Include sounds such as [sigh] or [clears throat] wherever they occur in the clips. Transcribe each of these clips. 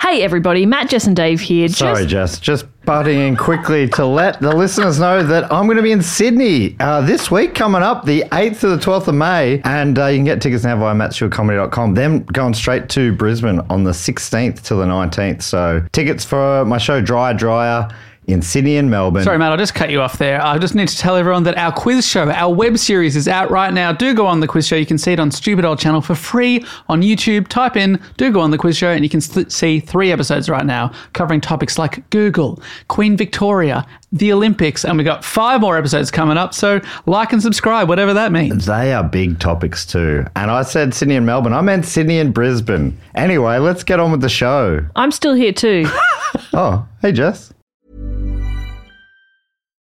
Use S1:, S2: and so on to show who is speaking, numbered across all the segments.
S1: Hey, everybody, Matt, Jess, and Dave here.
S2: Sorry,
S1: Just-
S2: Jess. Just butting in quickly to let the listeners know that I'm going to be in Sydney uh, this week coming up, the 8th to the 12th of May. And uh, you can get tickets now via mattsfieldcomedy.com. Then going straight to Brisbane on the 16th to the 19th. So tickets for my show Dry Dryer in Sydney and Melbourne.
S3: Sorry, Matt, I'll just cut you off there. I just need to tell everyone that our quiz show, our web series, is out right now. Do go on the quiz show. You can see it on Stupid Old Channel for free on YouTube. Type in Do Go on the Quiz Show, and you can st- see three episodes right now covering topics like Google, Queen Victoria, the Olympics, and we got five more episodes coming up. So like and subscribe, whatever that means.
S2: They are big topics too. And I said Sydney and Melbourne. I meant Sydney and Brisbane. Anyway, let's get on with the show.
S1: I'm still here too.
S2: Oh, hey, Jess.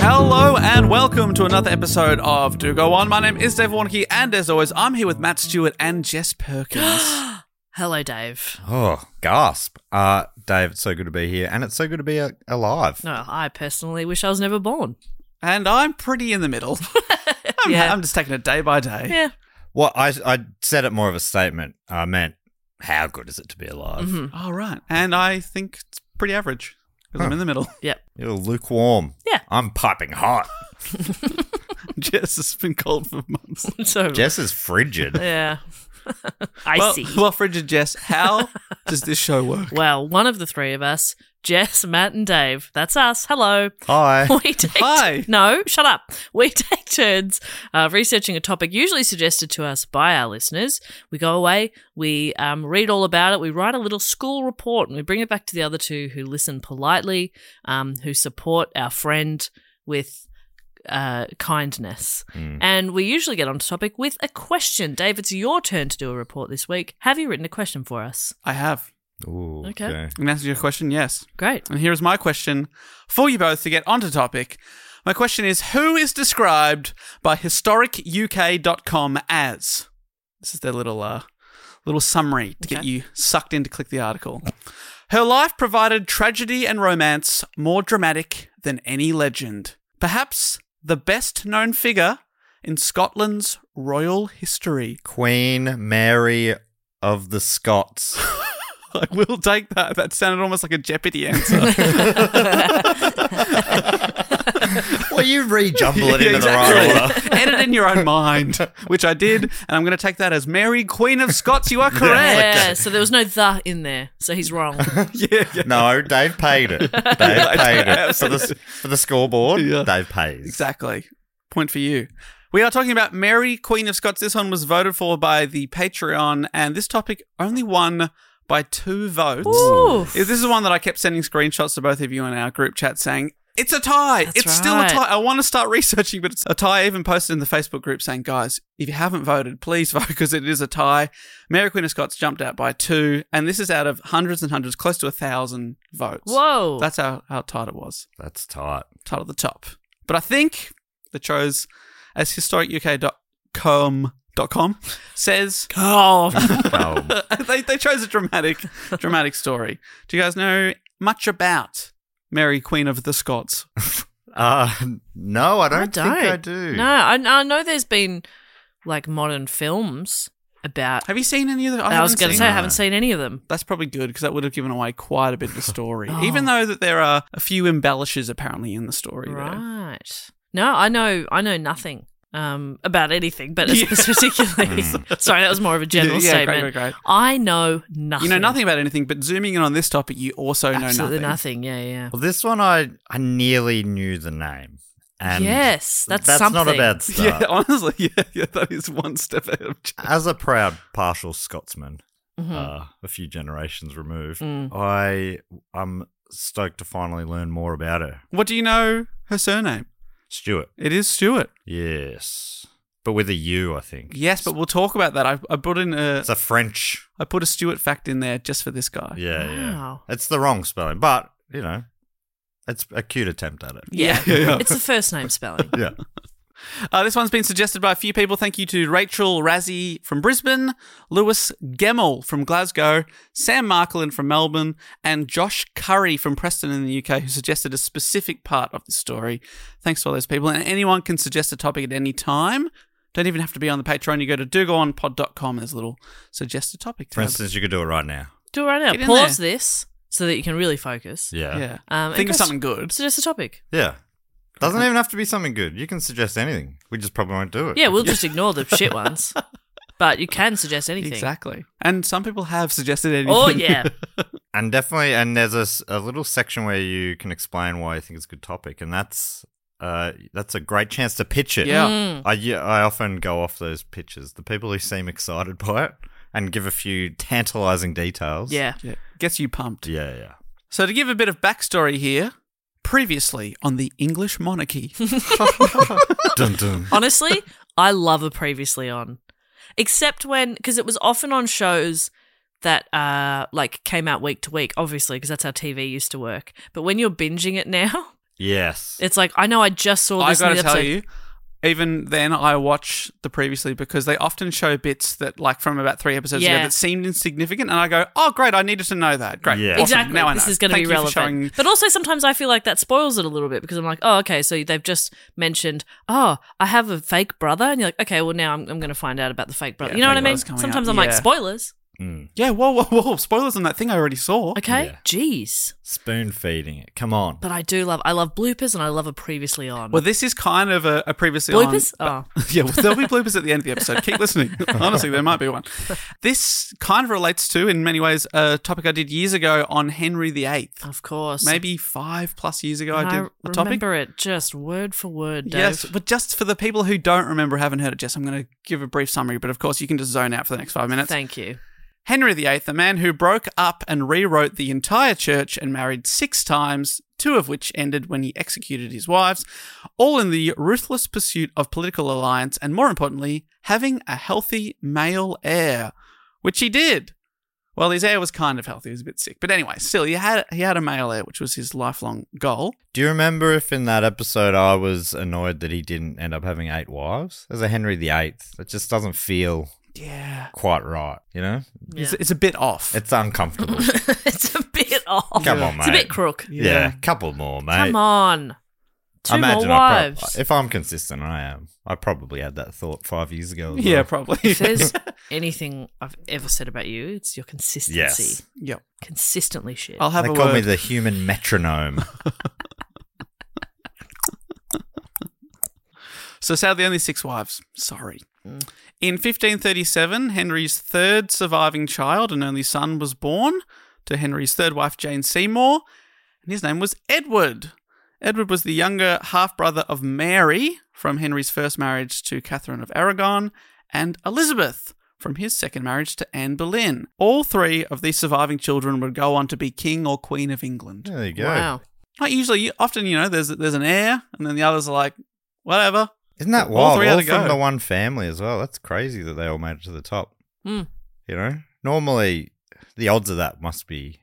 S3: Hello and welcome to another episode of Do Go On. My name is Dave Warnke, and as always, I'm here with Matt Stewart and
S4: [gasps]
S3: Jess Perkins.
S4: Hello, Dave.
S5: Oh, gasp. Uh, Dave, it's so good to be here. And it's so good to be uh, alive.
S4: No, I personally wish I was never born.
S3: and I'm pretty in the middle. I'm,
S4: Yeah.
S3: I'm just taking it day by day.
S4: Yeah.
S5: Well, I, I said it more of a statement. I meant, how good is it to be alive?
S4: Mm-hmm.
S3: All right. And I think it's pretty average because I'm in the middle. [laughs]
S4: Yep.
S5: You're lukewarm.
S4: Yeah.
S5: I'm piping hot.
S3: Jess has been cold for months.
S4: So
S5: Jess is frigid.
S4: Oh. [laughs] yeah, I
S3: well,
S4: see. Well,
S3: well, frigid Jess,
S4: [laughs]
S3: how does this show work?
S4: one of the three of us, Jess, Matt, and Dave. That's us. Hello. [laughs]
S5: [laughs] Hi.
S4: We take
S3: Hi.
S4: no, shut up. We [laughs] take turns uh, researching a topic usually suggested to us by our listeners. We go away, we um, read all about it, we write a little school report, and we bring it back to the other two who listen politely, um, who support our friend with uh, kindness. And we usually get on topic with a question. Dave, it's your turn to do a report this week. Have you written a question for us?
S3: I have.
S5: Ooh,
S4: Okay.
S3: Can I answer your question? Yes.
S4: Great.
S3: And here is my question for you both to get onto topic. My question is Who is described by historicuk.com as? This is their little uh, little summary to get
S4: Okay.
S3: you sucked in to click the article. Her life provided tragedy and romance more dramatic than any legend. Perhaps the best known figure in Scotland's royal history. [laughs]
S5: Queen Mary of the
S4: [laughs]
S5: Scots.
S3: I will take that. That sounded almost like a Jeopardy answer.
S5: well, you rejumble it into the right order.
S3: Exactly. [laughs] Edit in your own mind, which I did, and I'm going to take that as Mary, Queen of Scots. You
S5: [laughs]
S3: are correct.
S4: Yeah, so there was no the in there, so he's wrong.
S3: [laughs] Yeah, yeah.
S5: No,
S4: [laughs]
S5: Dave paid it. Dave paid it. For the, for the scoreboard, Dave pays.
S3: Exactly. Point for you. We are talking about Mary, Queen of Scots. This one was voted for by the Patreon, and this topic only won by two votes.
S4: Oof.
S3: This is one that I kept sending screenshots to both of you in our group chat saying, it's a tie.
S4: That's
S3: it's still a
S4: right.
S3: tie. I want to start [laughs] researching, but it's a tie. I even posted in the Facebook group saying, guys, if you haven't voted, please [laughs] vote because it is a tie. Mary Queen of Scots jumped out by two, and this is out of hundreds and hundreds, close to a thousand votes.
S4: Whoa.
S3: That's how, how tight it was
S5: That's tight.
S3: title at the top. But I think they chose as historicuk.com.com
S6: [laughs]
S3: says
S4: oh,
S5: Oh,
S3: [laughs] they, they chose a dramatic dramatic story. Do you guys know much about Mary Queen of the Scots?
S5: Uh, no, I don't,
S4: I don't.
S5: think I do.
S4: No, I, I know there's been like modern films
S6: about.
S3: Have you seen any of the?
S6: I, was
S3: haven't
S6: going to
S3: seen
S6: say I
S3: them.
S6: haven't seen any of them.
S3: That's probably good because that would have given away quite a bit of the
S6: [gasps]
S3: story.
S6: Oh.
S3: Even though that there are a few embellishes apparently in the story. There.
S6: Right? No, I know I know nothing um, about anything, but it's [laughs] particularly. sorry, that was more of a general
S3: Hmm. Yeah, yeah, great,
S6: statement.
S3: great, great.
S6: I know nothing.
S3: You know nothing about anything, but zooming in on this topic, you also
S6: Absolutely
S3: know nothing.
S6: nothing. Yeah, yeah.
S5: Well, this one I I nearly knew the name. And
S6: Yes, that's
S5: that's not
S6: something.
S5: a bad start.
S3: [laughs] Yeah, honestly, yeah, yeah, that is one step ahead of.
S5: As a proud partial Scotsman,
S6: Mm-hmm.
S5: uh, a few generations removed,
S6: Mm.
S5: I I'm stoked to finally learn more about her.
S3: What do you know? Her surname.
S5: Stuart.
S3: It is Stewart.
S5: Yes, but with a U, I think.
S3: Yes, but we'll talk about that. I, I put in a
S5: It's a French.
S3: I put a Stewart fact in there just for this guy.
S5: Yeah, yeah.
S6: Wow.
S5: It's the wrong spelling, but you know, it's a cute attempt at it.
S6: Yeah.
S3: Yeah, yeah.
S6: it's the first name spelling.
S5: Yeah.
S3: Uh, this one's been suggested by a few people. Thank you to Rachel Razzie from Brisbane, Lewis Gemmell from Glasgow, Sam Marklin from Melbourne, and Josh Curry from Preston in the UK, who suggested a specific part of the story. Thanks to all those people. And anyone can suggest a topic at any time. Don't even have to be on the Patreon. You go to dogoonpod.com. There's a little suggest a topic.
S5: For
S3: tab.
S5: instance, you could do it right now.
S6: Do it right now.
S3: Get in
S6: Pause this so that you can really focus.
S5: Yeah.
S3: yeah.
S6: Um, and
S3: Think of
S6: just-
S3: something good.
S6: Suggest a topic.
S5: Yeah. Doesn't even have to be something good. You can suggest anything. We just probably won't do it.
S6: Yeah, we'll just ignore the
S3: [laughs]
S6: shit ones. But you can suggest anything.
S3: Exactly. And some people have suggested anything. [laughs]
S6: Oh yeah.
S5: And definitely, and there's a, s- a little section where you can explain why you think it's a good topic, and that's uh, that's a great chance to pitch it.
S3: Yeah.
S6: Mm.
S5: I yeah, I often go off those pitches. The people who seem excited by it and give a few tantalizing details.
S6: Yeah.
S3: yeah. Gets you pumped.
S5: Yeah, yeah.
S3: So, to give a bit of backstory here, previously on the English
S6: [laughs]
S3: monarchy,
S5: dun, dun.
S6: Honestly, I love a previously on. Except when because it was often on shows that uh like came out week to week, obviously, because that's how TV used to work. But when you're binging it now, [laughs]
S5: Yes.
S6: it's like I know I just saw
S3: I
S6: this. in
S3: gotta
S6: the
S3: tell
S6: episode.
S3: you, even then, I watch the previously because they often show bits that, like, from about three episodes
S6: Yeah.
S3: ago that seemed insignificant, and I go, "Oh, great! I needed to know that. Great,
S5: Yeah.
S3: awesome,
S6: Exactly.
S3: Now I know.
S6: This is going to
S3: Thank you
S6: be
S3: for
S6: relevant.
S3: showing-
S6: But also, sometimes I feel like that spoils it a little bit because I'm like, oh, okay, so they've just mentioned, oh, I have a fake brother. And you're like, okay, well, now I'm, I'm going to find out about the fake brother.
S3: Yeah,
S6: you know what
S3: fake
S6: I mean?
S3: brother's coming
S6: Sometimes
S3: up.
S6: I'm like,
S3: Yeah.
S6: spoilers.
S5: Mm.
S3: yeah, whoa, whoa, whoa! Spoilers on that thing I already saw.
S6: Okay.
S5: Yeah.
S6: Jeez.
S5: Spoon feeding it. Come on.
S6: But I do love, I love bloopers and I love a previously on.
S3: Well, this is kind of a, a previously on-
S6: bloopers? oh.
S3: [laughs] yeah, well, there'll be bloopers at the end of the episode. Keep listening. [laughs] Honestly, there might be one. This kind of relates to, in many ways, a topic I did years ago on Henry VIII.
S6: Of course.
S3: Maybe five plus years ago,
S6: And
S3: I
S6: I
S3: did a topic.
S6: remember it just word for word, Dave.
S3: Yes, but just for the people who don't remember, haven't heard it, Jess, I'm going to give a brief summary. But of course, you can just zone out for the next five minutes.
S6: Thank you. [laughs]
S3: Henry VIII, the man who broke up and rewrote the entire church and married six times, two of which ended when he executed his wives, all in the ruthless pursuit of political alliance and, more importantly, having a healthy male heir, which he did. Well, his heir was kind of healthy; he was a bit sick, but anyway, still, he had he had a male heir, which was his lifelong goal.
S5: Do you remember if in that episode I was annoyed that he didn't end up having eight wives? As a Henry VIII, it just doesn't feel
S3: Yeah,
S5: quite right, you know?
S3: it's, it's a bit off.
S5: It's
S6: [laughs]
S5: uncomfortable.
S6: it's a bit off.
S5: Come on,
S6: It's a
S5: mate.
S6: bit crook.
S5: yeah. couple more, mate.
S6: Come on. Two more
S5: I prob-
S6: wives.
S5: if I'm consistent, I am. I probably had that thought five years ago. as
S3: yeah,
S5: well.
S3: probably. [laughs]
S6: if there's anything I've ever said about you, it's your consistency.
S5: Yes.
S3: yep.
S6: Consistently shit.
S3: I'll have
S5: they
S3: a
S5: call
S3: word.
S5: me the human metronome.
S3: So sadly, only six wives. Sorry. In 1537, Henry's third surviving child and only son was born to Henry's third wife, Jane Seymour, and his name was Edward. Edward was the younger half brother of Mary from Henry's first marriage to Catherine of Aragon and Elizabeth from his second marriage to Anne Boleyn. All three of these surviving children would go on to be king or queen of England.
S5: there you go.
S6: wow.
S3: Not usually, you- often, you know, there's, there's an heir, and then the others are like, whatever.
S5: Isn't that
S3: All
S5: wild?
S3: three
S5: All,
S3: had to
S5: from
S3: go.
S5: the one family as well. That's crazy that they all made it to the top.
S6: Hmm.
S5: You know, normally the odds of that must be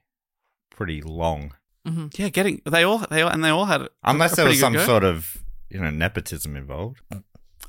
S5: pretty long,
S3: Yeah, getting they all they all, and they all had a-
S5: unless
S3: a
S5: there was
S3: pretty
S5: some
S3: good go.
S5: sort of you know nepotism involved.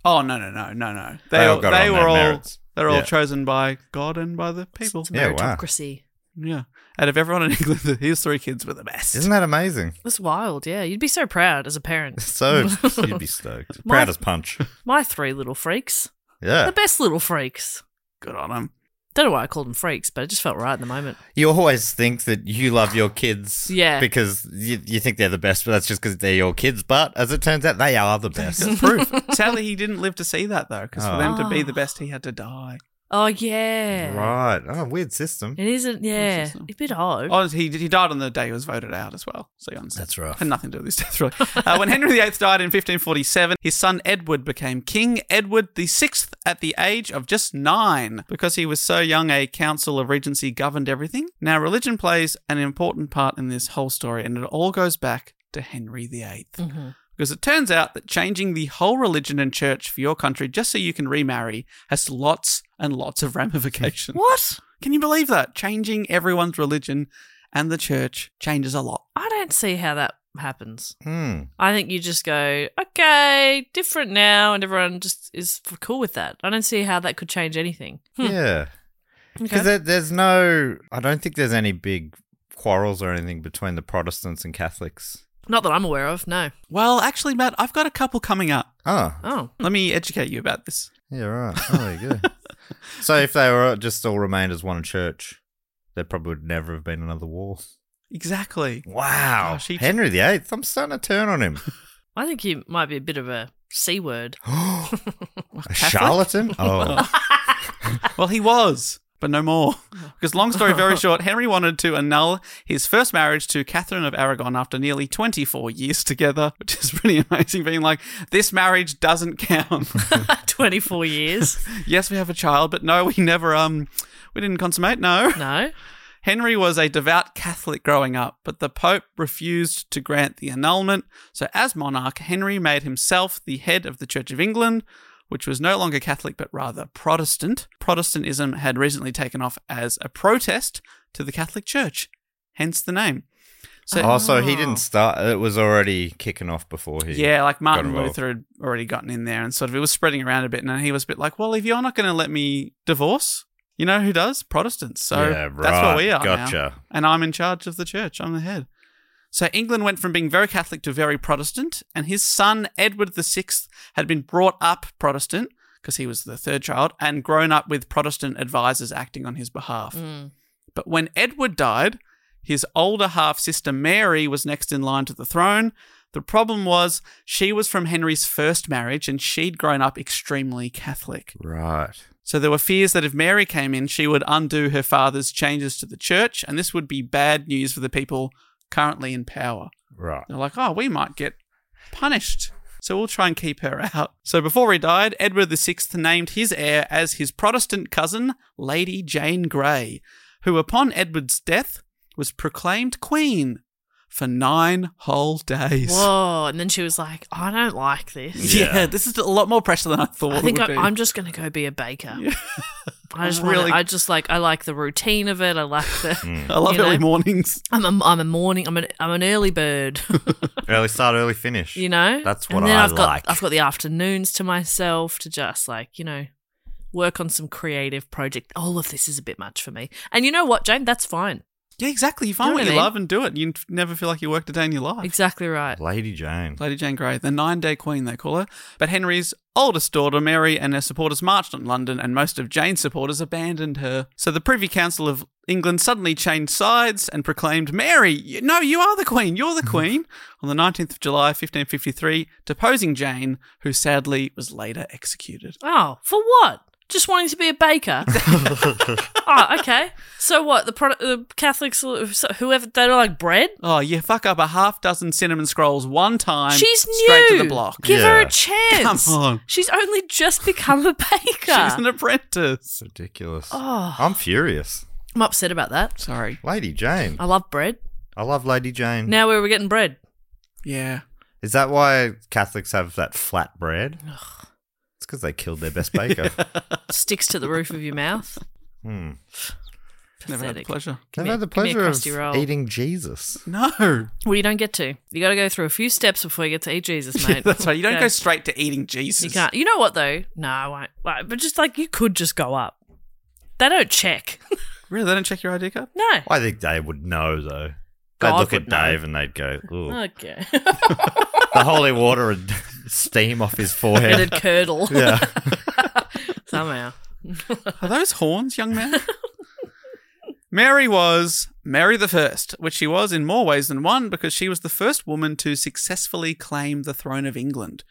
S3: Oh no no no no no! They,
S5: They all
S3: all
S5: got it
S3: they
S5: on
S3: were
S5: their
S3: all
S5: merits.
S3: they're all
S5: Yeah.
S3: chosen by God and by the people.
S6: It's
S5: Yeah, wow.
S6: meritocracy.
S3: Yeah, out of everyone in England, [laughs] his three kids were the best.
S5: Isn't that amazing?
S6: That's wild. Yeah, you'd be so proud as a parent.
S5: [laughs] So you'd be stoked.
S6: My-
S5: Proud as punch.
S6: My three little freaks,
S5: Yeah.
S6: the best little freaks.
S3: Good on them.
S6: Don't know why I called them freaks, but it just felt right in the moment.
S5: You always think that you love your kids,
S6: Yeah.
S5: because you, you think they're the best, but that's just because they're your kids. But as it turns out, they are the best.
S3: Proof. [laughs] Sadly, he didn't live to see that though, because for
S5: Oh.
S3: them to be the best, he had to die.
S6: Oh yeah,
S5: Right. Oh, weird system.
S6: it isn't. Yeah,
S3: Interesting.
S6: a bit odd.
S3: Oh, he, he died on the day he was voted out as well. So you understand.
S5: That's rough.
S3: Had nothing to do with his death, really. Uh, when Henry VIII died in 1547, his son Edward became King Edward VI at the age of just nine. Because he was so young, a council of regency governed everything. Now, religion plays an important part in this whole story, and it all goes back to Henry VIII.
S5: Mm-hmm.
S3: Because it turns out that changing the whole religion and church for your country just so you can remarry has lots and lots of ramifications.
S6: What?
S3: Can you believe that? Changing everyone's religion and the church changes a lot.
S6: I don't see how that happens.
S5: Hmm.
S6: I think you just go, okay, different now, and everyone just is f- cool with that. I don't see how that could change anything.
S5: Yeah. Because
S6: Hmm. Okay.
S5: there's no, I don't think there's any big quarrels or anything between the Protestants and Catholics.
S6: Not that I'm aware of. No.
S3: Well, actually, Matt, I've got a couple coming up.
S5: Oh,
S6: Oh,
S3: Let me educate you about this.
S5: yeah, right. Oh, there you go. so if they were just all remained as one church, there probably would never have been another war.
S3: Exactly.
S5: Wow.
S3: Gosh, he-
S5: Henry VIII, I'm starting to turn on him.
S6: I think you might be a bit of a c
S5: [laughs]
S6: word. [laughs]
S5: A
S3: [laughs]
S5: charlatan? Oh.
S3: Well, he was, but no more. Because, long story very short, Henry wanted to annul his first marriage to Catherine of Aragon after nearly 24 years together, which is pretty [laughs] amazing, being like, this marriage doesn't count.
S6: Twenty-four years.
S3: yes, we have a child, but no, we never, um, we didn't consummate, no.
S6: No.
S3: Henry was a devout Catholic growing up, but the Pope refused to grant the annulment. So, as monarch, Henry made himself the head of the Church of England, which was no longer Catholic but rather Protestant. Protestantism had recently taken off as a protest to the Catholic Church, hence the name. So,
S5: oh, so he didn't start. It was already kicking off before he.
S3: yeah, like Martin
S5: got involved.
S3: Luther had already gotten in there and sort of it was spreading around a bit. And then he was a bit like, well, if you're not going to let me divorce, you know who does? Protestants. So
S5: Yeah,
S3: that's
S5: right.
S3: what we are. now.
S5: Gotcha.
S3: And I'm in charge of the church. I'm the head. So England went from being very Catholic to very Protestant. And his son, Edward VI, had been brought up Protestant because he was the third child and grown up with Protestant advisors acting on his behalf. But when Edward died, his older half sister Mary was next in line to the throne. The problem was she was from Henry's first marriage and she'd grown up extremely Catholic.
S5: Right.
S3: So there were fears that if Mary came in, she would undo her father's changes to the church, and this would be bad news for the people currently in power.
S5: Right.
S3: They're like, oh, we might get punished. So we'll try and keep her out. So before he died, Edward VI named his heir as his Protestant cousin, Lady Jane Grey, who upon Edward's death was proclaimed queen for nine whole days.
S6: Whoa. And then she was like, I don't like this.
S3: Yeah. this is a lot more pressure than I thought.
S6: I
S3: it
S6: think
S3: would
S6: I,
S3: be.
S6: I'm just going to go be a baker. [laughs] I just
S3: Really-
S6: really. I just like. I like the routine of it. I like
S5: Mm.
S6: the.
S3: I love
S6: you know.
S3: early mornings.
S6: I'm a, I'm a morning. I'm an I'm an early bird. [laughs]
S5: Early start, early finish.
S6: you know
S5: That's what
S6: and then
S5: I
S6: have
S5: like.
S6: got, i've got the afternoons to myself to just like you know work on some creative project all of this is a bit much for me and you know what jane that's fine
S3: Yeah, exactly. You find
S6: know
S3: what
S6: what
S3: you
S6: I mean?
S3: love and do it. You n- never feel like you worked a day in your life.
S6: exactly right
S5: Lady Jane.
S3: Lady Jane Grey, the nine day queen, they call her. But Henry's oldest daughter, Mary, and her supporters marched on London, and most of Jane's supporters abandoned her. So the Privy Council of England suddenly changed sides and proclaimed, Mary, you- no, you are the queen, you're
S6: [laughs]
S3: the queen, on the 19th of July, 1553, deposing Jane, who sadly was later executed.
S6: oh for what just wanting to be a
S3: [laughs]
S6: baker [laughs] oh okay so what the, pro- the catholics so whoever they don't like bread
S3: Oh, you fuck up a half dozen cinnamon scrolls one time.
S6: she's new
S3: Straight to the block.
S6: give her
S5: Yeah.
S6: a chance
S3: Come on.
S6: she's only just become a
S3: She's an
S6: baker
S3: apprentice.
S5: It's ridiculous.
S3: Oh.
S5: I'm furious.
S6: i'm upset about that
S3: Sorry.
S5: Lady Jane.
S3: Oh.
S6: i love bread
S5: I love Lady Jane.
S6: now where we're getting bread
S3: Yeah.
S5: Is that why Catholics have that flat bread? It's because they killed their best baker.
S3: [laughs]
S6: sticks to the roof of your mouth.
S5: Hmm.
S3: Never had the
S6: Pathetic.
S3: pleasure.
S5: They've
S6: me-
S5: had the
S6: give me a
S5: pleasure of
S6: crusty roll.
S5: eating Jesus.
S3: No.
S6: Well, you don't get to. You got to go through a few steps before you get to
S3: [laughs]
S6: eat Jesus,
S3: Yeah,
S6: mate.
S3: that's right. You don't
S6: Okay.
S3: go straight to eating Jesus.
S6: You can't. You know what though? No, I won't. Right, But just like you could just go up. They don't check.
S3: Really? They don't check your ID card?
S6: no.
S5: I think they would know, though.
S6: God
S5: they'd look at
S6: would know.
S5: Dave and they'd go, Ooh.
S6: [laughs] Okay.
S5: the holy [laughs] water and steam off his forehead. [laughs]
S6: [laughs] It'd curdle
S5: yeah.
S6: somehow.
S3: Are those horns, young man? Mary was Mary the First, which she was in more ways than one because she was the first woman to successfully claim the throne of England.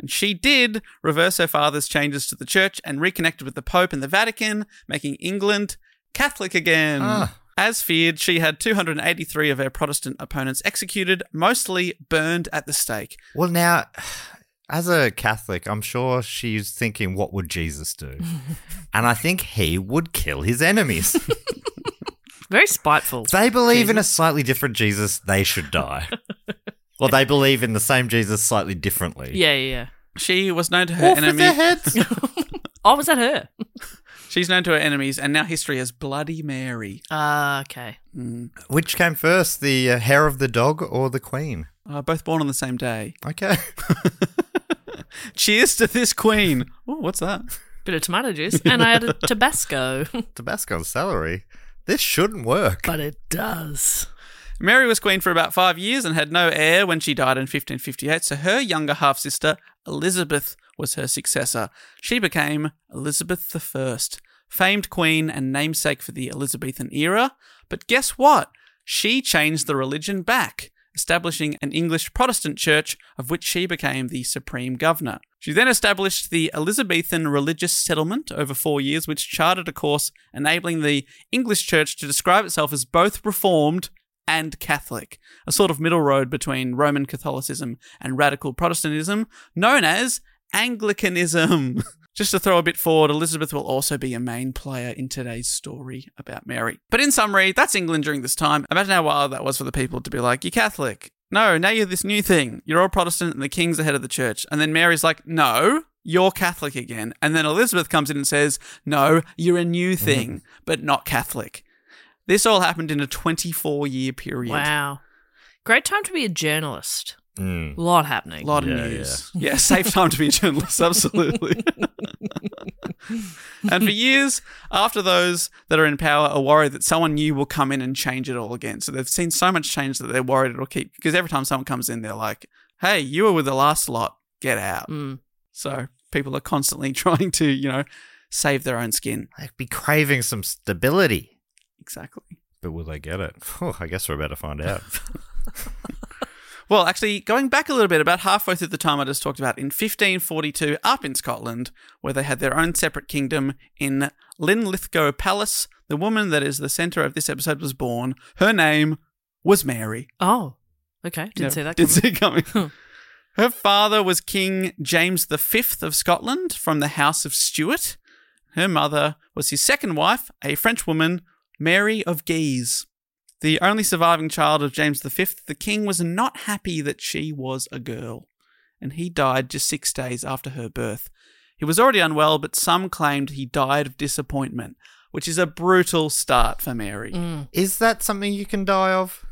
S3: And she did reverse her father's changes to the church and reconnected with the Pope and the Vatican, making England Catholic again.
S7: Ah.
S3: As feared, she had 283 of her Protestant opponents executed, mostly burned at the stake.
S5: Well, now, as a Catholic, I'm sure she's thinking, what would Jesus
S6: [laughs]
S5: do? and I think he would kill his enemies.
S6: Very spiteful.
S5: If they believe in a slightly different Jesus, they should die. Well, they believe in the same Jesus slightly differently.
S6: Yeah, yeah,
S3: She was known to her enemy.
S6: [laughs] yeah. oh, was that her?
S3: She's known to her enemies, and now history as Bloody Mary.
S6: Ah, okay.
S5: Which came first, the uh, hair of the dog or the queen?
S3: Uh, both born on the same day.
S5: Okay.
S3: Cheers to this queen. Oh, what's that?
S6: Bit of tomato juice, and I
S5: [laughs]
S6: added Tabasco,
S5: Tabasco celery. This shouldn't work.
S6: but it does.
S3: Mary was queen for about five years and had no heir when she died in 1558, so her younger half sister, Elizabeth, was her successor. She became Elizabeth I, famed queen and namesake for the Elizabethan era. But guess what? She changed the religion back, establishing an English Protestant church of which she became the supreme governor. She then established the Elizabethan Religious Settlement over four years, which charted a course enabling the English church to describe itself as both reformed and Catholic, a sort of middle road between Roman Catholicism and radical Protestantism, known as Anglicanism. [laughs] Just to throw a bit forward, Elizabeth will also be a main player in today's story about Mary. But in summary, that's England during this time. Imagine how wild that was for the people to be like, you're Catholic. No, now you're this new thing. You're all Protestant and the king's the head of the church. And then Mary's like, no, you're Catholic again. And then Elizabeth comes in and says, no, you're a new thing, but not Catholic. This all happened in a 24 year period.
S6: Wow. Great time to be a journalist.
S5: Mm.
S8: Hmm.
S6: A lot happening.
S3: A lot of
S8: Yeah,
S3: news. Yeah. [laughs] safe time to be a journalist, absolutely. and for years after those that are in power are worried that someone new will come in and change it all again. So they've seen so much change that they're worried it'll keep. Because every time someone comes in, they're like, hey, you were with the last lot, get out.
S6: Mm.
S3: So people are constantly [laughs] trying to, you know, save their own skin.
S5: I'd be craving some stability.
S3: Exactly.
S8: But will they get it?
S5: Oh, I guess we're about to find out.
S3: Well, actually, going back a little bit, about halfway through the time I just talked about, in 1542, up in Scotland, where they had their own separate kingdom in Linlithgow Palace, the woman that is the centre of this episode was born. Her name was Mary.
S6: Oh, okay. Didn't
S3: No,
S6: see that.
S3: Didn't
S6: coming.
S3: see it coming. Her father was King James V of Scotland from the House of Stuart. Her mother was his second wife, a French woman, Mary of Guise. The only surviving child of James V, the king was not happy that she was a girl, and he died just six days after her birth. He was already unwell, but some claimed he died of disappointment, which is a brutal start for Mary.
S6: Mm.
S5: Is that something you can die of?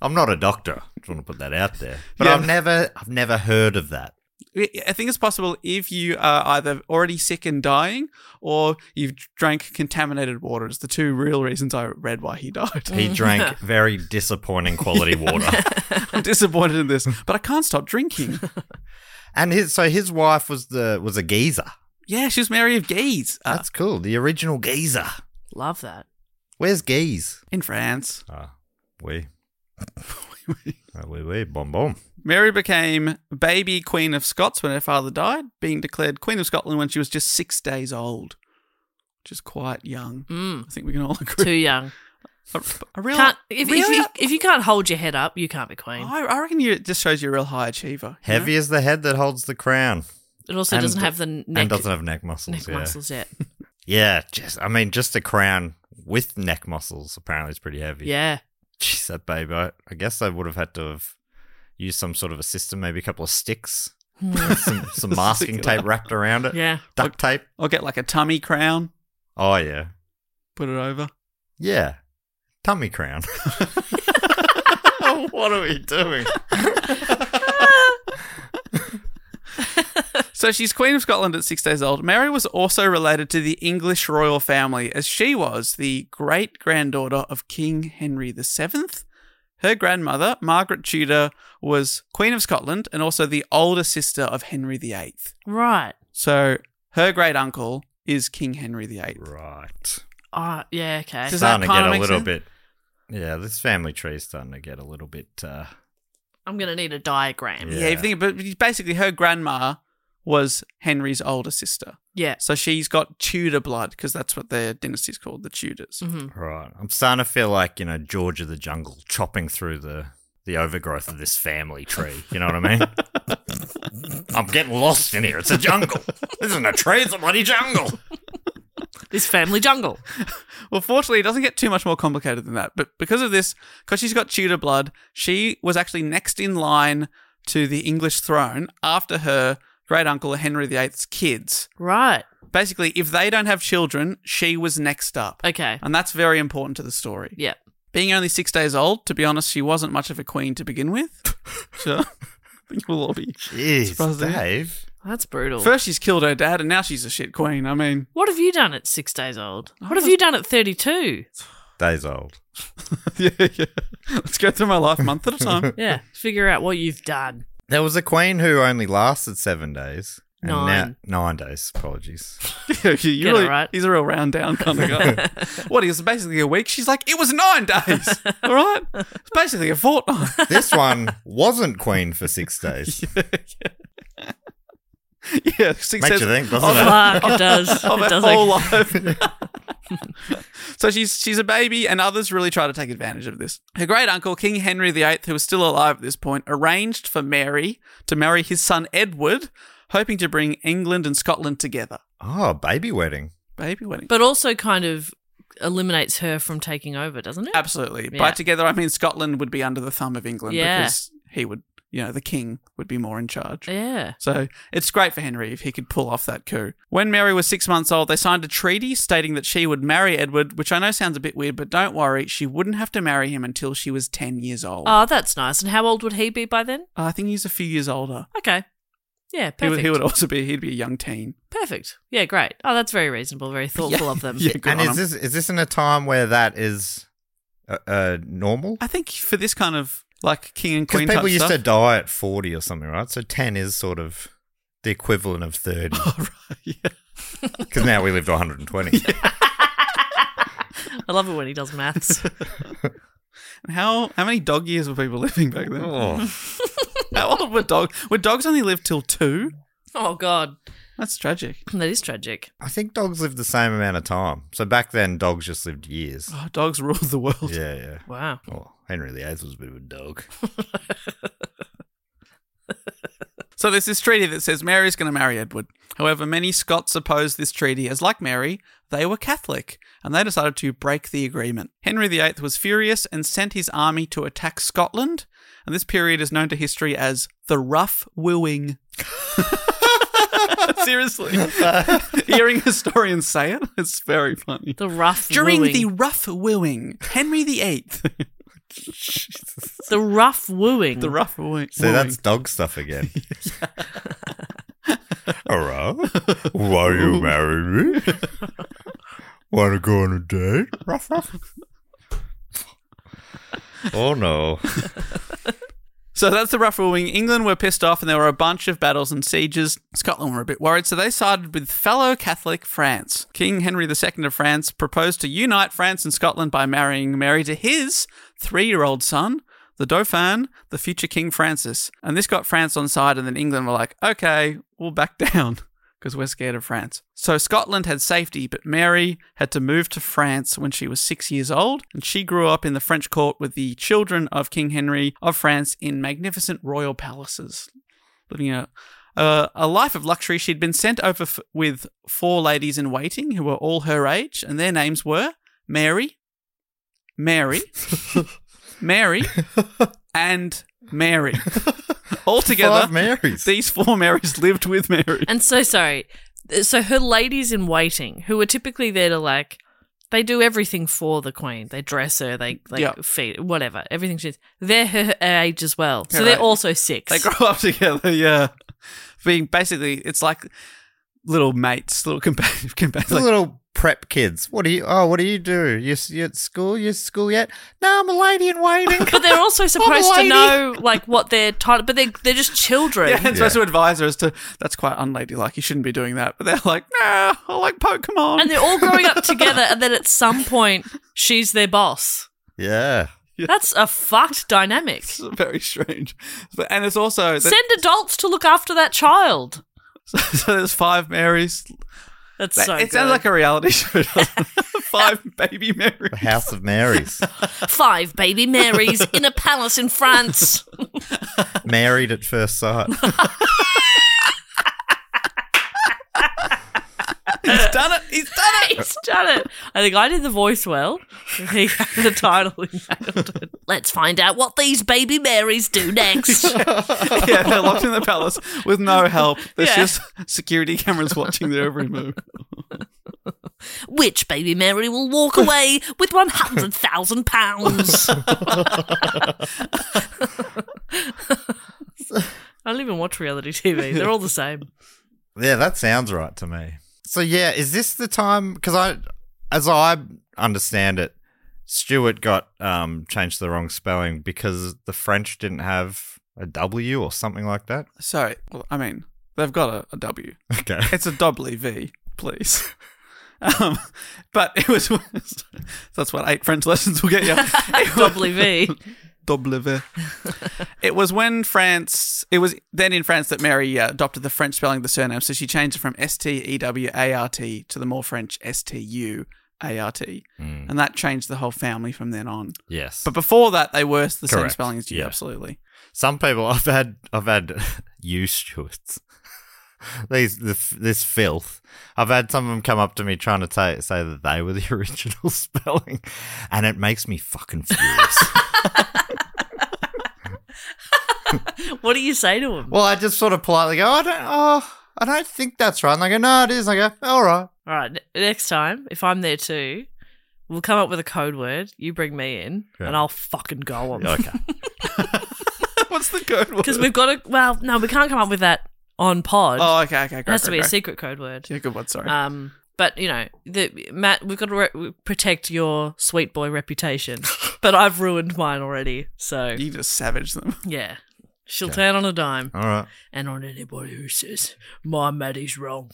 S5: I'm not a doctor. Just want to put that out there. But
S3: Yeah.
S5: I've never, I've never heard of that.
S3: I think it's possible if you are either already sick and dying or you've drank contaminated water. It's the two real reasons I read why he [laughs] died.
S5: He drank very disappointing quality water.
S3: I'm disappointed in this, but I can't stop
S6: [laughs]
S3: drinking.
S5: And his, so his wife was the was a geezer.
S3: Yeah, she was Mary of Guise uh,
S5: That's cool. The original geezer. [laughs]
S6: Love that.
S5: Where's geese?
S3: in France.
S6: Uh.
S8: Ah,
S5: [laughs]
S8: we. Ah, we, we, bomb, bomb.
S3: Mary became baby Queen of Scots when her father died, being declared Queen of Scotland when she was just six days old, which is quite young.
S6: Mm.
S3: I think we can all agree.
S6: Too young.
S3: A, a real,
S6: Can't, if,
S3: real-
S6: if, you, if you can't hold your head up, you can't be queen.
S5: Oh.
S3: I, I reckon you, it just shows you're a real high achiever. you know?
S5: Heavy as the head that holds the crown,
S6: It also
S5: And-
S6: doesn't have the neck,
S5: and doesn't have neck muscles.
S6: neck
S5: yeah, [laughs]
S6: muscles yet.
S5: yeah. Just, I mean, just a crown with neck muscles apparently is pretty heavy.
S6: yeah.
S5: Jeez, that babe. I, I guess I would have had to have used some sort of a system, maybe a couple of sticks, [laughs] some, some masking
S3: Stick it
S5: tape wrapped around it,
S6: Yeah.
S5: duct tape.
S3: I'll get like a tummy crown,
S5: Oh yeah,
S3: put it over.
S5: yeah. Tummy crown. [laughs] what are we doing?
S3: So she's Queen of Scotland at six days old. Mary was also related to the English royal family, as she was the great granddaughter of King Henry VII. Her grandmother, Margaret Tudor, was Queen of Scotland and also the older sister of Henry VIII.
S6: Right.
S3: So her great uncle is King Henry VIII.
S5: Right.
S6: Ah, yeah, okay.
S3: Does that
S5: starting to
S3: kinda
S5: get a
S3: make
S5: little
S3: sense?
S5: bit. Yeah, this family tree's starting to get a little bit. Uh,
S6: I'm gonna need a diagram.
S3: Yeah,
S6: Yeah.
S5: Yeah.
S3: you think, but basically her grandma was Henry's older sister. So she's got Tudor blood because that's what their dynasty's called, the Tudors.
S6: hmm
S5: right. I'm starting to feel like you know George of the Jungle chopping through the the overgrowth of this family tree. You know what I mean? I'm getting lost in here. It's a jungle. this isn't a tree. It's a bloody jungle.
S6: This family jungle.
S3: Well, fortunately, it doesn't get too much more complicated than that. But because of this, because she's got Tudor blood, she was actually next in line to the English throne after her great uncle Henry VIII's kids.
S6: Right.
S3: Basically, if they don't have children, she was next up.
S6: Okay.
S3: And that's very important to the story.
S6: Yeah.
S3: Being only six days old, to be honest, she wasn't much of a queen to begin with. so I think we'll all be.
S5: Jeez,
S3: Surprised they-
S5: Dave.
S6: That's brutal.
S3: First, she's killed her dad, and now she's a shit queen. I mean,
S6: what have you done at six days old? What have you done at 32?
S5: Days old.
S3: yeah, yeah. Let's go through my life month at a time. [laughs]
S6: Yeah. Figure out what you've done.
S5: There was a queen who only lasted seven days. and now-
S6: Nine.
S5: nine days. Apologies.
S3: [laughs] you you
S6: it
S3: really,
S6: right.
S3: He's a real round down kind of guy.
S6: [laughs]
S3: what, he was basically a week? She's like, it was nine days. All right? It's basically a fortnight. [laughs]
S5: This one wasn't queen for six days.
S3: yeah, six
S5: Makes
S3: days.
S5: you think, doesn't
S3: Oh.
S5: it?
S6: Fuck, it
S3: [laughs]
S6: does.
S3: of
S6: It
S3: her
S6: does.
S3: whole
S6: Like,
S3: life.
S6: [laughs]
S3: [laughs] so she's she's a baby, and others really try to take advantage of this. Her great uncle, King Henry VIII, who was still alive at this point, arranged for Mary to marry his son Edward, hoping to bring England and Scotland together.
S5: Oh, baby wedding.
S3: Baby wedding.
S6: but also kind of eliminates her from taking over, doesn't it?
S3: Absolutely.
S6: Yeah.
S3: By together, I mean Scotland would be under the thumb of England
S6: Yeah.
S3: because he would, you know, the king would be more in charge.
S6: Yeah.
S3: So it's great for Henry if he could pull off that coup. When Mary was six months old, they signed a treaty stating that she would marry Edward, which I know sounds a bit weird, but don't worry, she wouldn't have to marry him until she was 10 years old. Oh,
S6: Oh, that's nice. And how old would he be by then?
S3: I think he's a few years older.
S6: Okay. Yeah, perfect.
S3: He would, he would also be, he'd be a young teen.
S6: Perfect. Yeah, great. Oh, that's very reasonable, very thoughtful of them.
S3: [laughs] Yeah, good
S5: and
S3: on
S5: is
S3: him.
S5: this is this in a time where that is uh, uh, normal?
S3: I think for this kind of like king and
S5: Because
S3: queen
S5: people
S3: type
S5: used
S3: stuff,
S5: to die at forty or something, right? So ten is sort of the equivalent of
S3: [laughs]
S5: thirty. [laughs] Because now we live to one hundred and twenty.
S6: I love it when he
S3: [laughs]
S6: does maths.
S3: How how many dog years were people [laughs] living back then?
S5: Oh,
S3: How old were dogs? Were dogs only live till two?
S6: oh God,
S3: That's tragic.
S6: that is tragic.
S5: I think dogs live the same amount of time. So back then, dogs just lived years.
S3: [laughs] Oh, dogs ruled the world.
S5: Yeah, yeah.
S6: Wow.
S5: Oh, Henry VIII was a bit of a
S3: [laughs]
S5: dog.
S3: So there's this treaty that says Mary's going to marry Edward. However, many Scots opposed this treaty as, like Mary, they were Catholic and they decided to break the agreement. Henry VIII was furious and sent his army to attack Scotland. And this period is known to history as the Rough Wooing. [laughs] Seriously, hearing historians say it, it's very funny.
S6: The rough
S3: During
S6: wooing.
S3: the Rough Wooing, Henry VIII, [laughs]
S6: the rough wooing.
S3: the Rough Wooing.
S5: So that's dog stuff again.
S3: [laughs]
S5: All right. Why you marry me?
S3: [laughs]
S5: Want to go on a date? Ruff,
S3: [laughs]
S5: ruff. Oh no!
S3: So that's the rough ruling. England were pissed off, and there were a bunch of battles and sieges. Scotland were a bit worried, so they sided with fellow Catholic France. King Henry II of France proposed to unite France and Scotland by marrying Mary to his three year old son, the Dauphin, the future King Francis. And this got France on side, and then England were like, okay, we'll back [laughs] down because we're scared of France. So Scotland had safety, but Mary had to move to France when she was six years old, and she grew up in the French court with the children of King Henry of France in magnificent royal palaces, living a uh, a life of luxury. She'd been sent over f- with four ladies in waiting who were all her age, and their names were Mary, Mary,
S5: [laughs]
S3: Mary, and
S5: [laughs]
S3: Mary. All together,
S5: Five Marys.
S3: these four Marys lived with Mary.
S6: and so sorry. So her ladies in waiting, who are typically there to like, they do everything for the queen. They dress her, they like
S3: Yeah.
S6: feed whatever, everything she's. They're her age as well, so
S3: Yeah,
S6: they're
S3: right.
S6: also six.
S3: They grow up together, yeah. [laughs] Being basically, it's like little mates, little companions.
S5: It's a little prep kids. What do you? Oh, what do you do? You you at school? You at school yet? No, I'm a lady in
S3: [laughs]
S5: waiting.
S6: But they're also supposed to
S5: lady.
S6: know [laughs] like what their title. But they're they're just children.
S3: Yeah, and supposed to advise her as to that's quite unladylike. You shouldn't be doing that. But they're like, nah, I like Pokemon.
S6: And they're all growing up together, and then at some point, she's their boss.
S5: yeah.
S6: That's a fucked dynamic.
S3: It's very strange. But, and it's also that,
S6: Send adults to look after that child.
S3: [laughs] so there's five Marys.
S6: That's
S3: That-
S6: so.
S3: it sounds like a reality show. [laughs] doesn't it? five baby Marys.
S5: The House of
S3: [laughs]
S5: Marys.
S6: five baby Marys in a palace in [laughs] France.
S5: Married at first sight.
S3: He's done it. He's done it.
S6: He's done it. I think I did the voice well. He had the title. [laughs] He nailed it. Let's find out what these baby Marys do [laughs] next.
S3: yeah, they're locked in the palace with no help. There's
S6: Yeah.
S3: just security cameras watching their every move.
S6: Which baby Mary will walk away with one hundred thousand pounds? I don't even watch reality TV. They're all the same.
S5: Yeah, that sounds right to me. So yeah, is this the time? Because I, as I understand it, Stewart got um, changed to the wrong spelling because the French didn't have a W or something like that. [laughs]
S3: So, well, I mean, they've got a, a W.
S5: Okay.
S3: It's a doubly V, please. [laughs] Um, but it was [laughs] that's what eight French lessons will
S5: [laughs]
S3: get you. It was-
S6: Doubly [laughs] V.
S3: Double E V. it was when France. It was then in France that Mary uh, adopted the French spelling of the surname, so she changed it from S T E W A R T to the more French S T U A R T,
S5: Hmm.
S3: and that changed the whole family from then on.
S5: Yes.
S3: But before that, they were the same
S5: Correct.
S3: spelling as you.
S5: Yeah.
S3: Absolutely. [laughs]
S5: Some people [laughs] I've had I've had [laughs] you Stuarts. [laughs] These this, this filth. I've had some of them come up to me trying to ta say that they were the [laughs] original spelling, and it makes me fucking furious.
S6: What do you say to him?
S5: well, I just sort of politely go, I don't, oh, I don't think that's right. And I go, no, it is. And I go, all right.
S6: All right, ne- next time if I'm there too, we'll come up with a code word. You bring me in, and I'll fucking go on. [laughs]
S5: Okay.
S3: What's the code word?
S6: Because we've got to. Well, no, we can't come up with that on pod.
S3: Oh, okay, okay, great,
S6: it has to be
S3: great,
S6: a
S3: great.
S6: secret code word.
S3: Yeah, good one. Sorry.
S6: Um, but you know, the, Matt, we've got to re- protect your sweet
S3: [laughs]
S6: boy reputation. but I've ruined mine already, so
S3: you just savage them. [laughs]
S6: yeah, she'll turn on a
S3: Uh-huh.
S6: dime,
S5: All right.
S6: and on anybody who says my Maddie's wrong,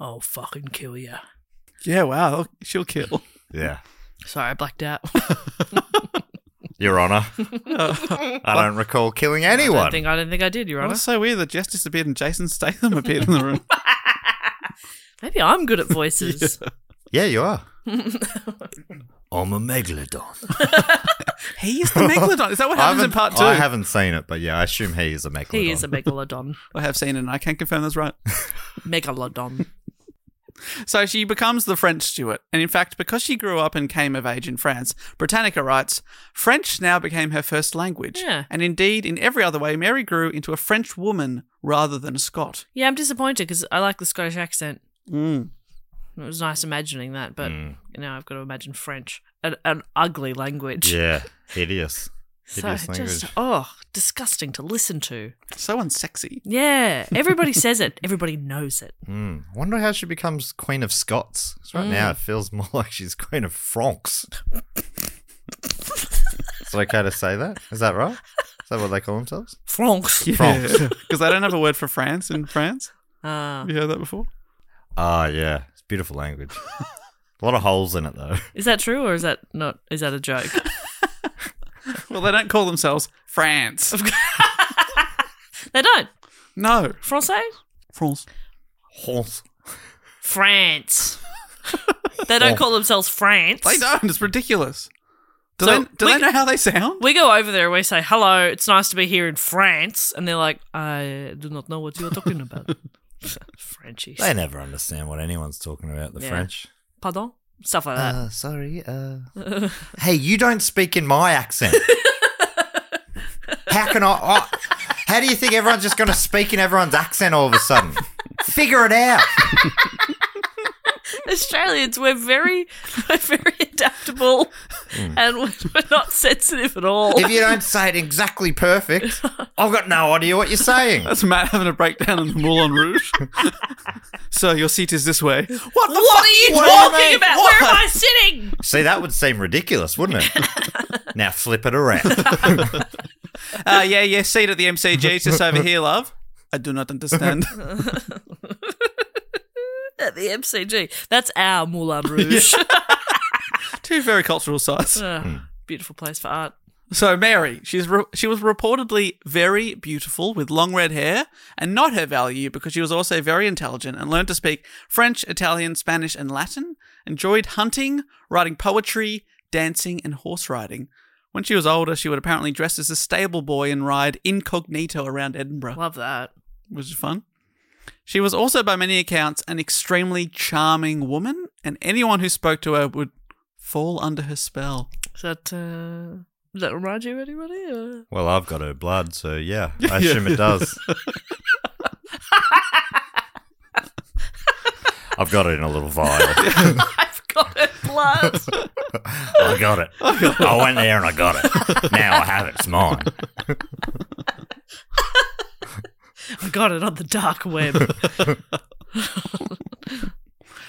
S6: I'll fucking kill you.
S3: Yeah, wow. She'll kill.
S5: Yeah.
S6: Sorry, I blacked out. [laughs]
S5: Your Honor. I don't recall killing anyone.
S6: I think I don't think I did. Your
S3: Well,
S6: honor.
S3: it's so weird that Jess disappeared and Jason Statham appeared in the room.
S6: Maybe I'm good at voices.
S5: yeah, you are. I'm a megalodon.
S3: [laughs] he is the megalodon. Is that what
S5: I
S3: happens in
S5: haven't,
S3: part two?
S5: I haven't seen it, but yeah, I assume he is a megalodon.
S6: He is a megalodon.
S3: I have seen it and I can confirm that's right.
S6: Megalodon.
S3: So she becomes the French Stuart. And in fact, because she grew up and came of age in France, Britannica writes French now became her first language.
S6: Yeah.
S3: And indeed, in every other way, Mary grew into a French woman rather than a Scot.
S6: Yeah, I'm disappointed because I like the Scottish accent.
S3: Mm.
S6: It was nice imagining that, but you know, I've got to imagine French, an, an ugly language.
S5: Yeah,
S6: [laughs]
S5: hideous.
S6: so
S5: Hideous
S6: just
S5: language.
S6: oh, disgusting to listen to.
S3: So unsexy.
S6: Yeah, everybody says it. Everybody knows it.
S5: Mm. I wonder how she becomes Queen of Scots. 'Cause right
S6: Mm.
S5: now it feels [laughs] more like she's Queen of Francs. is it okay to say that? Is that right? Is that what they call themselves?
S6: Francs.
S5: Francs.
S3: [laughs] Because they don't have a word for France in France.
S6: Ah,
S3: Have you heard that before?
S5: Ah, yeah. It's beautiful language. a lot of holes in it, though. [laughs]
S6: is that true or is that not? Is that a joke?
S3: Well, they don't call themselves France.
S6: they don't.
S3: No.
S6: Francais.
S3: France.
S5: Holes.
S6: France. they don't call themselves France.
S3: They don't. It's ridiculous. Do,
S6: So,
S3: they, do
S6: we
S3: they
S6: c-
S3: know how they sound? [laughs]
S6: We go over there and we say, hello, it's nice to be here in France. And they're like, I do not know what you're talking [laughs] about. Frenchies.
S5: They never understand what anyone's talking about, the
S6: Yeah.
S5: French.
S6: Pardon? Stuff like that.
S5: Uh, sorry. Uh... hey, you don't speak in my accent. how can I, I? How do you think everyone's just going to speak in everyone's accent all of a sudden? Figure it out.
S6: [laughs] Australians, we're very, we're very adaptable. [laughs]
S4: [laughs]
S6: and we're we're not sensitive at all.
S5: If you don't say it exactly perfect, I've got no idea what you're saying.
S3: That's Matt having a breakdown in the Moulin
S6: [laughs]
S3: Rouge. [laughs] so your seat is this way. What the
S6: What are you
S5: What do you
S6: talking
S5: mean?
S6: about?
S5: What?
S6: Where am I sitting?
S5: See, that would seem ridiculous, wouldn't it? now flip it around.
S3: Uh, yeah, yeah, seat at the MCG, just over here, love. I do
S6: [laughs]
S3: not understand. [laughs]
S6: At the MCG. That's our [laughs] Moulin Rouge.
S3: Two very cultural sites.
S6: [laughs] Uh, beautiful place for art.
S3: So Mary, she's re- she was reportedly very beautiful with long red hair, and not her value because she was also very intelligent and learned to speak French, Italian, Spanish, and Latin. Enjoyed hunting, writing poetry, dancing, and horse riding. When she was older, she would apparently dress as a stable boy and ride incognito around Edinburgh,
S6: Love that.
S3: which is fun. She was also, by many accounts, an extremely charming woman, and anyone who spoke to her would fall under her spell.
S6: Does that, uh, does that remind you of anybody? Or?
S5: Well, I've got her blood, so yeah, I assume it does. I've got it in a little vial.
S6: [laughs] I've got her [laughs] blood.
S5: I got it. I went there and I got it. Now I have it. It's
S6: [laughs]
S5: mine.
S6: I got it on the dark [laughs] web.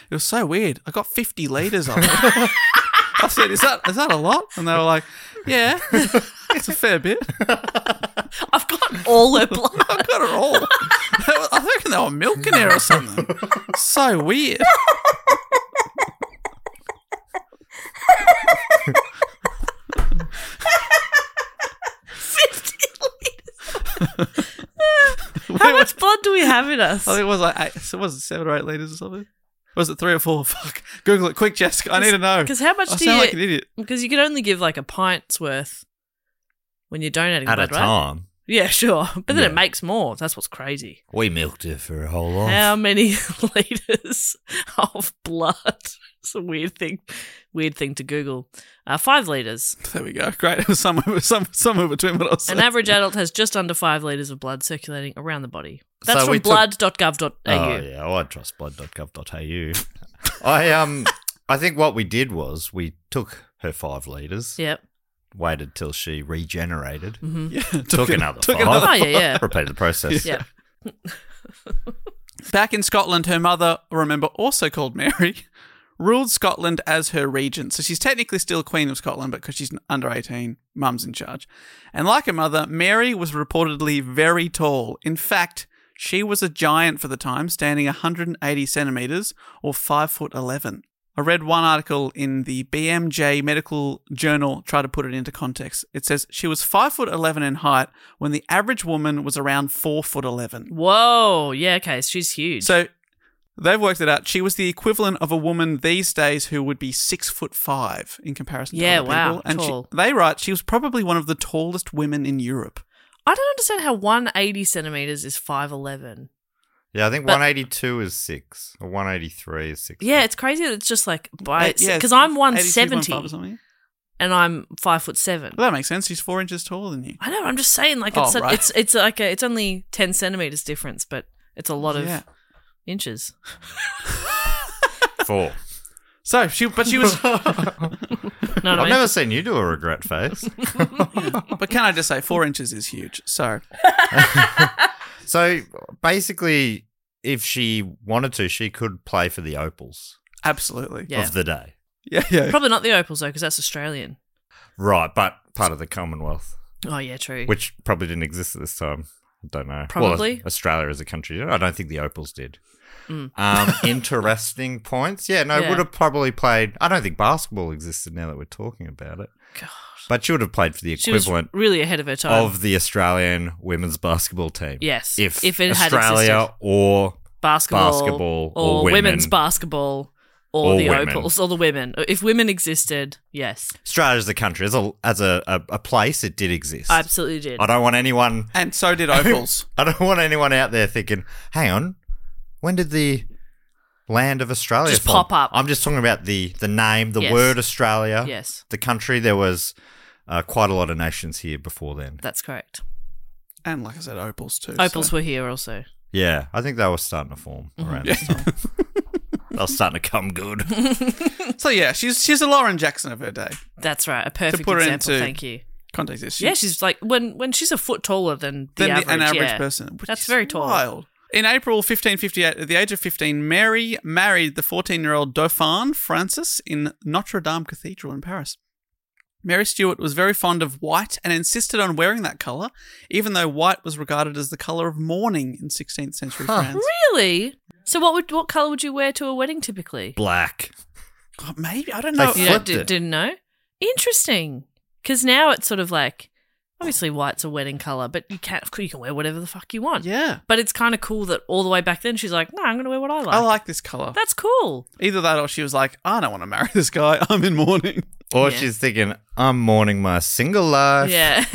S3: It was so weird. I got 50 litres of it. [laughs] I said, is that, is that a lot? And they were like, yeah, [laughs] it's a fair bit.
S6: I've got all her [laughs] blood.
S3: I got it all. They were- I reckon they were milking it or something. So weird.
S6: How much blood do we have in us?
S3: I think it was like eight, so was it seven or eight litres or something? Or Was it three or four? [laughs] Fuck. Google it quick, Jessica. I need to know.
S6: Because how much
S3: I
S6: do
S3: sound
S6: you?
S3: like an idiot.
S6: Because you can only give like a pint's worth when you're donating
S5: At a
S6: blood, right?
S5: time,
S6: Yeah, [laughs] sure. But then
S5: Yeah. Oh.
S6: it makes more. That's what's crazy.
S5: we milked her for a whole lot.
S6: How many [laughs] liters of blood? It's a weird thing. Weird thing to Google. Uh,
S5: [laughs]
S6: five liters.
S3: There we go. Great. [laughs] It was somewhere, some, somewhere between what I was
S6: An
S3: saying.
S6: average adult has just under five liters of blood circulating around the body. That's
S5: So we
S6: from
S5: took-
S6: blood.gov.au.
S5: Oh yeah, well, I trust blood.gov.au. I um, I think what we did was we took her five liters,
S6: Yep.
S5: waited till she regenerated,
S3: Yeah,
S5: took
S3: it-
S5: another
S3: took
S5: five,
S3: another
S6: Mm-hmm. Oh, yeah, yeah.
S5: [laughs] repeated the process.
S6: Yeah.
S3: Back in Scotland, her mother, remember, also called Mary, [laughs] ruled Scotland as her regent. So she's technically still Queen of Scotland, but because she's under 18, mum's in charge. And like her mother, Mary was reportedly very tall. In fact, she was a giant for the time, standing 180 centimetres or 5 foot 11. I read one article in the BMJ Medical Journal, try to put it into context. It says she was 5 foot 11 in height when the average woman was around 4 foot 11.
S6: Whoa. Yeah. Okay. so She's huge.
S3: So they've worked it out. She was the equivalent of a woman these days who would be six foot five in comparison to
S6: Yeah,
S3: other
S6: wow,
S3: people. And she-
S6: tall.
S3: they write she was probably one of the tallest women in Europe.
S6: I don't understand how 180 centimeters is 5'11.
S5: Yeah, I think
S6: But-
S5: 182 is six, or 183 is six.
S6: Yeah, it's crazy that it's just like by
S3: Uh, yeah,
S6: because I'm
S3: 82.5 Or
S6: 170
S3: something.
S6: and I'm five foot seven.
S3: Well, that makes sense. She's four inches taller than you.
S6: I know. I'm just saying, like
S3: Oh,
S6: it's a-
S3: right.
S6: it's it's like a, it's only 10 centimeters difference, but it's a lot of
S3: Yeah.
S6: inches. [laughs]
S5: four.
S3: So she, but she
S6: [laughs]
S3: was.
S6: No, no,
S5: I've never seen you do a regret face.
S3: but can I just say, four inches is huge. So
S5: so basically, if she wanted to, she could play for the Opals
S3: absolutely.
S6: Yeah.
S5: of the day.
S3: Yeah, yeah.
S6: probably not the opals though, because that's Australian.
S5: Right, but part of the Commonwealth,
S6: Oh yeah, true.
S5: which probably didn't exist at this time. I don't know. Well,
S6: Probably. Mm.
S5: Australia as a country. I don't think the Opals did.
S6: [laughs]
S5: Um, interesting points. Yeah, no,
S6: Yeah.
S5: would have probably played. I don't think basketball existed now that we're talking about it.
S6: God.
S5: But she would have played for the
S6: she was
S5: equivalent
S6: really ahead of her time.
S5: of the Australian women's basketball team.
S6: Yes,
S5: If,
S6: if it had
S5: Australia
S6: existed.
S5: or
S6: basketball,
S5: basketball
S6: or,
S5: or
S6: women's
S5: women.
S6: basketball or,
S5: Or
S6: the
S5: women.
S6: opals or the women. If women existed, yes,
S5: Australia as a country, as a as a, a, a place, it did exist.
S6: I absolutely did.
S5: I don't want anyone
S3: And so
S6: [laughs]
S3: did opals.
S5: I don't want anyone out there thinking, hang on, when did the land of Australia
S6: Just
S5: form?"
S6: pop up.
S5: I'm just talking about the the name, the
S6: Yes.
S5: word Australia.
S6: Yes,
S5: The country, there was uh, quite a lot of nations here before then.
S6: that's correct.
S3: and like I said, opals too.
S6: Opals
S3: so.
S6: were here also. Mm-hmm. [laughs]
S5: Yeah, I think they were starting to form around this time.
S9: I was starting to come good.
S3: So yeah, she's she's a Lauren Jackson of her day.
S6: That's right. A perfect
S3: put her
S6: example.
S3: into-
S6: Thank you.
S3: Context is she,
S6: Yeah, she's like when when she's a foot taller than the
S3: than
S6: average,
S3: the, an average
S6: yeah.
S3: person. which
S6: That's
S3: is
S6: very tall.
S3: Wild. In April 1558, at the age of 15, Mary married the 14 year old Dauphin Francis in Notre Dame Cathedral in Paris. Mary Stuart was very fond of white and insisted on wearing that colour, even though white was regarded as the colour of mourning in 16th century France.
S6: Really? So what would what color would you wear to a wedding typically?
S9: Black.
S3: Oh, maybe, I don't
S5: They
S3: know.
S5: fl-
S6: You don't-
S5: Flipped
S6: di-
S5: it.
S6: didn't know. Interesting. Because now it's sort of like obviously white's a wedding color, but you can't. Of course, you can wear whatever the fuck you want.
S3: yeah.
S6: But it's kind of cool that all the way back then she's like, no, I'm going to wear what I like.
S3: I like this colour.
S6: That's
S3: [laughs]
S6: cool.
S3: Either that or she was like, I don't want to marry [laughs] this guy. I'm in mourning.
S5: Or
S6: Yeah.
S5: she's thinking, I'm mourning my single life.
S6: Yeah.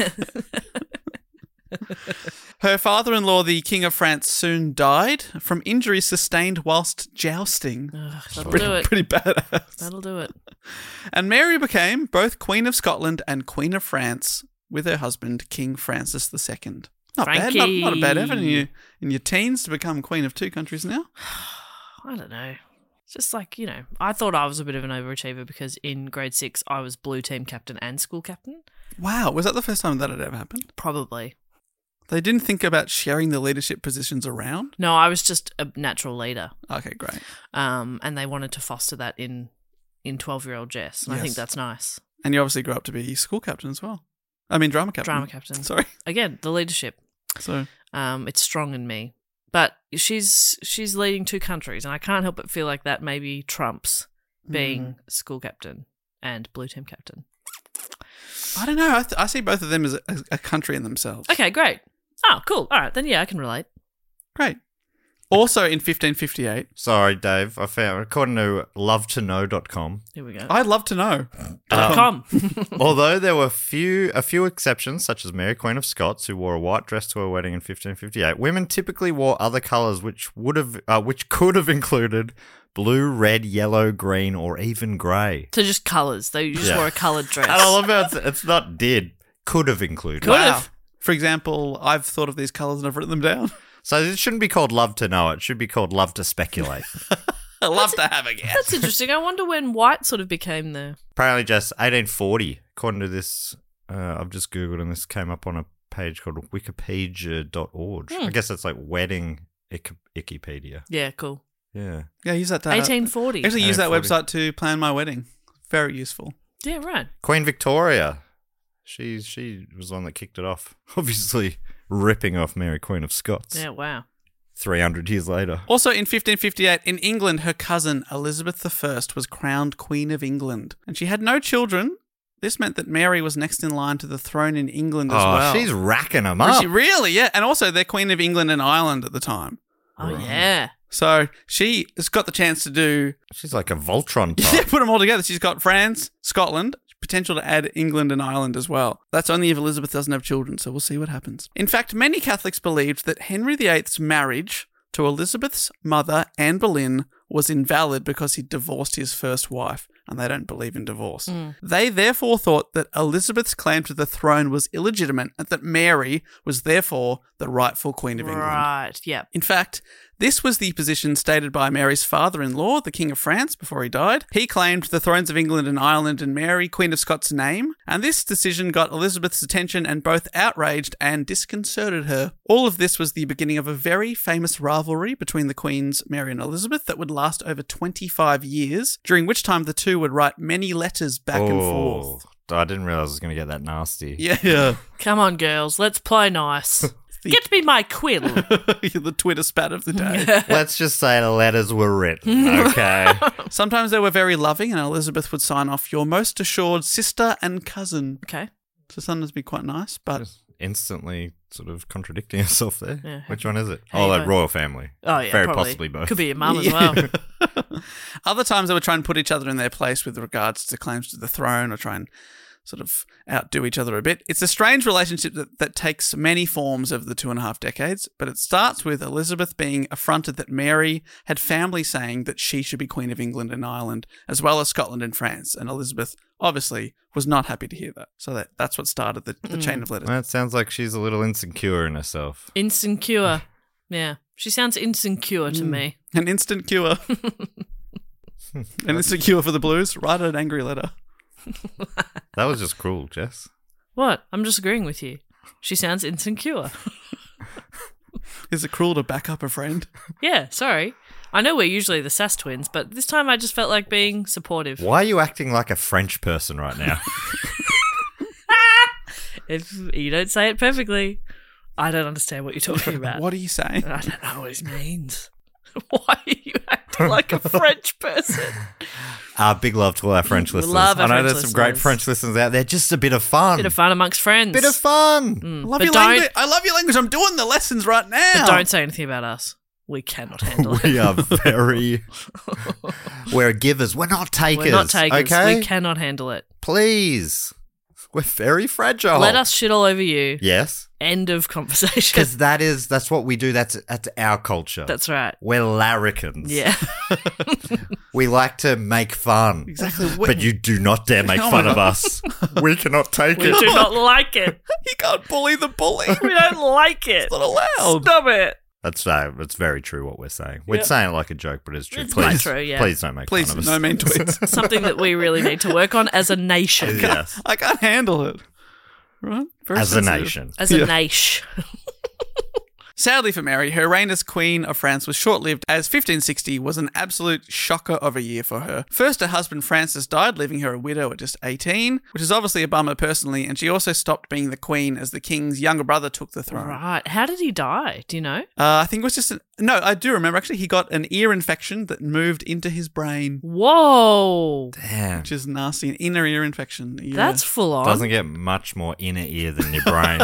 S6: [laughs]
S3: Her father in law, the King of France, soon died from injuries sustained whilst jousting.
S6: Ugh, that'll
S3: pretty,
S6: Oh, do it.
S3: pretty badass.
S6: That'll do it.
S3: And Mary became both Queen of Scotland and Queen of France with her husband, King Francis II. Not bad. Not, not a bad effort in
S6: Frankie.
S3: your, in your teens to become Queen of two countries now.
S6: I don't know. It's just like, you know, I thought I was a bit of an overachiever because in grade six, I was blue team captain and school captain.
S3: Wow. Was that the first time that had ever happened?
S6: Probably.
S3: They didn't think about sharing the leadership positions around?
S6: No, I was just a natural leader.
S3: Okay, great.
S6: Um, and they wanted to foster that in in 12 year old Jess. And I think
S3: Yes.
S6: that's nice.
S3: And you obviously grew up to be school captain as well. I mean, drama captain.
S6: Drama captain.
S3: Sorry.
S6: Again, the leadership.
S3: So,
S6: Um, it's strong in me. But she's she's leading two countries, and I can't help but feel like that maybe trumps being school captain and blue team captain.
S3: I don't know. I, th- I see both of them as a, as a country in themselves.
S6: Okay, great. Oh, cool. All right, then yeah, I can relate.
S3: Great. Also in 1558,
S5: Sorry, Dave. I found, according to lovetoknow.com,
S6: Here we go.
S3: I'd love to know.
S6: Dot
S5: um,
S6: com. [laughs]
S5: Although there were few a few exceptions, such as Mary Queen of Scots, who wore a white dress to her wedding in 1558, women typically wore other colours, which would have uh, which could have included blue, red, yellow, green, or even grey.
S6: so just colours. They just
S5: Yeah.
S6: wore
S5: [laughs]
S6: a coloured dress.
S5: And I love how it's, it's not did could have included.
S6: Could have.
S3: For example, I've thought of these colours and I've written them down. [laughs]
S5: So it shouldn't be called love to know. It should be called love to speculate.
S3: I love to have a guess.
S6: That's interesting. I wonder when white sort of became the.
S5: Apparently, just 1840, according to this, uh, I've just googled and this came up on a page called wikipedia.org. I guess that's like wedding Ic- Wikipedia.
S6: Yeah, cool.
S5: Yeah.
S3: [laughs] Yeah, use
S5: Uh,
S3: that. To,
S6: 1840.
S3: Actually, use
S5: 1840.
S3: that website to plan my wedding. Very useful.
S6: yeah, right.
S5: Queen Victoria. She she was the one that kicked it off. [laughs] Obviously ripping off Mary Queen of Scots.
S6: Yeah, wow.
S5: Three hundred years later.
S3: Also in 1558, in England, her cousin Elizabeth I was crowned Queen of England, and she had no children. This meant that Mary was next in line to the throne in England as
S5: Oh,
S3: well.
S5: she's racking them
S3: Is
S5: up.
S3: she really? Yeah, and also they're Queen of England and Ireland at the time.
S6: Oh, yeah.
S3: So she has got the chance to do [laughs]
S5: She's like a
S6: [laughs]
S5: Voltron
S3: Yeah,
S5: type.
S3: put them all together. She's got France, Scotland, potential to add England and Ireland as well. That's only if Elizabeth doesn't have children, so we'll see what happens. In fact, many Catholics believed that Henry VIII's marriage to Elizabeth's mother, Anne Boleyn, was invalid because he divorced his first wife, and they don't believe in divorce. They therefore thought that Elizabeth's claim to the throne was illegitimate and that Mary was therefore the rightful Queen of England.
S6: Right. Yeah.
S3: In fact, this was the position stated by Mary's father in law, the King of France, before he died. He claimed the thrones of England and Ireland in Mary, Queen of Scots' name, and this decision got Elizabeth's attention and both outraged and disconcerted her. All of this was the beginning of a very famous rivalry between the Queens Mary and Elizabeth that would last over 25 years, during which time the two would write many letters back and
S5: Oh,
S3: forth.
S5: I didn't realize I was gonna get that nasty.
S3: Yeah, [laughs]
S6: Come on, girls. Let's
S5: [laughs]
S6: play nice. Get me my quill.
S3: the Twitter spat of the day.
S5: Let's just say the letters were written.
S6: [laughs]
S5: Okay.
S3: Sometimes they were very loving, and Elizabeth would sign off your most assured sister and cousin.
S6: Okay.
S3: So sometimes be quite nice, but
S5: Just instantly sort of contradicting [laughs] herself there.
S6: Yeah.
S5: Which one is it?
S6: How
S5: oh,
S6: you
S5: that
S6: both-
S5: royal family.
S6: Oh, yeah.
S5: Very
S6: probably.
S5: possibly both.
S6: Could be your mum as
S3: Yeah.
S5: [laughs]
S6: well.
S3: other times they would try and put each other in their place with regards to claims to the throne or try and sort of outdo each other a bit. It's a strange relationship that, that takes many forms over the two and a half decades, but it starts with Elizabeth being affronted that Mary had family saying that she should be Queen of England and Ireland, as well as Scotland and France, and Elizabeth obviously was not happy to hear that. So that, that's what started the, the chain of letters.
S5: Well, it sounds like she's a little insecure in herself. Hmm.
S6: Insecure. Yeah. She sounds insecure to me.
S3: An instant cure. And it's a cure for the blues. Write an angry letter.
S5: That was just cruel, Jess.
S6: What? I'm just agreeing with you. She sounds
S5: [laughs]
S6: insecure.
S3: Is it cruel to back up a friend?
S6: yeah, sorry. I know we're usually the Sass twins, but this time I just felt like being supportive.
S5: Why are you acting like a French person right
S6: [laughs]
S5: now?
S6: If you don't say it perfectly, I don't understand what you're
S5: [laughs]
S6: talking about.
S3: What are you saying?
S6: I don't know what it means. [laughs] Why are you
S5: [laughs]
S6: acting like a French person?
S5: Ah, big love to all our French
S6: We
S5: listeners.
S6: love our
S5: I know
S6: French
S5: there's some great
S6: listeners.
S5: French listeners out there. Just a bit of fun.
S6: Bit of fun Mm, amongst friends.
S5: Bit of fun. [laughs]
S3: Love
S6: But
S3: your
S6: don't-
S3: language. I love your language. I'm doing the lessons right now.
S6: But don't say anything about us. We cannot handle
S5: [laughs]
S6: it.
S5: We
S6: [laughs]
S5: are very. we're givers. We're not takers.
S6: We're not takers.
S5: Okay.
S6: We cannot handle it.
S5: Please. We're very fragile.
S6: Let us shit all over you. [laughs]
S5: Yes.
S6: End
S5: [laughs]
S6: of conversation.
S5: Because that is that's what we do. That's that's our culture.
S6: That's right.
S5: we're larrikins.
S6: Yeah.
S5: [laughs] We like to make fun.
S3: Exactly.
S5: But you do not
S6: [laughs]
S5: dare make fun of us. we cannot take
S6: We
S5: it.
S6: do not like it.
S3: You can't bully the
S6: [laughs]
S3: bully.
S6: We don't like it.
S3: not allowed.
S6: Stop it.
S5: That's uh, it's very true what we're saying. We're saying it like a joke, but it's true.
S6: It's quite
S5: please,
S6: true, yeah.
S5: please don't make
S3: Please,
S5: fun of us.
S3: no mean tweets.
S6: Something that we really need to work on as a nation.
S5: [laughs] yes,
S3: I can't handle it. Right? Very
S5: as a
S3: sensitive.
S5: nation.
S6: As a
S5: [laughs]
S3: Yeah.
S6: nation.
S3: Sadly for Mary, her reign as Queen of France was short lived as 1560 was an absolute shocker of a year for her. First, her husband Francis died, leaving her a widow at just 18, which is obviously a bummer personally, and she also stopped being the Queen as the King's younger brother took the throne.
S6: Right. How did he die? Do you know?
S3: Uh, I think it was just an, no. I do remember actually. He got an ear infection that moved into his brain,
S6: Whoa.
S5: Damn.
S3: which is nasty. An inner ear infection. Yeah.
S6: That's full on.
S5: Doesn't get much more inner ear than your
S3: [laughs]
S5: brain.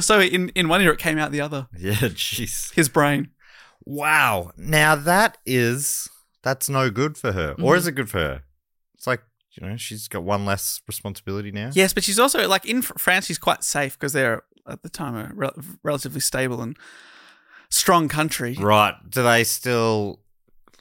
S3: so. In in one ear it came out the other.
S5: yeah, jeez.
S3: His brain.
S5: Wow. Now that is that's no good for her. Or
S6: Mm-hmm.
S5: is it good for her? It's like, you know, she's got one less responsibility now.
S3: Yes, but she's also like in Fr- France. She's quite safe because they're at the time a rel- relatively stable and strong country.
S5: Right. Do they still,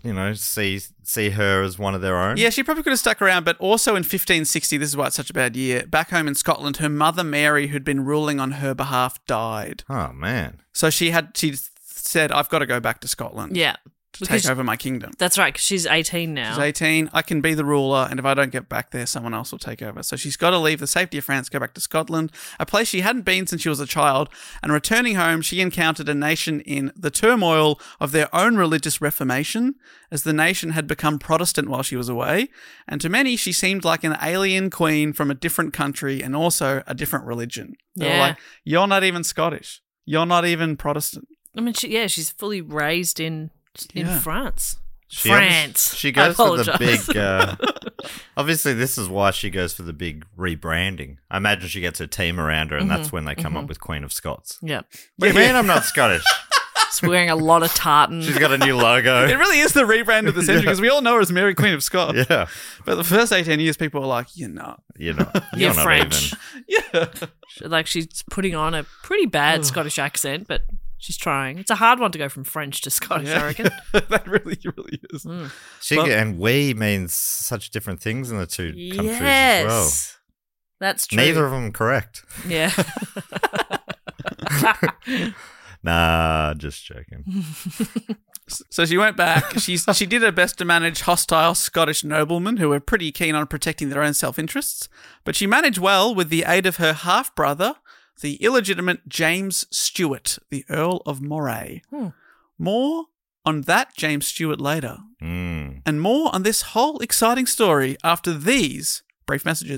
S5: you know, see see her as one of their own?
S3: Yeah, she probably could have stuck around, but also in 1560, this is why it's such a bad year. Back home in Scotland, her mother Mary, who'd been ruling on her behalf, died.
S5: Oh man.
S3: So she had she said, "I've got to go back to Scotland.
S6: yeah.
S3: to
S6: Because
S3: take over my kingdom."
S6: That's right. 'cause she's 18 now.
S3: She's 18. I can be the ruler, and if I don't get back there, someone else will take over. So she's got to leave the safety of France, go back to Scotland, a place she hadn't been since she was a child. And returning home, she encountered a nation in the turmoil of their own religious reformation, as the nation had become Protestant while she was away. And to many, she seemed like an alien queen from a different country and also a different religion. They were
S6: Yeah.
S3: like, You're not even Scottish. You're not even Protestant.
S6: I mean, she, yeah, she's fully raised in in
S3: Yeah.
S6: France.
S5: She obvi-
S6: France.
S5: She
S6: I
S5: goes for the
S6: apologise.
S5: big.
S6: [laughs]
S5: Uh, obviously, this is why she goes for the big rebranding. I imagine she gets her team around her, and that's when they come up with Queen of Scots.
S6: Mm-hmm. yeah.
S5: What do you mean I'm not Scottish?
S6: She's wearing a lot of
S5: [laughs]
S6: tartan.
S5: She's got a new
S3: It
S6: [laughs]
S5: logo.
S3: really is the rebrand of the century because we all know her as Mary Queen of Scots.
S5: [laughs] Yeah,
S3: But the first 18 years, people were like, You're not. [laughs]
S5: you know,
S6: You're
S5: you're not
S6: French.
S5: even.
S3: Yeah.
S6: like she's putting on a pretty bad Scottish accent, but she's trying. It's a hard one to go from French to Scottish, I reckon.
S3: that really, really is.
S5: She
S3: Well-
S5: and we means such different things in the two [laughs] countries as well.
S6: yes. That's true.
S5: Neither of them correct.
S6: Yeah.
S5: [laughs] Nah, just joking.
S3: So she went back. She's, she did her best to manage hostile Scottish noblemen who were pretty keen on protecting their own self interests, but she managed well with the aid of her half brother, the illegitimate James Stuart, the Earl of Moray. More on that James Stuart later,
S5: Mm.
S3: and more on this whole exciting story after these brief messages.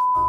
S10: a-"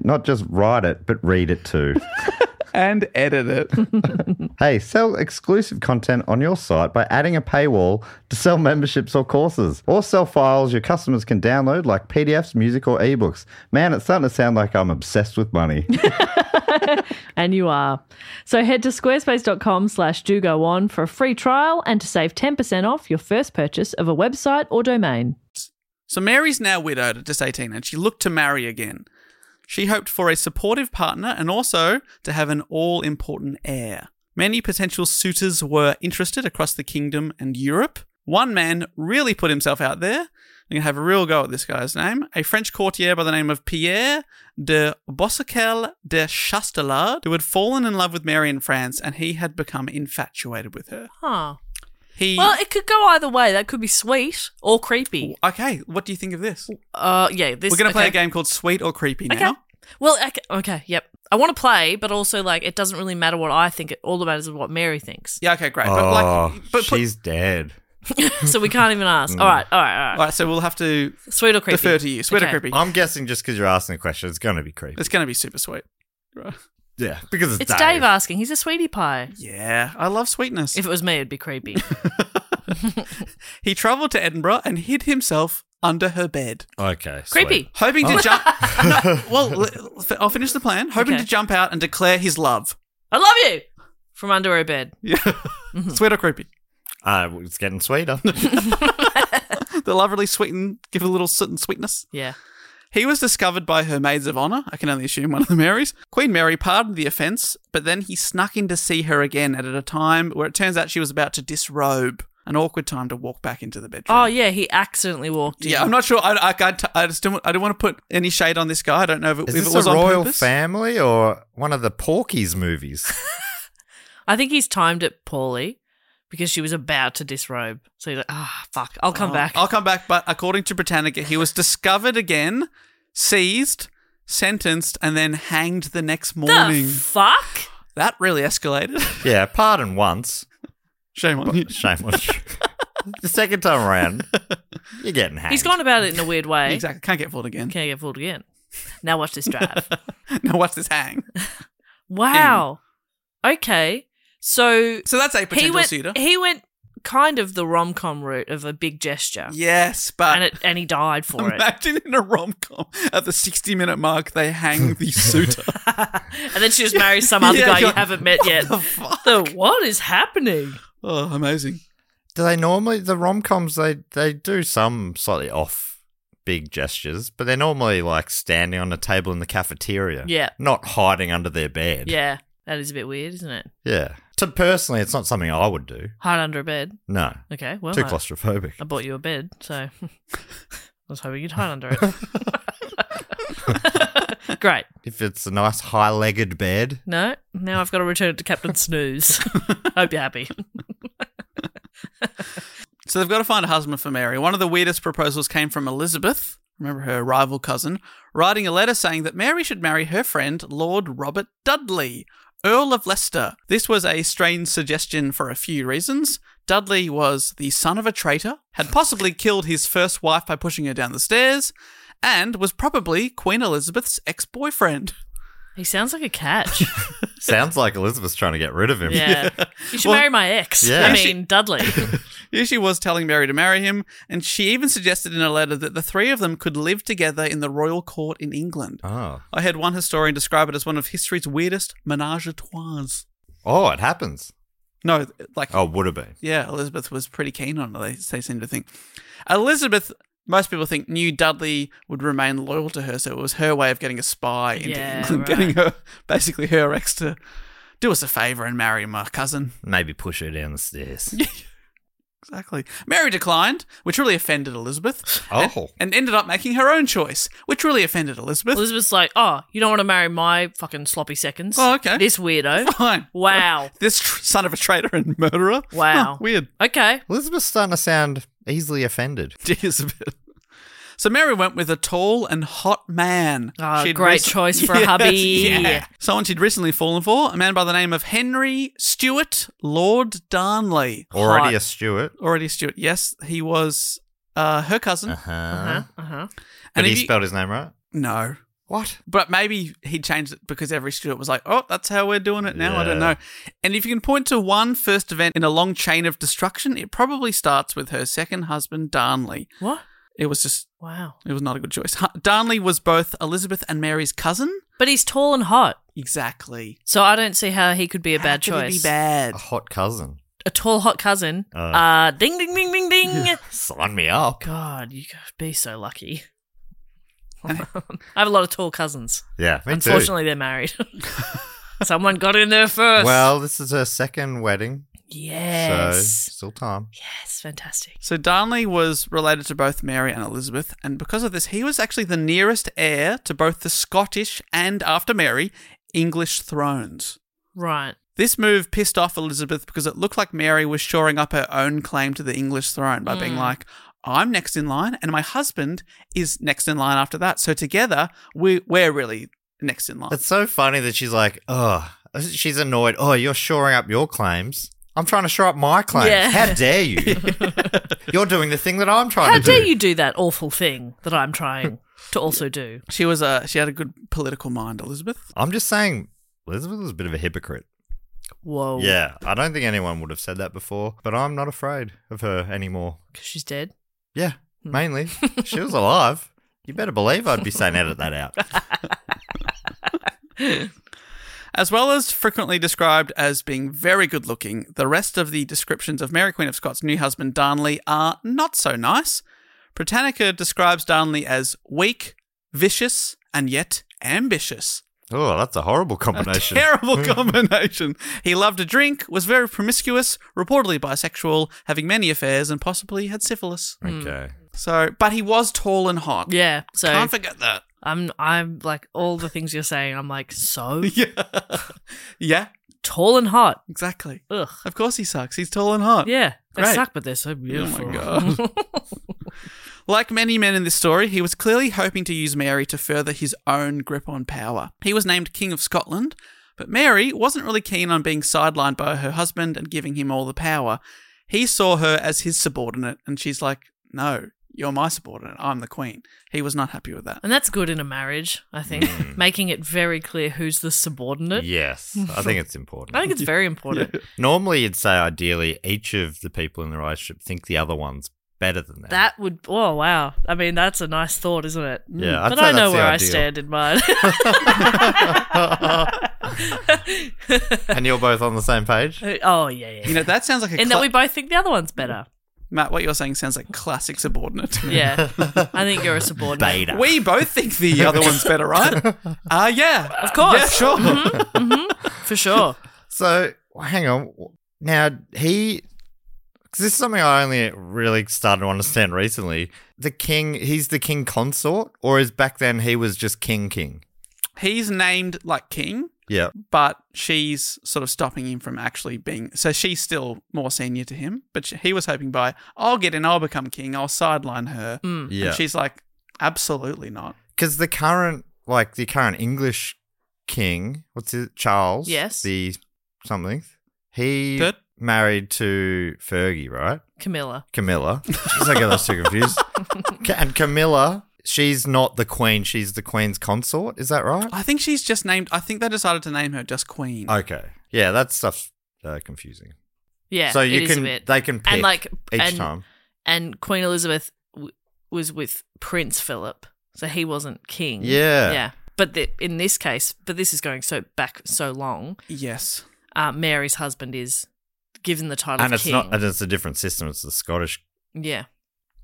S11: not just write it, but read it too.
S2: And edit it. [laughs]
S11: Hey, sell exclusive content on your site by adding a paywall to sell memberships or courses, or sell files your customers can download like PDFs, music, or ebooks. Man, it's starting to sound like I'm obsessed with money.
S4: And you are. So head to squarespace.com slash do go on for a free trial and to save 10% off your first purchase of a website or domain.
S3: So Mary's now widowed at just 18 and she looked to marry again. She hoped for a supportive partner and also to have an all important heir. Many potential suitors were interested across the kingdom and Europe. One man really put himself out there. I'm going to have a real go at this guy's name. A French courtier by the name of Pierre de Bossackel de Chastelard, who had fallen in love with Mary in France and he had become infatuated with her.
S6: Huh.
S3: He.
S6: Well, it could go either way. That could be sweet or creepy.
S3: okay, what do you think of this?
S6: Uh, yeah. This,
S3: We're going to play
S6: okay.
S3: a game called Sweet or Creepy now.
S6: Okay. Well, okay, okay, yep. I want to play, but also like it doesn't really matter what I think. It all matters is what Mary
S3: [laughs]
S6: thinks.
S3: Yeah, okay, great. but
S5: Oh,
S3: like, but put,
S5: she's dead.
S6: so we can't even
S3: Mm.
S6: ask. All right, all right, all right.
S3: all right, so we'll have to
S6: Sweet or creepy?
S3: defer to you. Sweet or
S6: Okay.
S3: creepy?
S5: I'm guessing just because you're asking the question, it's going to be creepy.
S3: It's going to be super sweet.
S5: Yeah, because it's,
S6: It's Dave uh, asking. He's a sweetie pie.
S3: Yeah, I love sweetness.
S6: If it was me, it'd
S3: [laughs]
S6: be creepy.
S3: he travelled to Edinburgh and hid himself under her bed,
S5: Okay, sweet.
S6: creepy.
S3: hoping to
S6: [laughs]
S3: jump. no, well, l- f- I'll finish the plan. Hoping
S6: Okay.
S3: to jump out and declare his love.
S6: I love you. From under her bed. Mm-hmm.
S3: Sweet or creepy?
S5: Uh, it's getting
S3: [laughs]
S5: sweeter.
S3: The love really sweeten, give it a little certain sweetness.
S6: Yeah.
S3: He was discovered by her maids of honour, I can only assume one of the Marys. Queen Mary pardoned the offence, but then he snuck in to see her again at a time where it turns out she was about to disrobe. An awkward time to walk back into the bedroom.
S6: Oh yeah, he accidentally walked in.
S3: Yeah, I'm not sure. I, I, I, I just don't. want- I don't want to put any shade on this guy. I don't know if it,
S5: Is
S3: if
S5: this
S3: it was
S5: a
S3: on
S5: royal
S3: purpose.
S5: family or one of the Porky's
S3: [laughs]
S5: movies?
S6: I think he's timed it poorly because she was about to disrobe. So he's like, ah, fuck, I'll come
S3: Oh,
S6: back.
S3: I'll come back. But according to Britannica, he was discovered again, seized, sentenced, and then hanged the next morning.
S6: the fuck?
S3: that really escalated. [laughs]
S5: yeah, pardon once.
S3: Shame on you.
S5: Shame on you.
S3: [laughs]
S5: the second time around, you're getting hacked.
S6: He's gone about it in a weird way.
S3: Exactly. Can't get fooled again.
S6: Can I get fooled again? Now watch
S3: [laughs]
S6: this drive.
S3: Mm. now watch this hang.
S6: wow. Okay. So
S3: So that's a
S6: he
S3: potential
S6: went.
S3: suitor.
S6: He went kind of the rom com route of a big gesture,
S3: yes, but
S6: and it and he
S3: [laughs]
S6: died for it.
S3: imagine in a rom com at the sixty minute mark they hang the suitor.
S6: [laughs] And then she just marries some other
S3: Yeah,
S6: guy you
S3: God.
S6: haven't met yet.
S3: the fuck?
S6: The what is happening?
S3: oh, amazing.
S5: Do they normally the rom coms they they do some slightly off big gestures, but they're normally like standing on a table in the cafeteria.
S6: Yeah.
S5: Not hiding under their bed.
S6: Yeah, that is a bit weird, isn't it?
S5: Yeah. To personally it's not something I would do.
S6: Hide under a bed.
S5: No.
S6: Okay, well,
S5: Too
S6: I-
S5: claustrophobic.
S6: I bought you a bed,
S3: [laughs]
S6: so I was hoping you'd hide under it. [laughs] Great.
S5: If it's a nice high legged bed.
S6: No, now I've got to return it to
S3: [laughs]
S6: Captain Snooze. Hope you're happy.
S3: So they've got to find a husband for Mary. One of the weirdest proposals came from Elizabeth, remember her rival cousin, writing a letter saying that Mary should marry her friend Lord Robert Dudley, Earl of Leicester. This was a strange suggestion for a few reasons. Dudley was the son of a traitor, had possibly killed his first wife by pushing her down the stairs, and was probably Queen Elizabeth's ex boyfriend.
S6: He sounds like
S3: [laughs]
S6: a catch.
S5: Sounds like Elizabeth's trying to get rid of him.
S6: Yeah. You should
S3: Well,
S6: marry my ex.
S5: yeah.
S6: I
S5: You
S6: mean, Dudley.
S3: Here she was telling Mary to marry him, and she even suggested in a letter that the three of them could live together in the royal court in England.
S5: [laughs] Oh.
S3: I had one historian describe it as one of history's weirdest menage a trois.
S5: Oh, it happens.
S3: No, like,
S5: Oh, would have been.
S3: yeah, Elizabeth was pretty keen on it, they, they seem to think. Elizabeth, most people think, knew Dudley would remain loyal to her, so it was her way of getting a spy into [laughs]
S6: Yeah,
S3: England,
S6: right.
S3: getting her, basically her ex to do us a favour and marry my cousin.
S6: [laughs]
S5: Maybe push her down the stairs.
S3: Exactly. Mary declined, which really offended Elizabeth. and-
S5: Oh.
S3: And, ended up making her own choice, which really offended Elizabeth.
S6: Elizabeth's like, oh, you don't want to marry my fucking sloppy seconds.
S3: Oh, okay.
S6: This weirdo.
S3: [laughs] Fine.
S6: Wow.
S3: This tr- son of a traitor and murderer.
S6: Wow.
S3: Huh, [laughs] weird.
S6: Okay.
S5: Elizabeth's starting to sound easily offended.
S3: [laughs] Jeez, a bit. So Mary went with a tall and hot man.
S6: Ah,
S3: She'd
S6: great choice
S3: [laughs]
S6: for a hubby.
S3: Yeah. Someone she'd recently fallen for, a man by the name of Henry Stewart Lord Darnley.
S5: Already a
S6: Hot.
S5: Stuart.
S3: Already Stewart. Yes, he was uh, her cousin.
S5: Uh-huh.
S6: Uh huh.
S5: But
S3: if
S5: he
S3: you-
S5: spelled his name right.
S3: No.
S5: What?
S3: But maybe he changed it because every student was like, oh, that's how we're doing it now. I don't
S5: Yeah.
S3: know. And if you can point to one first event in a long chain of destruction, it probably starts with her second husband, Darnley.
S6: What?
S3: It was just,
S6: Wow.
S3: it was not a good choice. Huh, Darnley was both Elizabeth and Mary's cousin.
S6: But he's tall and hot,
S3: Exactly.
S6: so I don't see how he could be a
S3: How
S6: bad
S3: could it
S6: choice.
S3: be bad. Oh.
S5: A hot cousin.
S6: A tall, hot cousin. Uh,
S5: Uh.
S6: ding, ding, ding, ding, ding.
S3: [laughs]
S5: Sign me up.
S6: God, you could be so lucky. [laughs] I have a lot of tall cousins.
S5: Yeah, me too.
S6: Unfortunately, they're married. [laughs] Someone got in there first.
S5: Well, this is her second wedding, so
S6: yes.
S5: still time.
S6: Yes, fantastic.
S3: So Darnley was related to both Mary and Elizabeth, and because of this, he was actually the nearest heir to both the Scottish and, after Mary, English thrones.
S6: Right.
S3: This move pissed off Elizabeth because it looked like Mary was shoring up her own claim to the English throne by being like, I'm next in line, and my husband is next in line after that. So together, we, we're really next in line.
S5: It's so funny that she's like, oh, she's annoyed. Oh, you're shoring up your claims. I'm trying to shore up my claims.
S6: Yeah.
S5: How dare
S6: [laughs]
S5: you? you're doing the thing that I'm trying
S6: How
S5: to do.
S6: dare you do that awful thing that I'm trying to also do?
S3: she was a she had a good political mind, Elizabeth.
S5: I'm just saying, Elizabeth was a bit of a hypocrite.
S6: Whoa.
S5: Yeah, I don't think anyone would have said that before, but I'm not afraid of her anymore.
S6: Because she's dead.
S5: Yeah,
S6: Hmm.
S5: mainly.
S6: [laughs]
S5: she was alive. You better believe I'd be saying edit that
S6: [laughs]
S5: out.
S3: As well as frequently described as being very good looking, the rest of the descriptions of Mary Queen of Scots' new husband Darnley are not so nice. Britannica describes Darnley as weak, vicious, and yet ambitious.
S5: Oh, that's a horrible combination.
S3: A terrible combination. He loved a drink, was very promiscuous, reportedly bisexual, having many affairs, and possibly had syphilis.
S5: okay.
S3: So, but he was tall and hot.
S6: Yeah. So
S3: Can't forget that. [laughs]
S6: I'm I'm like all the things you're saying, I'm like, so
S3: Yeah. yeah,
S6: tall and hot.
S3: exactly.
S6: Ugh.
S3: Of course he sucks. He's tall and hot.
S6: Yeah. They
S3: Great.
S6: suck, but they're so beautiful.
S3: God. Like many men in this story, he was clearly hoping to use Mary to further his own grip on power. He was named King of Scotland, but Mary wasn't really keen on being sidelined by her husband and giving him all the power. He saw her as his subordinate, and she's like, No, you're my subordinate. I'm the queen. He was not happy with that.
S6: [laughs] and that's good in a marriage, I think. Making it very clear who's the subordinate.
S5: Yes, I
S6: [laughs]
S5: think it's important.
S6: I think it's very important.
S5: Normally, you'd say ideally each of the people in the relationship think the other one's better than them.
S3: [laughs]
S6: That would oh wow. I mean that's a nice thought, isn't it? Mm.
S5: Yeah, I'd
S6: but
S5: say
S6: I know
S5: that's the
S6: where
S5: ideal.
S6: I stand in mine.
S5: [laughs]
S6: [laughs]
S5: and you're both on the same page.
S6: oh yeah, yeah.
S3: You know, that sounds like a
S6: [laughs] and
S3: cla-
S6: that we both think the other one's better.
S3: Matt, what you're saying sounds like classic subordinate.
S6: Yeah. I
S5: [laughs]
S6: think you're a subordinate.
S5: Beta.
S3: We both think the other one's
S6: [laughs]
S3: better, right? Uh, yeah.
S6: Of course. Mm-hmm,
S3: Yeah, sure.
S6: For sure.
S5: [laughs] So hang on. Now he, because this is something I only really started to understand recently. The king, he's the king consort, or is back then he was just king king.
S3: He's named like king,
S5: Yeah.
S3: but she's sort of stopping him from actually being. So she's still more senior to him, but she, he was hoping by, I'll get in, I'll become king, I'll sideline her.
S5: Yeah.
S3: Hmm. And she's like, absolutely not.
S5: Because the current, like the current English king, what's it, Charles?
S6: Yes.
S5: The something. He
S3: Third?
S5: married to Fergie, right?
S6: Camilla.
S5: Camilla. Jeez, I get those two
S6: [laughs]
S5: confused. Ca- and Camilla, she's not the queen. She's the queen's consort. Is that right?
S3: I think she's just named, I think they decided to name her just queen.
S5: Okay. Yeah, that stuff's uh, confusing.
S6: Yeah.
S5: so you
S6: it is
S5: can
S6: a bit.
S5: they can pick
S6: and like
S5: each
S6: and,
S5: time.
S6: and Queen Elizabeth w- was with Prince Philip, so he wasn't king.
S5: Yeah.
S6: yeah. But the, in this case, but this is going so back so long.
S3: Yes.
S6: Uh, Mary's husband is given the title
S5: And
S6: of
S5: it's
S6: king.
S5: not and it's a different system. It's the Scottish
S6: yeah,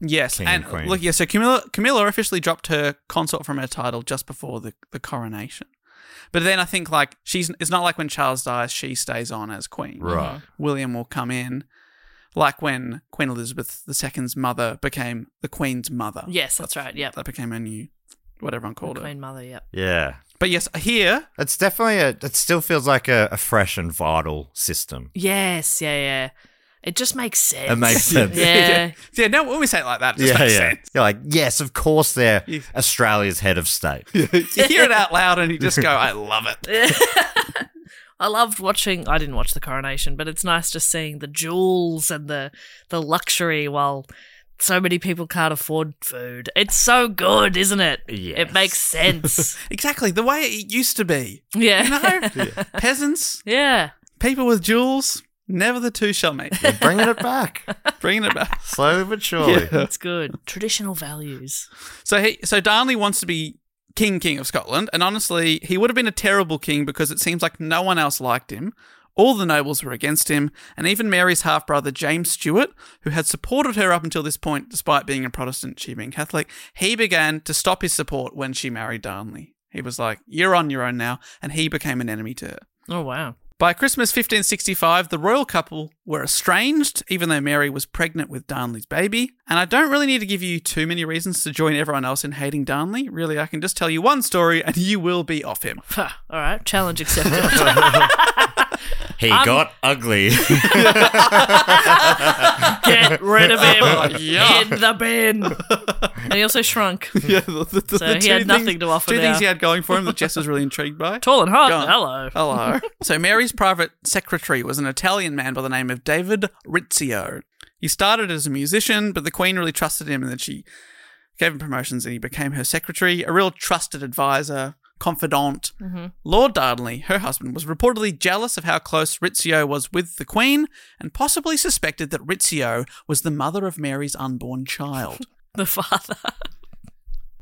S3: Yes.
S5: King
S3: and
S5: and queen.
S3: look, yeah, so Camilla, Camilla officially dropped her consort from her title just before the, the coronation. But then I think like
S6: Mm-hmm.
S3: she's it's not like when Charles dies, she stays on as queen.
S5: Right.
S3: William will come in. like when Queen Elizabeth II's mother became the Queen's mother.
S6: Yes, that's right. Yep.
S3: That became her new, whatever I'm called.
S6: Queen Mother, yep.
S5: Yeah.
S3: But yes, here,
S5: It's definitely a, it still feels like a, a fresh and vital system.
S6: Yes, yeah, yeah. It just makes sense.
S5: It
S6: [laughs]
S5: makes sense.
S6: Yeah.
S3: yeah, no, when we say it like that, it just
S5: yeah,
S3: makes
S5: yeah.
S3: sense.
S5: You're like, yes, of course they're
S3: Yeah.
S5: Australia's head of state.
S3: You hear it out loud and you just go, I love
S5: [laughs]
S3: it.
S6: I loved watching. I didn't watch the coronation, but it's nice just seeing the jewels and the the luxury while so many people can't afford food. It's so good, isn't it? It makes
S3: [laughs]
S6: sense.
S3: Exactly, the way it used to be.
S6: [laughs]
S3: You
S6: yeah.
S3: know? Peasants,
S6: Yeah.
S3: people with jewels, never the two
S5: [laughs]
S3: shall meet.
S5: They're bringing it back
S3: Bringing it back.
S5: slowly but surely.
S6: It's good. Traditional values.
S3: So he, so Darnley wants to be king, king of Scotland, and honestly, he would have been a terrible king because it seems like no one else liked him. All the nobles were against him, and even Mary's half brother James Stuart, who had supported her up until this point, despite being a Protestant, she being Catholic, he began to stop his support when she married Darnley. He was like, "You're on your own now," and he became an enemy to her.
S6: Oh wow.
S3: By Christmas 1565, the royal couple were estranged, even though Mary was pregnant with Darnley's baby. And I don't really need to give you too many reasons to join everyone else in hating Darnley. Really, I can just tell you one story and you will be off him.
S6: Huh. All right. Challenge accepted.
S12: He got ugly.
S3: [laughs]
S6: Get rid of
S3: Oh,
S6: him.
S3: Yeah.
S6: In the bin. And he also shrunk.
S3: [laughs] yeah, the, the, the
S6: So he
S3: two
S6: had nothing
S3: things-
S6: to offer
S3: Two
S6: now.
S3: things he had going for him that Jess was
S6: [laughs]
S3: really intrigued by.
S6: Tall and hot.
S3: Gone.
S6: Hello.
S3: Hello. so Mary's private secretary was an Italian man by the name of David Rizzio. He started as a musician, but the Queen really trusted him and then she gave him promotions and he became her secretary, a real trusted advisor, confidant. Lord Darnley, her husband, was reportedly jealous of how close Rizzio was with the Queen and possibly suspected that Rizzio was the mother of Mary's unborn child.
S6: The father.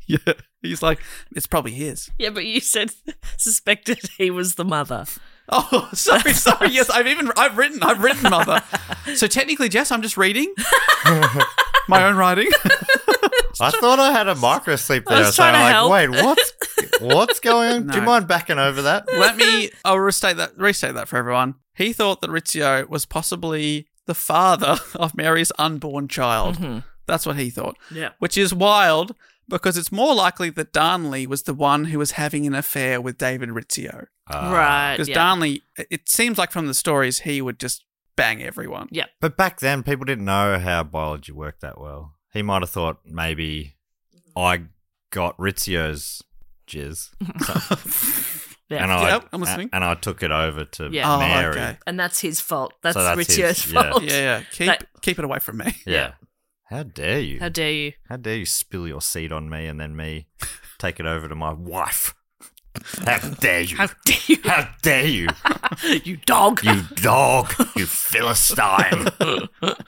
S3: yeah. He's like, it's probably his.
S6: Yeah, but you said suspected he was the mother.
S3: [laughs] Oh,
S6: [laughs]
S3: sorry, sorry. Yes, I've even I've written I've written mother. So technically, Jess, I'm just
S6: [laughs]
S3: reading my own writing. [laughs]
S5: I thought I had a micro sleep there.
S6: I was
S5: so I'm
S6: trying
S5: like,
S6: to help.
S5: wait, what's what's going on? Do you
S3: No.
S5: mind backing over that?
S3: Let me. I'll restate that. Restate that for everyone. He thought that Rizzio was possibly the father of Mary's unborn child.
S6: Mm-hmm.
S3: That's what he thought.
S6: Yeah.
S3: Which is wild because it's more likely that Darnley was the one who was having an affair with David Rizzio.
S5: Uh,
S6: right.
S3: Because
S6: Uh, yeah.
S3: Darnley, it seems like from the stories, he would just bang everyone.
S6: Yeah.
S5: But back then, people didn't know how biology worked that well. He might have thought maybe I got Rizzio's jizz,
S6: Yeah.
S5: and I
S3: Yep, I'm listening.
S5: and I took it over to
S6: Yeah.
S3: Oh,
S5: Mary.
S3: okay.
S6: and that's his fault. That's,
S5: that's
S6: Rizzio's
S5: his, yeah.
S6: fault.
S3: Yeah, yeah. Keep
S6: That-
S3: keep it away from me.
S5: Yeah. How dare you?
S6: How dare you?
S5: How dare you spill your seed on me and then
S6: [laughs]
S5: me take it over to my wife? How dare you?
S6: How dare you?
S5: How dare you?
S6: you [laughs] dog.
S5: You dog, you
S6: [laughs]
S5: Philistine.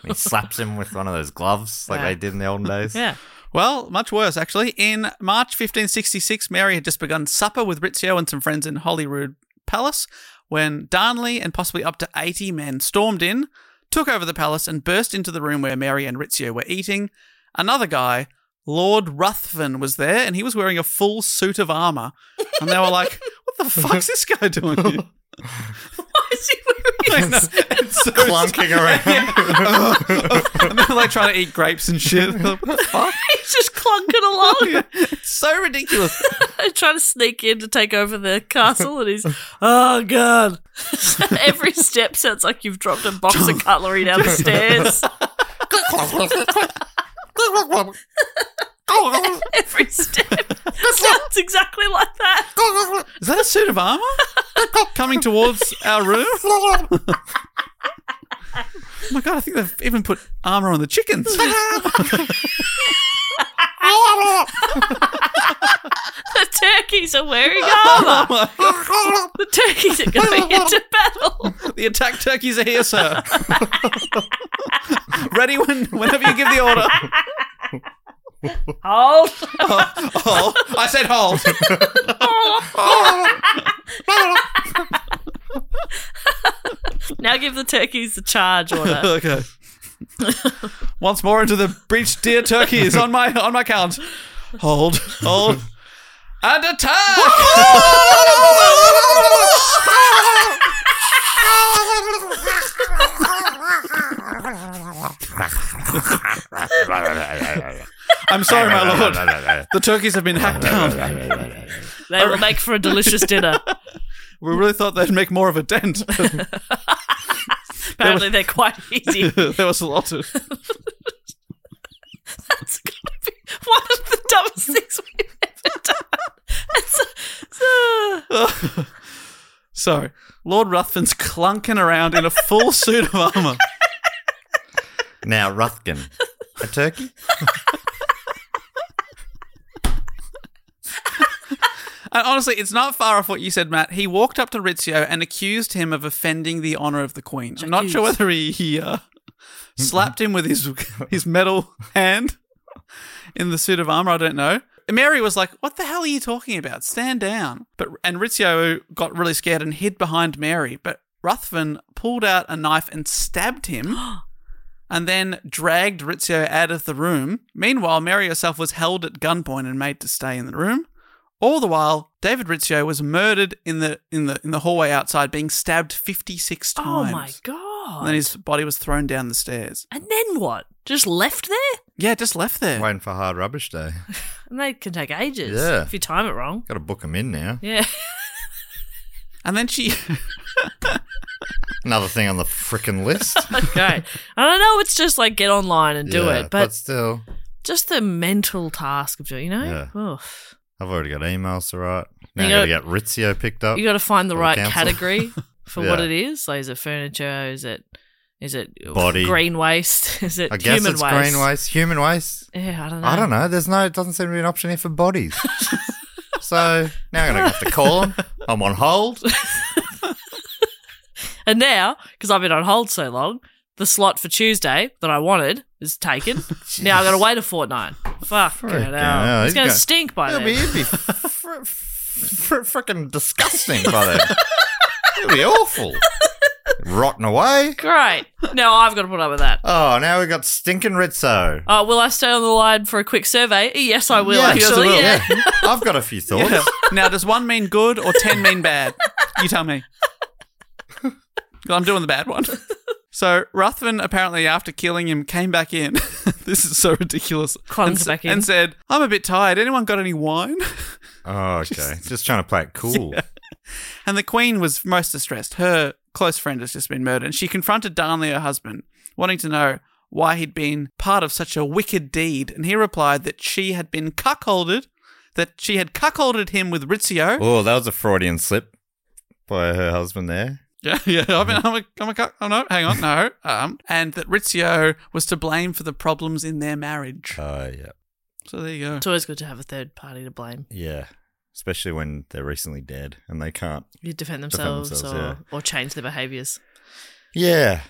S5: he slaps him with one of those gloves like
S6: Yeah.
S5: they did in the olden days.
S6: yeah.
S3: Well, much worse, actually. In March 1566, Mary had just begun supper with Rizzio and some friends in Holyrood Palace when Darnley and possibly up to 80 men stormed in, took over the palace, and burst into the room where Mary and Rizzio were eating. Another guy, Lord Ruthven, was there, and he was wearing a full suit of armour. And they were
S6: [laughs]
S3: like, what the fuck's this guy doing here?
S6: Why is he wearing
S3: No,
S6: his-
S3: it's so
S5: [laughs]
S6: [laughs]
S5: Clunking around.
S3: [laughs] and they're like trying to eat grapes and shit. [laughs] What the fuck?
S6: He's just clunking
S3: [laughs]
S6: along,
S3: It's so ridiculous.
S6: [laughs] trying to sneak in to take over the castle, and
S3: [laughs]
S6: he's, [laughs] oh god! Every step sounds like you've dropped a box
S3: [laughs]
S6: of cutlery down the stairs. [laughs] Every step sounds exactly like that.
S3: Is that a suit of armor coming towards our room? oh my god! I think they've even put armor on the chickens. Oh
S6: The turkeys are wearing armor. the turkeys are going into battle.
S3: the attack turkeys are here, sir. Ready when whenever you give the order.
S6: Hold.
S3: Oh, Hold. I said hold.
S6: Now give the turkeys the
S3: [laughs]
S6: charge order.
S3: okay. Once more into the breach, dear turkey is on my on my count. Hold, hold, and attack. I'm sorry, my lord. The turkeys have been hacked down.
S6: They will make for a delicious dinner.
S3: We really thought they'd make more of a dent. but [laughs]
S6: Apparently, they're quite easy.
S3: there was a lot of.
S6: That's gonna be one of the dumbest things we've ever done. It's, it's, uh,
S3: So, Lord Ruthven's clunking around in a full suit of armor.
S5: Now, Ruthkin, a
S6: [laughs]
S5: turkey?
S3: And honestly, it's not far off what you said, Matt. He walked up to Rizzio and accused him of offending the honor of the queen. I'm not sure whether he, he uh, [laughs] slapped him with his his metal hand in the suit of armor. I don't know. Mary was like, "What the hell are you talking about? Stand down!" But and Rizzio got really scared and hid behind Mary. But Ruthven pulled out a knife and stabbed
S6: [gasps]
S3: him. And then dragged Rizzio out of the room. Meanwhile, Mary herself was held at gunpoint and made to stay in the room. All the while, David Rizzio was murdered in the in the in the hallway outside, being stabbed fifty six
S6: oh
S3: times.
S6: my god!
S3: And then his body was thrown down the stairs.
S6: And then what? Just left there?
S3: Yeah, just left there.
S5: Waiting for hard rubbish day.
S6: And they can take ages
S5: Yeah.
S6: if you time it wrong.
S5: Got to book him in now.
S6: Yeah. [laughs]
S3: And then she [laughs]
S5: Another thing on the frickin'
S6: [laughs]
S5: list.
S6: okay. And I know it's just like get online and do
S5: Yeah,
S6: it, but
S5: still,
S6: just the mental task of doing, you know?
S5: Yeah.
S6: Oof.
S5: I've already got emails to write. Now I
S6: You
S5: got to
S6: gotta-
S5: get Rizzio picked up.
S6: You got to find the
S5: by
S6: right
S5: council.
S6: category
S5: [laughs]
S6: for what
S5: Yeah.
S6: it is. Like, is it furniture? Is it is it
S5: Body.
S6: green waste? [laughs] Is it
S5: I guess
S6: human
S5: it's
S6: waste?
S5: green waste, human waste.
S6: Yeah, I don't know.
S5: I don't know. There's no. It doesn't seem to be an option here for bodies. [laughs] so now I'm gonna have to call him. I'm on hold.
S6: And now, because I've been on hold so long, the slot for Tuesday that I wanted is
S5: [laughs]
S6: taken. now I've got to wait a fortnight. Fuck it
S5: Frickin'
S6: out.
S5: hell,
S6: It's
S5: he's
S6: going to
S5: got-
S6: stink by
S5: It'll
S6: then.
S5: be, it'd be fr- fr- frickin' disgusting by then. It'll be awful. Rotting away.
S6: Great. Now I've got to put up with that.
S5: Oh, now we got stinking Rizzo.
S6: Uh, will I stay on the line for a quick survey? Yes, I will.
S5: Yes,
S6: actually,
S5: I will,
S6: yeah.
S5: yeah. I've got a
S6: [laughs]
S5: few thoughts.
S3: now does one mean good or ten mean bad? You tell me. 'Cause I'm doing the bad one. [laughs] So Ruthven apparently, after killing him, came back in. [laughs] this is so ridiculous.
S6: Clunked
S3: and, s-
S6: back in.
S3: and said, "I'm a bit tired. Anyone got any wine?"
S5: Oh, okay. Just, trying to play it
S6: [laughs]
S5: cool.
S3: And the Queen was most distressed. Her close friend has just been murdered, and she confronted Darnley, her husband, wanting to know why he'd been part of such a wicked deed. And he replied that she had been cuckolded, that she had cuckolded him with Rizzio.
S5: Oh, that was a Freudian slip by her husband there.
S3: [laughs] Yeah, yeah. I mean, I'm a, I'm a cuck. Oh no, hang on, no. Um, and that Rizzio was to blame for the problems in their marriage.
S5: Oh, yeah.
S3: So there you go.
S6: It's always good to have a third party to blame.
S5: Yeah. Especially when they're recently dead and they can't.
S6: You
S5: Defend
S6: defend themselves,
S5: themselves,
S6: or, or change their behaviors.
S5: Yeah.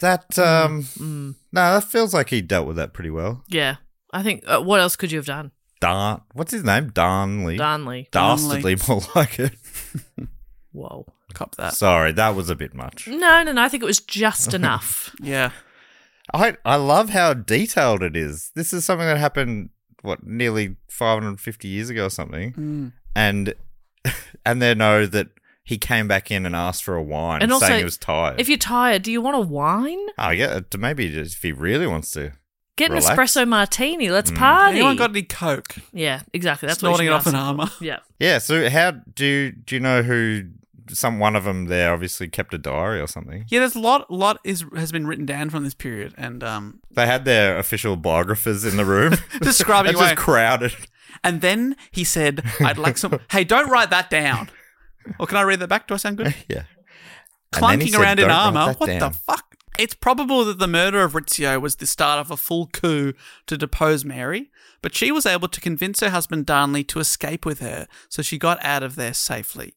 S5: That, um,
S6: Mm,
S5: no, that feels like he dealt with that pretty well.
S6: yeah. I think, uh, what else could you have done?
S5: Darn, what's his name? Darnley.
S6: Darnley.
S5: Dastardly, [laughs] more like it.
S6: Whoa.
S3: Cop
S5: [laughs]
S6: Uh.
S3: that.
S5: Sorry, that was a bit much.
S6: No, no, no. I think it
S5: [laughs]
S6: was just enough.
S3: Yeah.
S5: I I love how detailed it is. This is something that happened what nearly 550 years ago or something,
S6: Mm.
S5: and [laughs] and they know that he came back in and asked for a wine,
S6: And
S5: saying
S6: also,
S5: he was tired.
S6: if you're tired, do you want a wine?
S5: oh yeah, to maybe just if he really wants to.
S6: Get an
S5: Relax. Mm.
S6: espresso martini. Let's party.
S3: Anyone got any coke?
S6: yeah, exactly. That's
S3: Snorting it off
S6: what you should
S3: an
S6: ask.
S3: armor.
S6: [laughs] Yeah.
S5: Yeah. So how do you- do you know who? Some one of them there obviously kept a diary or something.
S3: Yeah, there's a lot. Lot is has been written down from this period, and um,
S5: They had their official biographers in the
S3: [laughs]
S5: room.
S3: Describing
S5: It's just
S3: why-
S5: crowded.
S3: and then he said, "I'd like some." hey, don't write that down. Or can I read that back? Do I sound good?
S5: Yeah. And then he
S3: Clunking
S5: said,
S3: around in
S5: "Don't write
S3: armor.
S5: that
S3: What the
S5: down."
S3: fuck? It's probable that the murder of Rizzio was the start of a full coup to depose Mary, but she was able to convince her husband Darnley to escape with her, so she got out of there safely.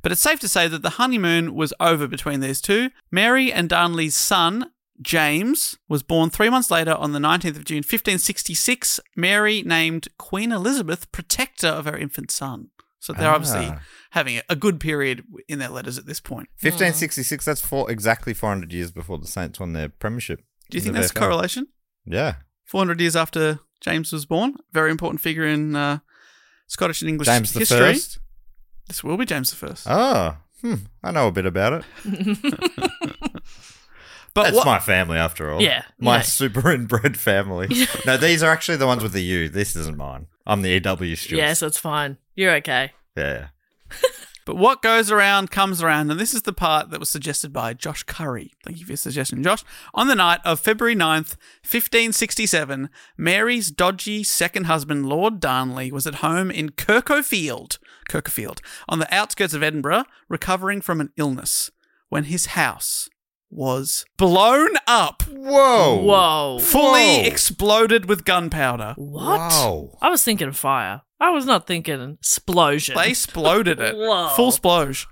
S3: But it's safe to say that the honeymoon was over between these two. Mary and Darnley's son, James, was born three months later on the 19th of June, 1566. Mary named Queen Elizabeth protector of her infant son. So they're obviously
S5: Ah.
S3: having a- a good period in their letters at this point.
S5: 1566. That's four exactly 400 years before the Saints won their premiership.
S3: Do you
S5: in
S3: think
S5: the
S3: that's a
S5: VFL.
S3: correlation?
S5: Yeah,
S3: 400 years after James was born, very important figure in uh, Scottish and English
S5: James the
S3: history.
S5: First. Ah,
S3: This will be James the First.
S5: Oh, hmm, I know a bit about it.
S3: But
S5: That's
S3: what-
S5: my family after all.
S6: Yeah,
S5: My
S6: no.
S5: super [laughs] inbred
S3: [laughs]
S5: family. no, these are actually the ones with the U. This isn't mine. I'm the EW Stewart.
S6: Yes, that's fine. You're okay.
S5: Yeah.
S3: But what goes around comes around, and this is the part that was suggested by Josh Curry. Thank you for your suggestion, Josh. On the night of February 9th, 1567, Mary's dodgy second husband, Lord Darnley, was at home in Kirkofield, Kirkofield, on the outskirts of Edinburgh, recovering from an illness, when his house was blown up,
S5: Whoa.
S6: Whoa.
S3: fully exploded with gunpowder.
S6: What?
S5: Wow.
S6: I was thinking fire. I was not thinking explosion.
S3: They exploded it.
S6: Whoa.
S3: Full sploj.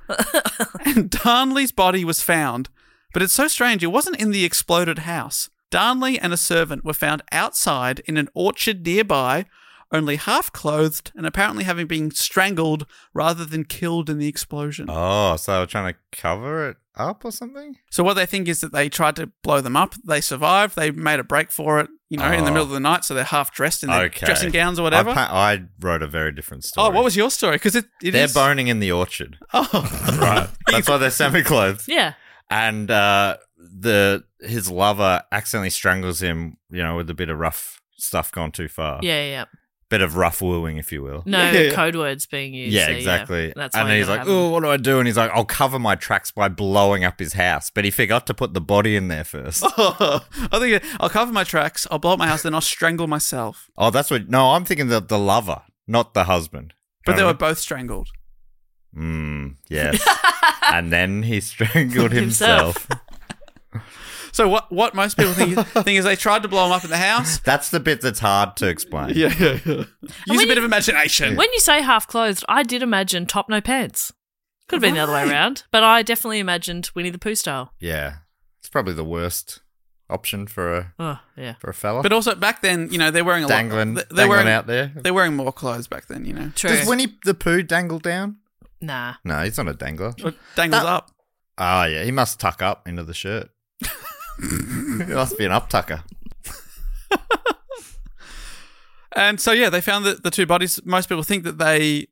S5: [laughs]
S3: and Darnley's body was found. But it's so strange, it wasn't in the exploded house. Darnley and a servant were found outside in an orchard nearby, only half clothed and apparently having been strangled rather than killed in the explosion.
S5: Oh, so they were trying to cover it up or something?
S3: So what they think is that they tried to blow them up. They survived. They made a break for it, you know, in the
S5: Oh.
S3: middle of the night. So they're half dressed in their
S5: okay.
S3: dressing gowns or whatever.
S5: I, pa- I wrote a very different story.
S3: oh, what was your story? Because it, it
S5: They're
S3: is-
S5: boning in the orchard.
S3: Oh, [laughs]
S5: Right. That's why they're semi clothed.
S6: yeah.
S5: And uh, the his lover accidentally strangles him, you know, with a bit of rough stuff gone too far.
S6: Yeah, yeah. yeah.
S5: Bit of rough wooing, if you will.
S6: No
S3: Yeah, yeah.
S6: code words being
S5: [laughs]
S6: used.
S5: yeah,
S6: so
S5: exactly.
S6: That's
S5: and
S6: why
S5: he's like, "Oh, what do I do?" And he's like, "I'll cover my tracks by blowing up his house," but he forgot to put the body in there first. Oh,
S3: I think I'll cover my tracks. I'll blow up my house, then I'll strangle myself.
S5: Oh, that's what. No, I'm thinking the the lover, not the husband.
S3: But they were
S5: Remember?
S3: both strangled.
S5: Mm, yes. and then he strangled
S6: Himself.
S5: himself.
S3: So what? What most
S5: [laughs]
S3: people think, think is they tried to blow him up in the house.
S5: that's the bit that's hard to explain.
S3: Yeah, yeah, yeah. Use a
S6: when
S3: bit
S6: you-
S3: of imagination.
S6: When you say half clothed, I did imagine top no pants. Could have been the other way around, but I definitely imagined Winnie the Pooh style.
S5: Yeah. It's probably the worst option for a
S6: Oh, yeah.
S5: for a fella.
S3: But also back then, you know, they're wearing a
S5: dangling,
S3: lot. They're
S5: dangling
S3: wearing
S5: out there.
S3: They're wearing more clothes back then, you know.
S6: True.
S5: Does Winnie the Pooh dangle down?
S6: nah.
S5: No, he's not a dangler.
S3: Or dangles
S5: That-
S3: up.
S5: Ah, yeah, he must tuck up into the
S3: [laughs]
S5: shirt. he must be an up tucker.
S3: And so yeah, they found that the two bodies. Most people think that they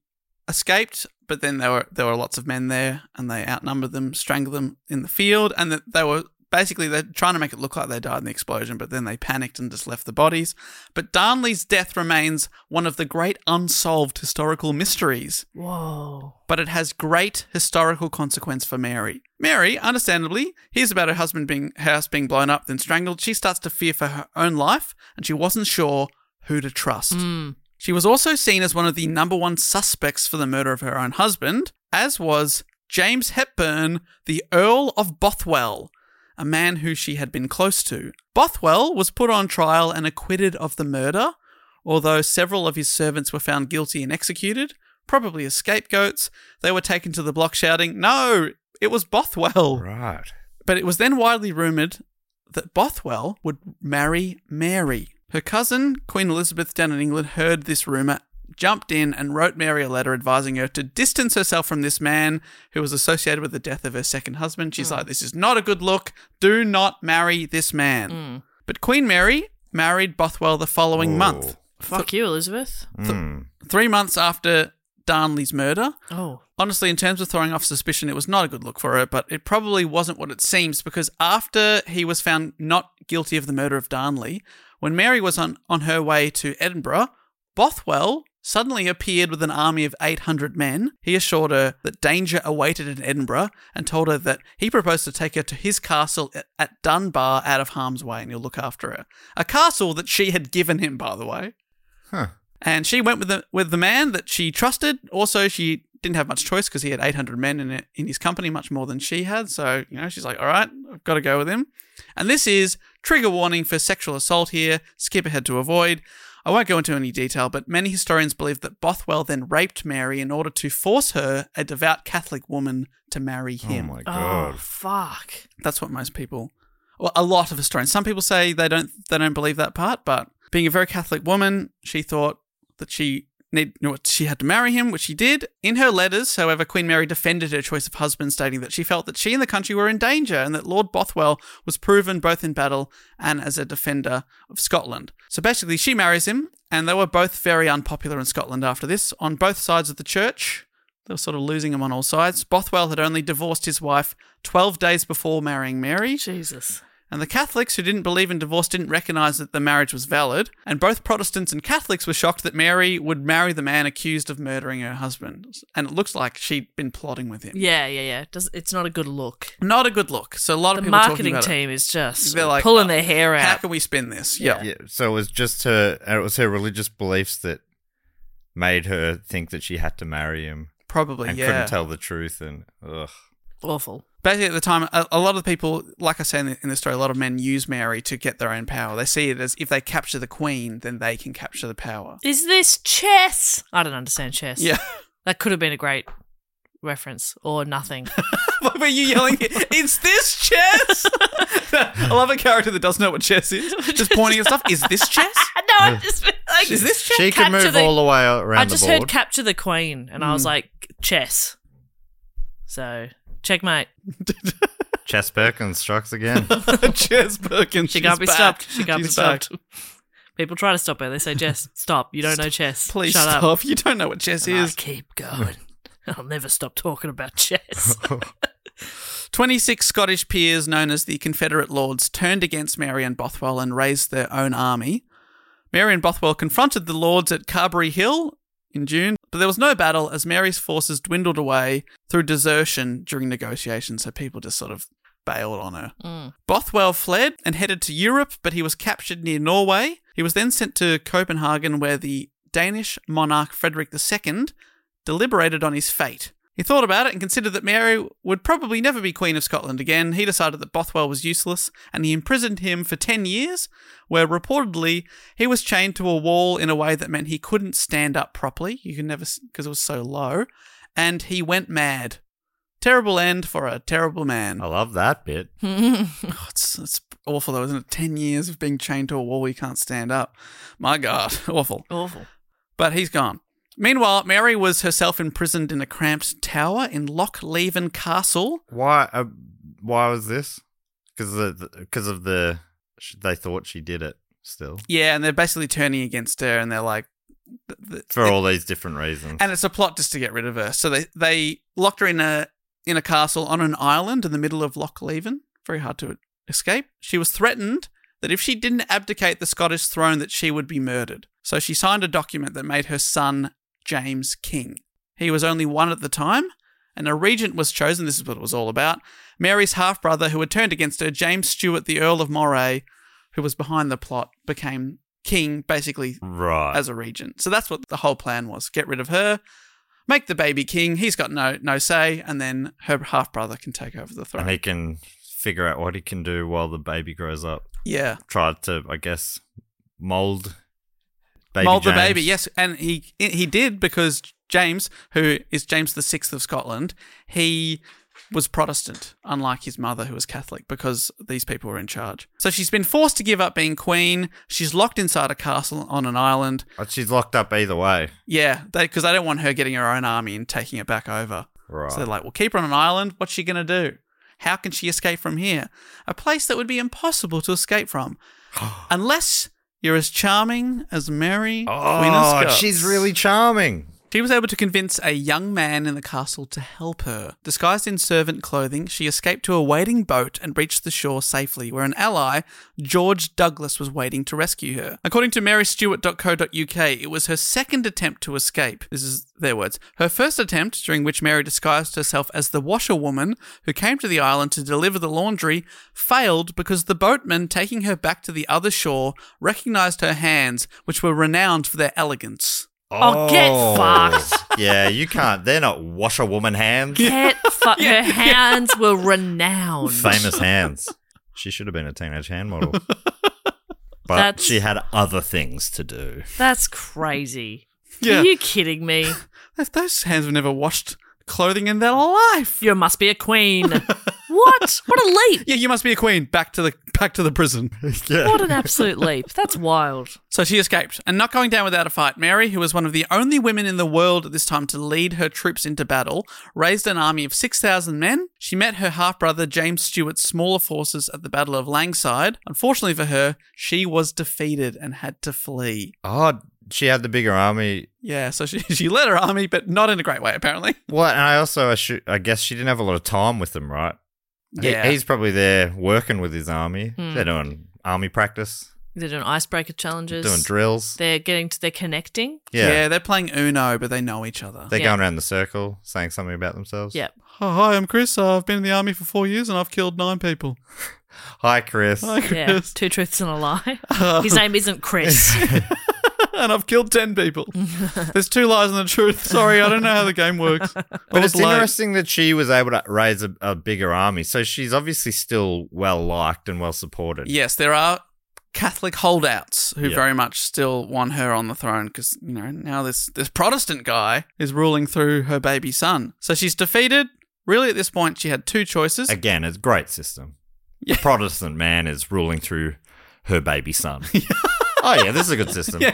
S3: escaped, but then there were there were lots of men there, and they outnumbered them, strangled them in the field, and that they were basically they're trying to make it look like they died in the explosion, but then they panicked and just left the bodies. But Darnley's death remains one of the great unsolved historical mysteries.
S6: Whoa.
S3: But it has great historical consequence for Mary. Mary, understandably, hears about her husband being house being blown up, then strangled. She starts to fear for her own life, and she wasn't sure who to trust.
S6: Mm.
S3: She was also seen as one of the number one suspects for the murder of her own husband, as was James Hepburn, the Earl of Bothwell, a man who she had been close to. Bothwell was put on trial and acquitted of the murder, although several of his servants were found guilty and executed, probably as scapegoats. They were taken to the block shouting, No, it was Bothwell.
S5: Right.
S3: But it was then widely rumoured that Bothwell would marry Mary. Her cousin, Queen Elizabeth down in England, heard this rumour, jumped in, and wrote Mary a letter advising her to distance herself from this man who was associated with the death of her second husband. She's like, This is not a good look. Do not marry this man. But Queen Mary married Bothwell the following month,
S6: Fuck you, Elizabeth.
S5: Mm.
S3: three months after Darnley's murder.
S6: Oh.
S3: Honestly, in terms of throwing off suspicion, it was not a good look for her, but it probably wasn't what it seems because after he was found not guilty of the murder of Darnley, when Mary was on, on her way to Edinburgh, Bothwell suddenly appeared with an army of 800 men. He assured her that danger awaited in Edinburgh and told her that he proposed to take her to his castle at- at Dunbar out of harm's way and he'll look after her. A castle that she had given him, by the way
S5: Huh. Oh
S3: and she went with the with the man that she trusted. Also, she didn't have much choice because he had 800 men in in his company, much more than she had. So you know, she's like, "All right, I've got to go with him." And this is trigger warning for sexual assault here. Skip ahead to avoid. I won't go into any detail, but many historians believe that Bothwell then raped Mary in order to force her, a devout Catholic woman, to marry
S5: Oh
S3: him.
S5: my
S6: Oh,
S5: god.
S6: fuck.
S3: That's what most people, well, a lot of historians. Some people say they don't they don't believe that part, but being a very Catholic woman, she thought that she need you know, she had to marry him, which she did. In her letters, however, Queen Mary defended her choice of husband, stating that she felt that she and the country were in danger, and that Lord Bothwell was proven both in battle and as a defender of Scotland. So basically, she marries him, and they were both very unpopular in Scotland after this, on both sides of the church. They were sort of losing him on all sides. Bothwell had only divorced his wife 12 days before marrying Mary,
S6: Jesus.
S3: And the Catholics who didn't believe in divorce didn't recognize that the marriage was valid. And both Protestants and Catholics were shocked that Mary would marry the man accused of murdering her husband. And it looks like she'd been plotting with him.
S6: Yeah, yeah, yeah. It does, it's not a good look.
S3: Not a good look. So a lot
S6: The
S3: of people are talking
S6: marketing
S3: about it.
S6: team is just
S3: They're like,
S6: pulling
S3: uh,
S6: their hair
S3: How
S6: out.
S3: can we spin this? Yeah.
S5: Yeah, so it was just her. It was her religious beliefs that made her think that she had to marry him
S3: Probably.
S5: and
S3: yeah.
S5: couldn't tell the truth. And ugh,
S6: Awful.
S3: Basically, at the time, a, a lot of the people, like I say in, the, in this story, a lot of men use Mary to get their own power. They see it as if they capture the queen, then they can capture the power.
S6: Is this chess? I don't understand chess.
S3: Yeah.
S6: That could have been a great reference
S3: [laughs]
S6: or nothing. [laughs]
S3: Why were you yelling? It's this chess. [laughs] I love a character that doesn't know what chess
S6: [laughs]
S3: is, just pointing at stuff. Is this chess?
S6: no, I just like
S3: Is this chess?
S5: she can
S6: Capture
S5: move
S6: the-
S5: all the way around
S6: I just
S5: the board.
S6: heard capture the queen, and I
S3: Hmm.
S6: was like chess. So checkmate.
S5: Chess Perkins strikes
S3: [laughs]
S5: again. [laughs]
S3: chess Perkins.
S6: She can't
S3: she's
S6: be
S3: back.
S6: stopped. She can't be
S3: She's back.
S6: stopped. People try to stop her. They say, "Jess, stop. You don't know chess.
S3: Please
S6: Shut
S3: stop.
S6: up."
S3: You don't know what chess
S6: And I
S3: is.
S6: keep going. [laughs] I'll never stop talking about
S5: [laughs]
S6: chess.
S3: 26 Scottish peers known as the Confederate Lords turned against Mary and Bothwell and raised their own army. Mary and Bothwell confronted the Lords at Carberry Hill in June, but there was no battle as Mary's forces dwindled away through desertion during negotiations, so people just sort of bailed on her. Bothwell fled and headed to Europe, but he was captured near Norway. He was then sent to Copenhagen, where the Danish monarch Frederick II deliberated on his fate. He thought about it and considered that Mary would probably never be Queen of Scotland again. He decided that Bothwell was useless and he imprisoned him for 10 years, where reportedly he was chained to a wall in a way that meant he couldn't stand up properly. You can never, because it was so low. And he went mad. Terrible end for a terrible man.
S5: I love that bit.
S3: Oh, it's, it's awful though, isn't it? 10 years of being chained to a wall, you can't stand up. My God, [laughs] awful.
S6: Awful.
S3: But he's gone. Meanwhile, Mary was herself imprisoned in a cramped tower in Loch Leven Castle.
S5: Why? Uh, why was this? Because because of the sh- they thought she did it still
S3: Yeah, and they're basically turning against her and they're like, th- th-
S5: for all these different reasons.
S3: and it's a plot just to get rid of her. So they, they locked her in a in a castle on an island in the middle of Loch Leven. Very hard to escape. She was threatened that if she didn't abdicate the Scottish throne, that she would be murdered. So she signed a document that made her son James king. He was only one at the time, and a regent was chosen. This is what it was all about. Mary's half brother, who had turned against her, James Stuart, the Earl of Moray, who was behind the plot, became king, basically
S5: right.
S3: as a regent. So that's what the whole plan was: get rid of her, make the baby king. He's got no no say, and then her half brother can take over the throne.
S5: and he can figure out what he can do while the baby grows up.
S3: yeah,
S5: Tried to, I guess, mold baby
S3: mold the
S5: James.
S3: baby. Yes, and he he did because James, who is James the sixth of Scotland, he was Protestant, unlike his mother, who was Catholic, because these people were in charge. So she's been forced to give up being queen. She's locked inside a castle on an island.
S5: But she's locked up either way.
S3: Yeah, because they, don't want her getting her own army and taking it back over.
S5: Right.
S3: So they're like, well, keep her on an island. What's she going to do? How can she escape from here? A place that would be impossible to
S5: [gasps]
S3: escape from. Unless you're as charming as Mary, Queen of
S5: Oh,
S3: Scots.
S5: she's really charming.
S3: She was able to convince a young man in the castle to help her. Disguised in servant clothing, she escaped to a waiting boat and reached the shore safely, where an ally, George Douglas, was waiting to rescue her. According to marystewart.co.uk, it was her second attempt to escape. This is their words. Her first attempt, during which Mary disguised herself as the washerwoman who came to the island to deliver the laundry, failed because the boatman taking her back to the other shore recognized her hands, which were renowned for their elegance.
S6: Oh, get
S5: fucked. yeah, you can't. They're not washerwoman hands.
S6: Get
S3: [laughs]
S6: fu- Her hands were renowned.
S5: Famous hands. She should have been a teenage hand
S6: [laughs]
S5: model. But
S6: That's-
S5: she had other things to do. [laughs]
S6: That's crazy.
S3: Yeah.
S6: Are you kidding me?
S3: If those hands have never washed clothing in their life.
S6: You must be a queen. what? What a leap.
S3: Yeah, you must be a queen. Back to the back to the prison.
S6: What an absolute leap. That's wild.
S3: So she escaped, and not going down without a fight, Mary, who was one of the only women in the world at this time to lead her troops into battle, raised an army of 6,000 men. She met her half brother James Stuart's smaller forces at the Battle of Langside. Unfortunately for her, she was defeated and had to flee.
S5: Oh, she had the bigger army.
S3: Yeah, so she, [laughs] she led her army, but not in a great way, apparently.
S5: What? And I also, assu- I guess she didn't have a lot of time with them, right?
S12: He-
S3: Yeah.
S5: He's probably there working with his army.
S6: Hmm.
S5: They're doing army practice,
S6: They're doing icebreaker challenges.
S5: doing drills.
S6: They're getting to, they're connecting.
S5: Yeah.
S3: they're playing Uno, but they know each other.
S5: They're
S6: Yeah.
S5: going around the circle saying something about themselves.
S6: Yep.
S3: Hi, I'm Chris. Uh, I've been in the army for four years and I've killed nine people. [laughs]
S5: Hi, Chris. Oh.
S3: Hi,
S6: Yeah.
S3: Chris. [laughs]
S6: Two truths and
S5: [laughs]
S6: a lie. His name isn't Chris.
S3: and I've killed ten [laughs] people. There's two lies and the [laughs] truth. Sorry, I don't know how the game works. [laughs] I
S5: But
S3: was
S5: it's
S3: late.
S5: interesting that she was able to raise a, a bigger army. So she's obviously still well liked and well supported.
S3: Yes, there are Catholic holdouts who
S5: Yeah.
S3: very much still want her on the throne because you know now this this Protestant guy is ruling through her baby son. So she's defeated. Really, at this point, she had two choices.
S5: Again, it's a great system.
S3: Yeah.
S5: The Protestant man is ruling through her baby son.
S3: [laughs]
S5: oh, yeah, this is a good system.
S3: [laughs]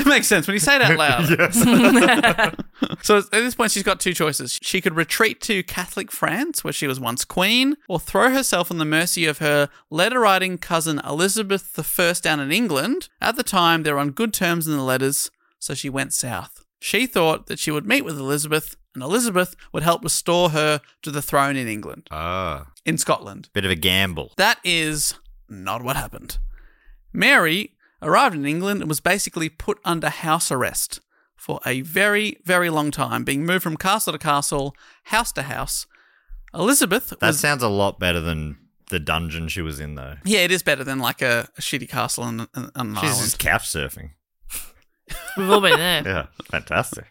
S3: It makes sense when you say it [laughs] out loud. so at this point, she's got two choices. She could retreat to Catholic France, where she was once queen, or throw herself on the mercy of her letter writing cousin Elizabeth I down in England. At the time, they were on good terms in the letters, so she went south. She thought that she would meet with Elizabeth, and Elizabeth would help restore her to the throne in England,
S5: Ah,
S3: in Scotland.
S5: bit of a gamble.
S3: That is not what happened. Mary arrived in England and was basically put under house arrest for a very, very long time, being moved from castle to castle, house to house. Elizabeth
S5: That
S3: was.
S5: sounds a lot better than the dungeon she was in, though.
S3: yeah, it is better than like a, a shitty castle on, on on an
S5: She's
S3: island.
S5: just couch surfing.
S6: We've all been there.
S5: Yeah, fantastic.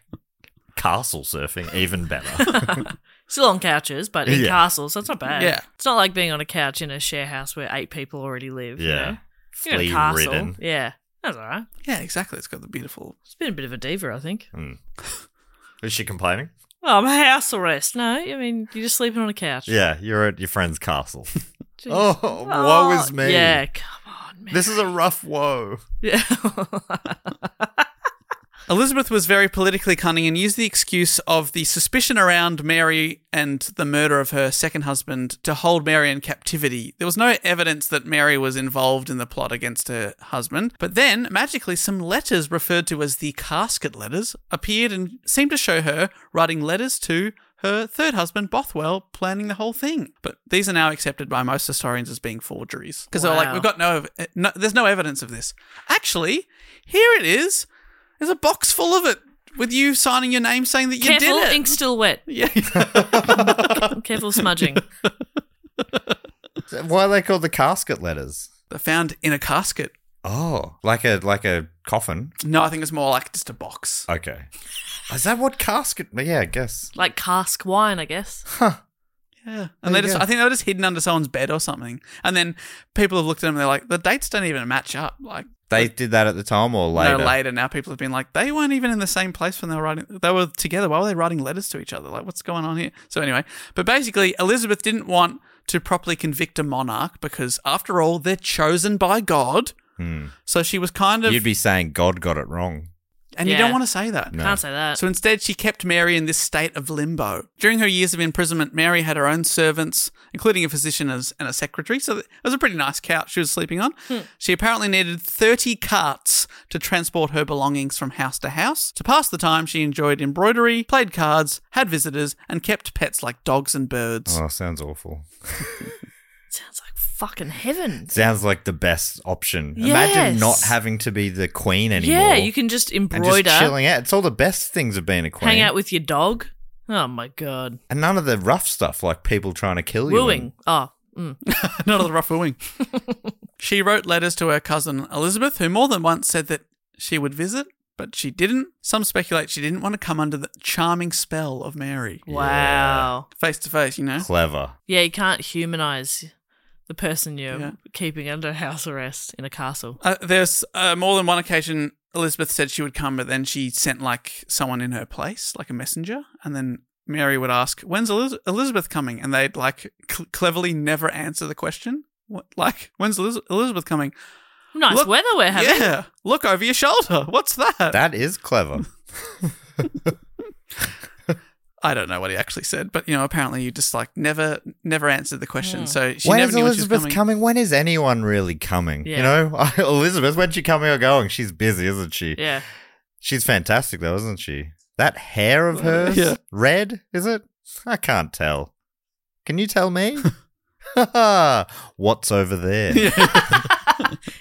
S5: Castle surfing, even
S3: [laughs]
S5: better.
S6: Still on couches, but in
S5: Yeah.
S6: castles. That's not bad.
S3: Yeah.
S6: It's not like being on a couch in a share house where eight people already live. you
S5: Yeah.
S6: know? You're in a
S5: Flea
S6: castle.
S5: ridden.
S6: Yeah. That's all right.
S3: Yeah, exactly. It's got the beautiful.
S6: She's been a bit of a diva, I think.
S5: Is she complaining?
S6: Oh, I'm house arrest. No, I mean, you're just sleeping on a couch.
S5: Yeah, you're at your friend's
S3: [laughs]
S5: castle.
S6: Jeez.
S5: oh, woe is me.
S6: Yeah, come on, man.
S5: This is a rough woe.
S6: Yeah.
S3: Elizabeth was very politically cunning and used the excuse of the suspicion around Mary and the murder of her second husband to hold Mary in captivity. There was no evidence that Mary was involved in the plot against her husband, but then magically some letters referred to as the casket letters appeared and seemed to show her writing letters to her third husband Bothwell planning the whole thing. But these are now accepted by most historians as being forgeries because they're like
S6: Wow.
S3: we've got no, ev- no there's no evidence of this. Actually, here it is. There's a box full of it with you signing your name saying that you
S6: Careful,
S3: did it.
S6: ink's
S5: [laughs]
S6: still wet.
S3: yeah.
S6: Careful smudging.
S5: Why are they called the casket letters?
S3: They're found in a casket.
S5: Oh, like a like a coffin.
S3: No, I think it's more like just a box.
S5: Okay. Is that what casket? Yeah, I guess.
S6: Like cask wine, I guess.
S3: Yeah. And they
S5: you
S3: just
S5: go.
S3: I think they were just hidden under someone's bed or something. And then people have looked at them and they're like, the dates don't even match up. Like
S5: They did that at the time or later?
S3: no later now people have been like, they weren't even in the same place when they were writing they were together. Why were they writing letters to each other? Like what's going on here? So anyway. But basically Elizabeth didn't want to properly convict a monarch because after all, they're chosen by God. So she was kind of
S5: Hmm. You'd be saying God got it wrong.
S3: and you
S6: Yeah.
S3: don't want to say that.
S6: Can't say that.
S3: So instead, she kept Mary in this state of limbo. During her years of imprisonment, Mary had her own servants, including a physician as- and a secretary. So it was a pretty nice couch she was sleeping on. She apparently needed 30 carts to transport her belongings from house to house. To pass the time, she enjoyed embroidery, played cards, had visitors, and kept pets like dogs and birds.
S5: Oh, sounds awful.
S6: Sounds like fucking heaven.
S5: Sounds like the best option. Imagine not
S6: Yes.
S5: having to be the queen anymore.
S6: Yeah, you can just
S5: and just
S6: embroider,
S5: chilling out. It's all the best things of being a queen.
S6: hang out with your dog. Oh my god.
S5: and none of the rough stuff like people trying to kill you.
S6: Wooing. Oh,
S3: [laughs] Not of the rough
S6: [laughs]
S3: wooing. she wrote letters to her cousin Elizabeth, who more than once said that she would visit, but she didn't. Some speculate she didn't want to come under the charming spell of Mary.
S6: wow.
S3: Face to face, you know?
S5: and clever.
S6: Yeah, you can't humanize the person you're
S3: Yeah.
S6: keeping under house arrest in a castle.
S3: Uh, there's uh, more than one occasion Elizabeth said she would come, but then she sent like someone in her place, like a messenger, and then Mary would ask, "When's Eliz- Elizabeth coming?" And they'd like cl- cleverly never answer the question, what, like, "When's Eliz- Elizabeth coming?"
S6: Nice
S3: Look-
S6: weather we're having.
S3: Yeah, look over your shoulder. What's that?
S5: That is clever.
S3: I don't know what he actually said, but you know, apparently you just like never, never answered the question. So she
S5: when Hmm.
S3: never
S5: is
S3: knew when
S5: Elizabeth
S3: she
S5: coming?
S3: was coming.
S5: When is anyone really coming?
S6: Yeah.
S5: You know, [laughs] Elizabeth, when's she coming or going? She's busy, isn't she?
S6: Yeah.
S5: She's fantastic, though, isn't she? That hair of hers,
S3: Yeah.
S5: red, is it? I can't tell. Can you tell me? [laughs] What's over there? [laughs]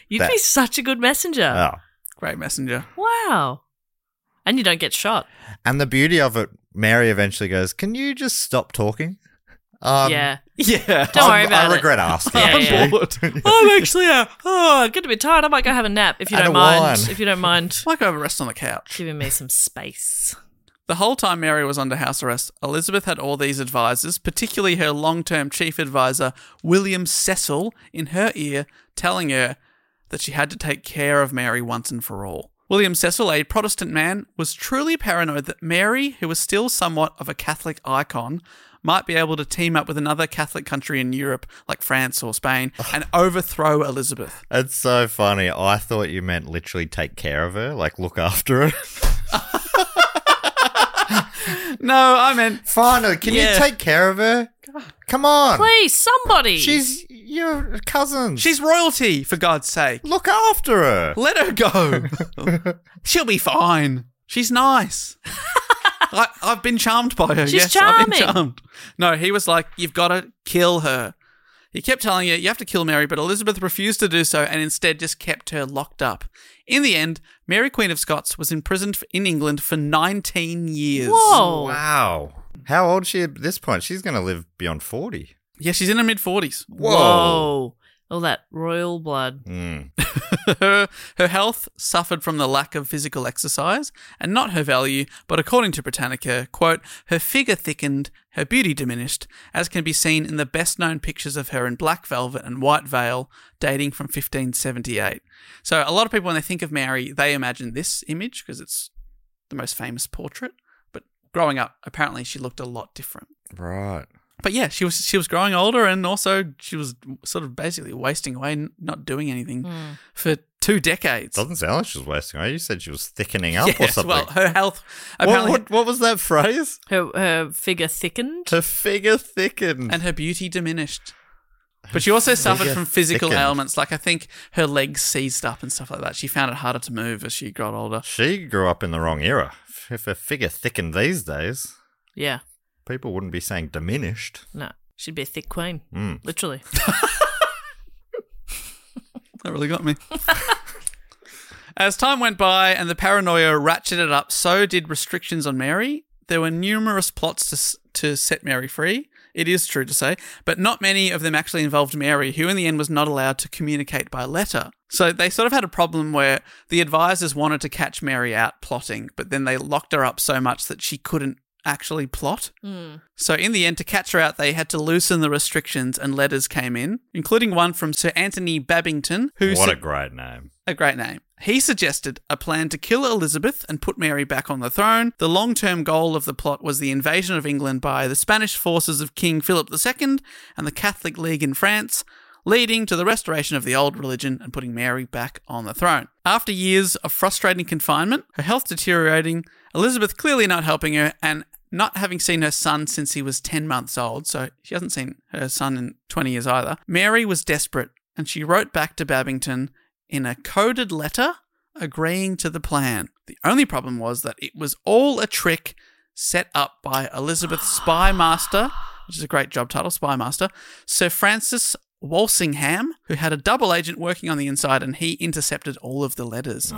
S6: You'd
S5: That-
S6: be such a good messenger.
S5: Oh.
S3: Great messenger.
S6: Wow. And you don't get shot.
S5: And the beauty of it, Mary eventually goes, Can you just stop talking? Um,
S6: yeah.
S3: Yeah.
S6: Don't worry
S5: I,
S6: about
S5: I
S6: it.
S5: regret
S6: [laughs]
S5: asking.
S6: Yeah, yeah.
S5: actually.
S6: I'm actually uh, oh, I'm getting a bit tired. I might go have a nap if you
S5: And
S6: don't
S5: a
S6: mind.
S5: wine.
S6: If you don't mind
S3: Like over rest on the couch.
S6: giving me some space.
S3: The whole time Mary was under house arrest, Elizabeth had all these advisers, particularly her long term chief adviser, William Cecil, in her ear, telling her that she had to take care of Mary once and for all. William Cecil, a Protestant man, was truly paranoid that Mary, who was still somewhat of a Catholic icon, might be able to team up with another Catholic country in Europe, like France or Spain, and overthrow Elizabeth.
S5: [laughs] It's so funny. I thought you meant literally take care of her, like look after her.
S3: No, I meant
S5: Finally, can
S3: Yeah.
S5: you take care of her? Come on.
S6: Please, somebody.
S5: She's your cousin.
S3: she's royalty, for God's sake.
S5: look after her.
S3: Let her
S6: [laughs]
S3: go. She'll be fine. She's nice. I, I've been charmed by her.
S6: She's
S3: yes, I've been
S6: charming.
S3: charmed. No, he was like, you've got to kill her. He kept telling her, you have to kill Mary, but Elizabeth refused to do so and instead just kept her locked up. In the end, Mary, Queen of Scots, was imprisoned in England for 19 years.
S6: Whoa.
S5: Wow. How old is she at this point? She's going to live beyond 40.
S3: Yeah, she's in her mid 40s.
S6: Whoa. All that royal blood.
S5: Mm.
S3: her, her health suffered from the lack of physical exercise and not her value, but according to Britannica, quote, her figure thickened, her beauty diminished, as can be seen in the best known pictures of her in black velvet and white veil dating from 1578. So a lot of people, when they think of Mary, they imagine this image because it's the most famous portrait. But growing up, apparently she looked a lot different.
S5: Right.
S3: But yeah, she was she was growing older, and also she was sort of basically wasting away, n- not doing anything for two decades.
S5: Doesn't sound like she was wasting away. You said she was thickening up
S3: [laughs]
S5: or
S3: Yes,
S5: something.
S3: well, her health
S5: what,
S3: apparently,
S5: what, what was that phrase?
S6: Her her figure thickened.
S5: To figure thickened.
S3: and her beauty diminished. But she also suffered
S5: figure
S3: from physical
S5: thickened.
S3: ailments, like I think her legs seized up and stuff like that. She found it harder to move as she got older.
S5: she grew up in the wrong era. If her figure thickened these days,
S6: Yeah.
S5: people wouldn't be saying diminished.
S6: No. She'd be a thick queen.
S5: Mm.
S6: Literally.
S3: That really got me. As time went by and the paranoia ratcheted up, so did restrictions on Mary. There were numerous plots to s- to set Mary free. It is true to say, but not many of them actually involved Mary, who in the end was not allowed to communicate by letter. So they sort of had a problem where the advisors wanted to catch Mary out plotting, but then they locked her up so much that she couldn't actually plot. So, in the end, to catch her out, they had to loosen the restrictions and letters came in, including one from Sir Anthony Babington, who
S5: what
S3: su-
S5: a great name.
S3: a great name. He suggested a plan to kill Elizabeth and put Mary back on the throne. The long term goal of the plot was the invasion of England by the Spanish forces of King Philip II and the Catholic League in France, leading to the restoration of the old religion and putting Mary back on the throne. After years of frustrating confinement, her health deteriorating, Elizabeth clearly not helping her, and not having seen her son since he was 10 months old, so she hasn't seen her son in 20 years either, Mary was desperate and she wrote back to Babington in a coded letter agreeing to the plan. The only problem was that it was all a trick set up by Elizabeth's spy master, which is a great job title, spy master, Sir Francis Walsingham, who had a double agent working on the inside and he intercepted all of the letters.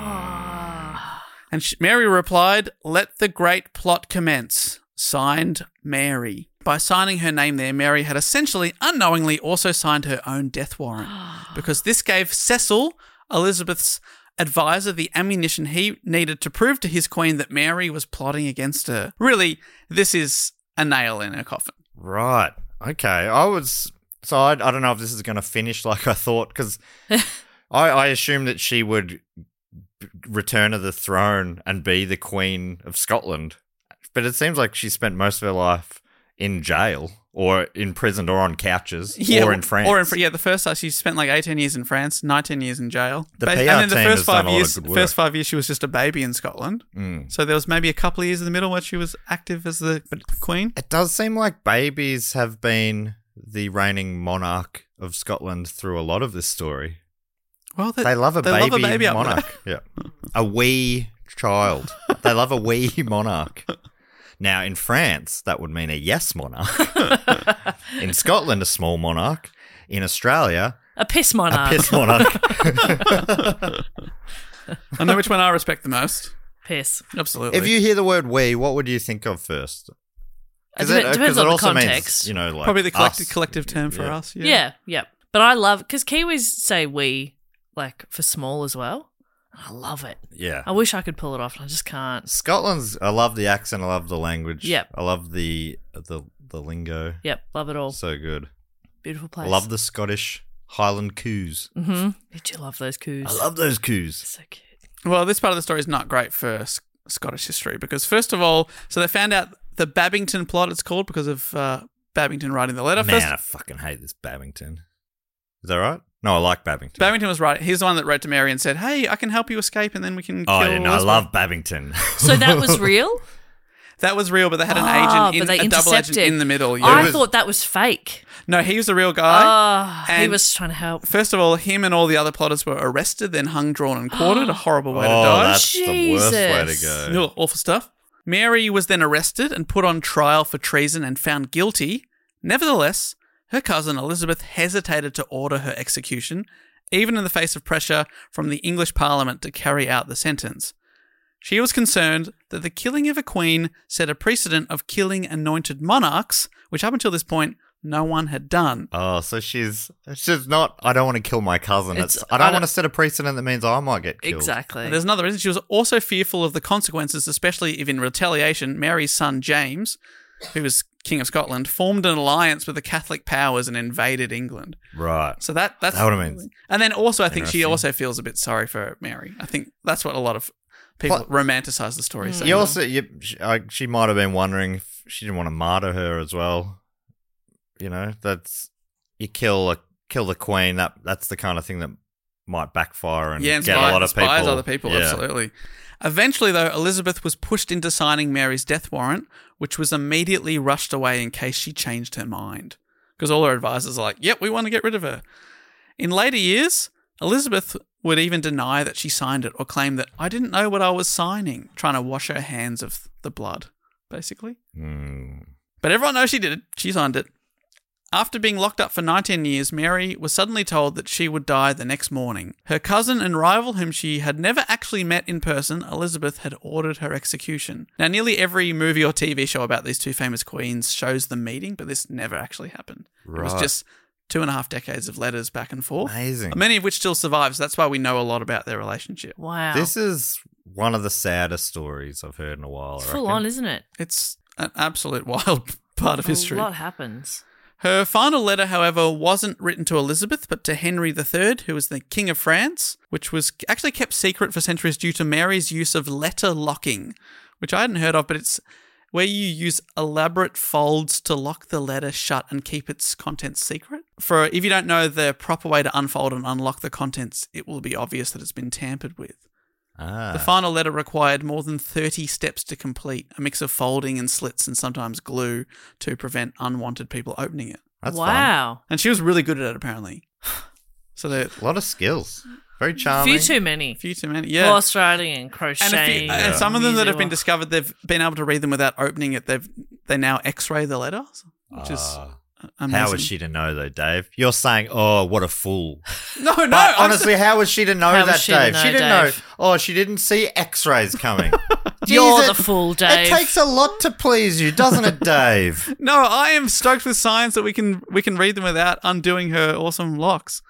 S3: And sh- Mary replied, Let the great plot commence. Signed Mary. By signing her name there, Mary had essentially unknowingly also signed her own death warrant because this gave Cecil, Elizabeth's advisor, the ammunition he needed to prove to his queen that Mary was plotting against her. Really, this is a nail in her coffin.
S5: Right. Okay. I was. So I, I don't know if this is going to finish like I thought because
S3: [laughs]
S5: I, I assumed that she would b- return to the throne and be the Queen of Scotland. But it seems like she spent most of her life in jail or imprisoned or on couches or in France.
S3: Or in Fr- [laughs] yeah, the first uh, she spent like 18 years in France, 19 years in jail.
S5: The
S3: Ba-
S5: PR
S3: and
S5: team
S3: then the first
S5: has done
S3: five
S5: a lot of
S3: years,
S5: good work.
S3: first five years she was just a baby in Scotland.
S5: Mm.
S3: So there was maybe a couple of years in the middle where she was active as the queen.
S5: It does seem like babies have been the reigning monarch of Scotland through a lot of this story.
S3: Well,
S5: They love a, baby,
S3: up there.
S5: monarch. yeah. A wee child. They love a wee monarch. Now, in France, that would mean a yes monarch. in Scotland, a small monarch. in Australia,
S6: A piss monarch.
S5: a piss monarch.
S3: [laughs] I know which one I respect the most.
S6: Piss.
S3: Absolutely.
S5: if you hear the word we, what would you think of first?
S6: It
S5: 'Cause
S6: dep-
S5: uh,
S6: depends
S5: 'cause
S6: on the
S5: also means,
S6: context.
S5: you know, like
S3: probably the collective,
S5: us.
S3: collective term for
S5: Yeah.
S3: us.
S6: Yeah. yeah, But I love because Kiwis say we like for small as well. I love it.
S5: Yeah.
S6: I wish I could pull it off, and I just can't.
S5: Scotland's. I love the accent. I love the language.
S6: Yep.
S5: I love the the the lingo.
S6: Yep, love it all.
S5: So good.
S6: Beautiful
S5: I
S6: place.
S5: love the Scottish Highland coos.
S6: Mm-hmm. Did you love those coos?
S5: I love those coos.
S6: So cute.
S3: Well, this part of the story is not great for S- Scottish history because, first of all, so they found out the Babington plot, it's called, because of uh, Babington writing the letter.
S5: Man,
S3: first,
S5: I fucking hate this Babington. Is that right? No, I like Babington.
S3: Babington was right. He's the one that wrote to Mary and said, Hey, I can help you escape and then we can
S5: oh,
S3: kill
S5: yeah, no, I
S3: this
S5: love
S3: one."
S5: Babington.
S6: So that
S5: [laughs]
S6: was real.
S3: That was real, but they had an
S6: Ah,
S3: agent, in,
S6: but they
S3: a double agent
S6: intercepted.
S3: in the middle. yeah.
S6: I
S5: It was-
S6: thought that was fake.
S3: no, he was the real guy.
S6: Ah, he
S3: and-
S6: was trying to help.
S3: First of all, him and all the other plotters were arrested, then hung, drawn, and quartered. [gasps] a horrible way to
S5: Oh,
S3: die.
S5: that's the worst way
S6: Jesus.
S5: to go.
S3: Ugh, awful stuff. Mary was then arrested and put on trial for treason and found guilty. Nevertheless, her cousin Elizabeth hesitated to order her execution, even in the face of pressure from the English Parliament to carry out the sentence. She was concerned that the killing of a queen set a precedent of killing anointed monarchs, which up until this point, no one had done.
S5: Oh, so she's she's not. I don't want to kill my cousin.
S6: It's-
S5: It's, I don't
S6: I don't-
S5: want to set a precedent that means I might get killed.
S6: Exactly.
S3: There's another reason. She was also fearful of the consequences, especially if in retaliation, Mary's son James, who was King of Scotland, formed an alliance with the Catholic powers and invaded England.
S5: Right.
S3: So that that's
S5: That would've been
S3: And then also, I think she
S5: interesting.
S3: also feels a bit sorry for Mary. I think that's what a lot of people
S5: But-
S3: romanticize the story. so
S5: You also, you, she, I, she might have been wondering if she didn't want to martyr her as well. You know, that's you kill a kill the queen. That that's the kind of thing that might backfire and
S3: yeah,
S5: get a
S3: inspire-
S5: lot of people.
S3: inspires other people.
S5: Yeah.
S3: Absolutely. Eventually, though, Elizabeth was pushed into signing Mary's death warrant, which was immediately rushed away in case she changed her mind. Because all her advisors are like, "Yep, we want to get rid of her." In later years, Elizabeth would even deny that she signed it or claim that I didn't know what I was signing, trying to wash her hands of the blood, basically.
S5: Mm.
S3: But everyone knows she did it. She signed it. After being locked up for 19 years, Mary was suddenly told that she would die the next morning. Her cousin and rival, whom she had never actually met in person, Elizabeth, had ordered her execution. Now, nearly every movie or TV show about these two famous queens shows them meeting, but this never actually happened. It was
S5: Right.
S3: just two and a half decades of letters back and forth.
S5: Amazing.
S3: Many of which still survive, so that's why we know a lot about their relationship.
S6: wow.
S5: This is one of the saddest stories I've heard in a while. I
S6: it's full
S5: reckon.
S6: on, isn't it?
S3: It's an absolute [laughs] wild part of history.
S6: A lot happens.
S3: Her final letter, however, wasn't written to Elizabeth, but to Henry III, who was the King of France, which was actually kept secret for centuries due to Mary's use of letter locking, which I hadn't heard of, but it's where you use elaborate folds to lock the letter shut and keep its contents secret. For if you don't know the proper way to unfold and unlock the contents, it will be obvious that it's been tampered with.
S5: Ah.
S3: The final letter required more than 30 steps to complete, a mix of folding and slits and sometimes glue to prevent unwanted people opening it.
S5: That's fun.
S6: wow.
S3: And she was really good at it, apparently. [sighs] So the
S5: A lot of skills. Very
S6: A
S5: charming.
S6: Few too many.
S3: few too many, yeah.
S6: Horse riding and
S3: and, a few-
S6: crocheting.
S3: and some of them that have been
S6: music.
S3: discovered, they've been able to read them without opening it. They've they now X-ray the letter, which is
S5: Ah.
S3: amazing.
S5: How was she to know though, Dave? You're saying, "Oh, what a fool."
S3: No, no.
S5: But
S3: I'm
S5: honestly, how was she to know
S6: How was
S5: that,
S6: she to
S5: Dave?
S6: know,
S5: she didn't
S6: Dave?
S5: know. Oh, she didn't see X-rays
S3: [laughs]
S5: coming.
S6: You're
S5: Jeez,
S6: the fool, Dave.
S5: It takes a lot to please you, doesn't
S6: [laughs]
S5: it, Dave?
S3: No, I am stoked with science that we can we can read them without undoing her awesome locks.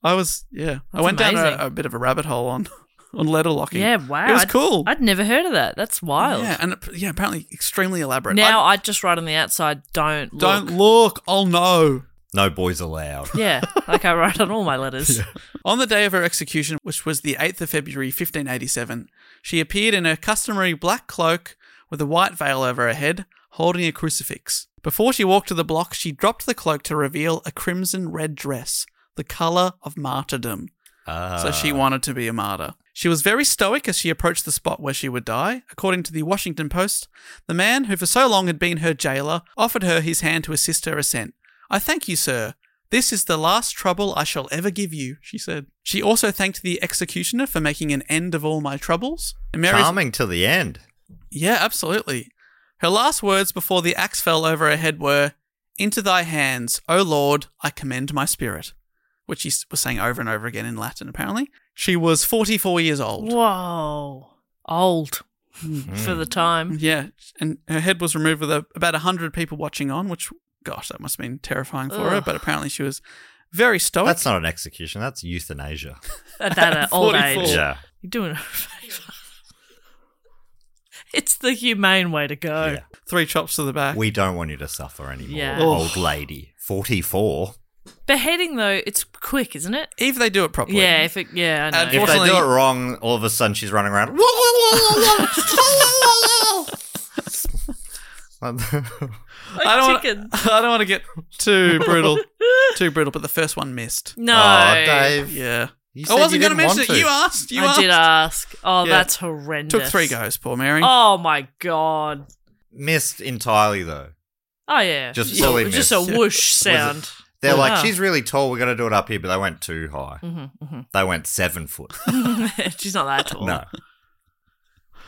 S3: I was yeah. I
S6: That's
S3: went down
S6: amazing.
S3: a, a bit of a rabbit hole on [laughs] on letter locking.
S6: Yeah, wow.
S3: It was
S6: I'd-
S3: cool.
S6: I'd, never heard of that. That's wild.
S3: Yeah, and ap- yeah, apparently extremely elaborate.
S6: now
S3: I
S6: I'd just write on the outside, don't look.
S3: don't look. Oh no.
S5: No boys allowed.
S6: Yeah, like I write on all my letters.
S3: On the day of her execution, which was the 8th of February 1587, she appeared in her customary black cloak with a white veil over her head, holding a crucifix. Before she walked to the block, she dropped the cloak to reveal a crimson red dress, the colour of martyrdom.
S5: Ah.
S3: So she wanted to be a martyr. She was very stoic as she approached the spot where she would die. According to the Washington Post, the man who for so long had been her jailer offered her his hand to assist her ascent. I thank you, sir. This is the last trouble I shall ever give you, she said. She also thanked the executioner for making an end of all my troubles. And [laughs] Mary's-
S5: charming to the end.
S3: Yeah, absolutely. Her last words before the axe fell over her head were, Into thy hands, O Lord, I commend my spirit, which he s- was saying over and over again in Latin, apparently. She was 44 years old.
S6: Whoa. Old
S5: Hmm.
S6: for the time.
S3: Yeah, and her head was removed with a, about 100 people watching on, which, gosh, that must have been terrifying for her,
S6: Ugh.
S3: but apparently she was very stoic.
S5: That's not an execution. That's euthanasia.
S6: At that uh, old
S3: 44.
S6: age.
S5: Yeah.
S6: You're doing her a [laughs] favor. It's the humane way to
S3: Oh,
S6: go.
S5: Yeah.
S3: Three chops to the back.
S5: We don't want you to suffer anymore,
S6: Yeah.
S5: old lady. 44.
S6: Beheading though, it's quick, isn't it?
S3: if they do it properly.
S6: Yeah, if it, yeah, I
S3: And
S6: know.
S5: If they do
S3: Unfortunately-
S5: it wrong, all of a sudden she's running around.
S3: I don't
S6: Like
S3: wanna-
S5: [laughs]
S6: chickens.
S5: Oh,
S3: I don't want to get [laughs] too brutal, too brutal, but the first one missed.
S6: No,
S5: Oh, Dave.
S3: Yeah.
S5: You
S3: I
S5: said
S3: wasn't
S5: you
S3: going to
S5: didn't
S3: mention
S5: want
S3: it.
S5: to.
S3: You asked. You
S6: I
S3: asked.
S6: did ask. Oh,
S3: Yeah.
S6: that's horrendous.
S3: Took three goes, poor Mary.
S6: Oh my god.
S5: Missed entirely, though.
S6: Oh yeah.
S5: Just
S6: Yeah,
S5: fully
S6: just a
S5: missed. Was
S6: whoosh
S5: it-
S6: sound. [laughs]
S5: They're like,
S6: Yeah.
S5: she's really tall. We're going to do it up here, but they went too high.
S6: Mm-hmm,
S5: They went seven
S6: [laughs]
S5: foot.
S6: She's not that tall.
S5: no.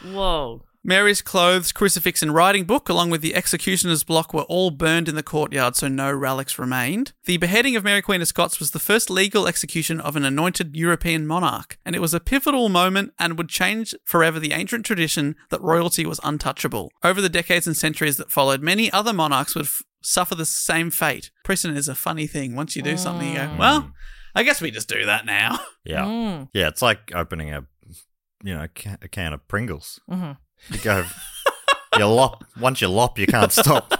S6: Whoa.
S3: Mary's clothes, crucifix, and writing book, along with the executioner's block, were all burned in the courtyard, so no relics remained. The beheading of Mary Queen of Scots was the first legal execution of an anointed European monarch, and it was a pivotal moment and would change forever the ancient tradition that royalty was untouchable. Over the decades and centuries that followed, many other monarchs would f- suffer the same fate. Precedent is a funny thing. Once you do something, you
S6: Mm.
S3: go, well, I guess we just do that now. [laughs]
S5: Yeah. Yeah, it's like opening a, you know, ca- a can of Pringles.
S6: Mm-hmm.
S5: You go, you lop. Once you lop, you can't stop.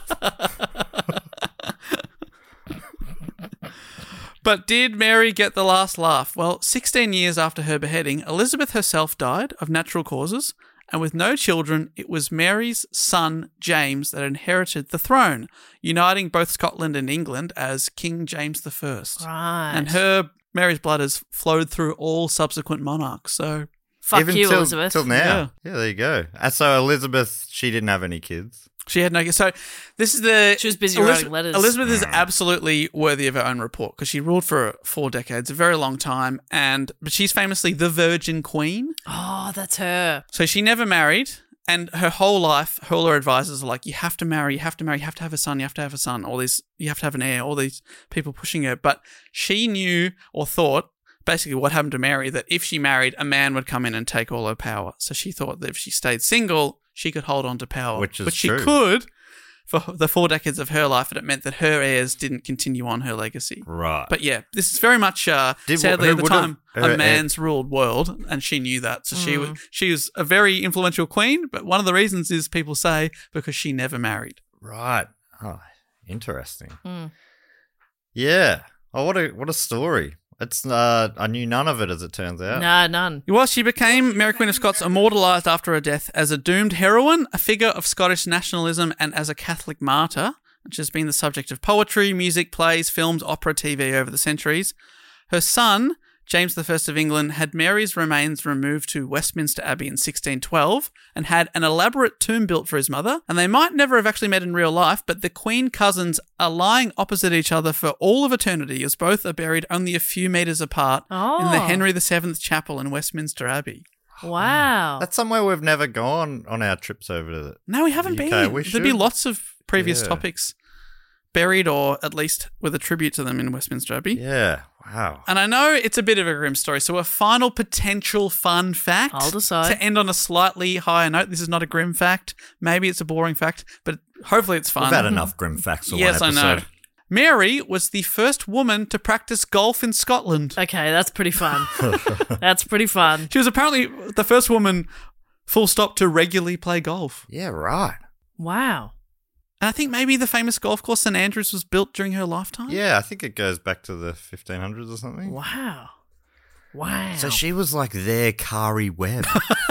S3: But did Mary get the last laugh? Well, 16 years after her beheading, Elizabeth herself died of natural causes, and with no children, it was Mary's son, James, that inherited the throne, uniting both Scotland and England as King James I.
S6: Right.
S3: And her, Mary's blood has flowed through all subsequent monarchs. So,
S6: [laughs] Fuck you,
S5: till,
S6: Elizabeth.
S5: Till now. Yeah. there you go. And so Elizabeth, she didn't have any kids.
S3: She had no. So this is the.
S6: She was busy writing letters.
S3: Elizabeth is absolutely worthy of her own report because she ruled for four decades, a very long time, and but she's famously the Virgin Queen.
S6: Oh, that's her.
S3: So she never married, and her whole life, all her advisors are like, "You have to marry, you have to marry, you have to have a son, you have to have a son." All these, you have to have an heir. All these people pushing her, but she knew or thought. Basically, what happened to Mary that if she married, a man would come in and take all her power. So she thought that if she stayed single, she could hold on to power,
S5: Which is
S3: but she
S5: true.
S3: could for the four decades of her life, and it meant that her heirs didn't continue on her legacy.
S5: Right.
S3: But yeah, this is very much uh,
S5: Did-
S3: sadly
S5: who
S3: at the
S5: would've-
S3: time
S5: who-
S3: a
S5: uh,
S3: man's ruled world, and she knew that. So she was she was a very influential queen. But one of the reasons is people say because she never married.
S5: Right. Oh, interesting.
S6: Mm.
S5: Yeah. Oh, what a what a story. It's uh, I knew none of it as it turns out.
S6: Nah, none.
S3: Well, she became Mary Queen of Scots, immortalised after her death as a doomed heroine, a figure of Scottish nationalism, and as a Catholic martyr, which has been the subject of poetry, music, plays, films, opera, TV over the centuries. Her son, James I of England, had Mary's remains removed to Westminster Abbey in 1612 and had an elaborate tomb built for his mother. And they might never have actually met in real life, but the Queen cousins are lying opposite each other for all of eternity as both are buried only a few metres apart in the
S6: Oh.
S3: Henry VII Chapel in Westminster Abbey.
S6: Wow.
S5: That's somewhere we've never gone on our trips over to. The-
S3: No, we haven't
S5: UK,
S3: been.
S5: we
S3: There'd be
S5: should.
S3: lots of previous
S5: Yeah.
S3: topics buried or at least with a tribute to them in Westminster Abbey.
S5: yeah. Wow.
S3: And I know it's a bit of a grim story, so a final potential fun fact.
S6: I'll decide.
S3: To end on a slightly higher note, this is not a grim fact. Maybe it's a boring fact, but hopefully it's fun.
S5: We've had enough grim facts. For
S3: yes, I
S5: one
S3: know.
S5: episode.
S3: Mary was the first woman to practice golf in Scotland.
S6: okay, that's
S5: [laughs]
S6: pretty fun. that's pretty fun.
S3: She was apparently the first woman, full stop, to regularly play golf.
S5: Yeah. Right.
S6: Wow.
S3: And I think maybe the famous golf course St Andrews was built during her lifetime.
S5: Yeah, I think it goes back to the 1500s or something.
S6: Wow. Wow.
S5: So she was like their Kari
S3: [laughs]
S5: Webb.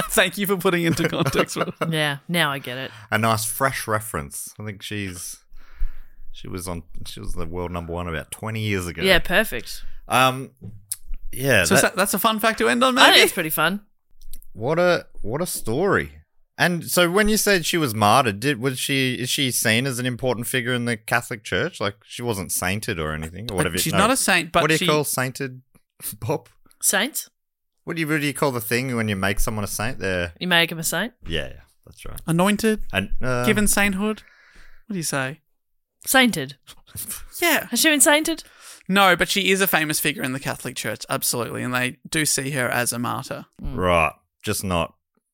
S3: Thank you for putting into
S5: [laughs]
S3: context. Will.
S6: Yeah, now I get it.
S5: a nice fresh reference. I think she's she was on she was the world number one about twenty years ago.
S6: Yeah, perfect.
S5: Um. Yeah.
S3: so is
S5: that-
S3: that, that's a fun fact to end on,
S6: I think
S3: maybe.
S6: it's pretty fun.
S5: what a what a story. And so when you said she was martyred, did was she is she seen as an important figure in the Catholic Church? Like she wasn't sainted or anything or whatever.
S3: She's
S5: no.
S3: not a saint, but
S5: what do you
S3: she-
S5: call sainted, [laughs] Bob?
S6: Saints?
S5: What do you what do you call the thing when you make someone a saint? There.
S6: You make him a saint?
S5: Yeah, yeah, that's right.
S3: Anointed,
S5: And uh,
S3: given sainthood. What do you say?
S6: Sainted.
S3: Yeah.
S6: Has she been sainted?
S3: No, but she is a famous figure in the Catholic Church, absolutely, and they do see her as a martyr.
S5: Right. Just not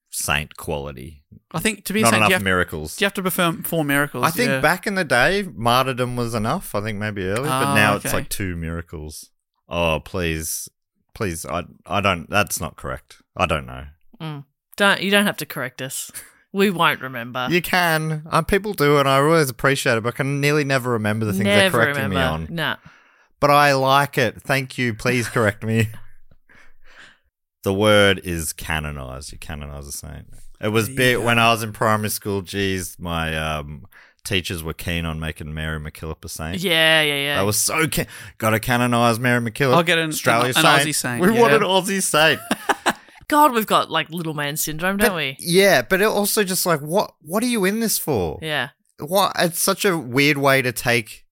S5: saint quality.
S3: I think to be a
S5: not
S3: saint,
S5: enough
S3: you have,
S5: miracles.
S3: you have to perform four miracles.
S5: I think
S3: yeah.
S5: back in the day, martyrdom was enough. I think maybe early,
S3: Ah,
S5: but now it's
S3: okay.
S5: like two miracles. Oh, please, please, I, I don't. That's not correct. I don't know.
S6: Don't you don't have to correct us. We won't
S3: Ah.
S6: remember.
S5: You can. Uh, people do, and I always appreciate it. But I can nearly never remember the things they're
S6: Never
S5: correcting
S6: remember.
S5: me on.
S6: Nah.
S5: But I like it. Thank you. Please correct
S3: [laughs]
S5: me. the word is canonized. You canonize a saint. It was big when I was in primary school. Geez, my um, teachers were keen on making Mary MacKillop a saint.
S6: Yeah, yeah, yeah.
S5: They were so ca- got to canonize Mary MacKillop.
S3: I'll get an-
S5: Australia
S3: an- an Aussie saint,
S5: We
S3: yeah.
S5: want an Aussie saint.
S6: God, we've got like little man syndrome, [laughs] don't we?
S5: yeah, but it also just like what what are you in this for?
S6: Yeah,
S5: What it's such a weird way to take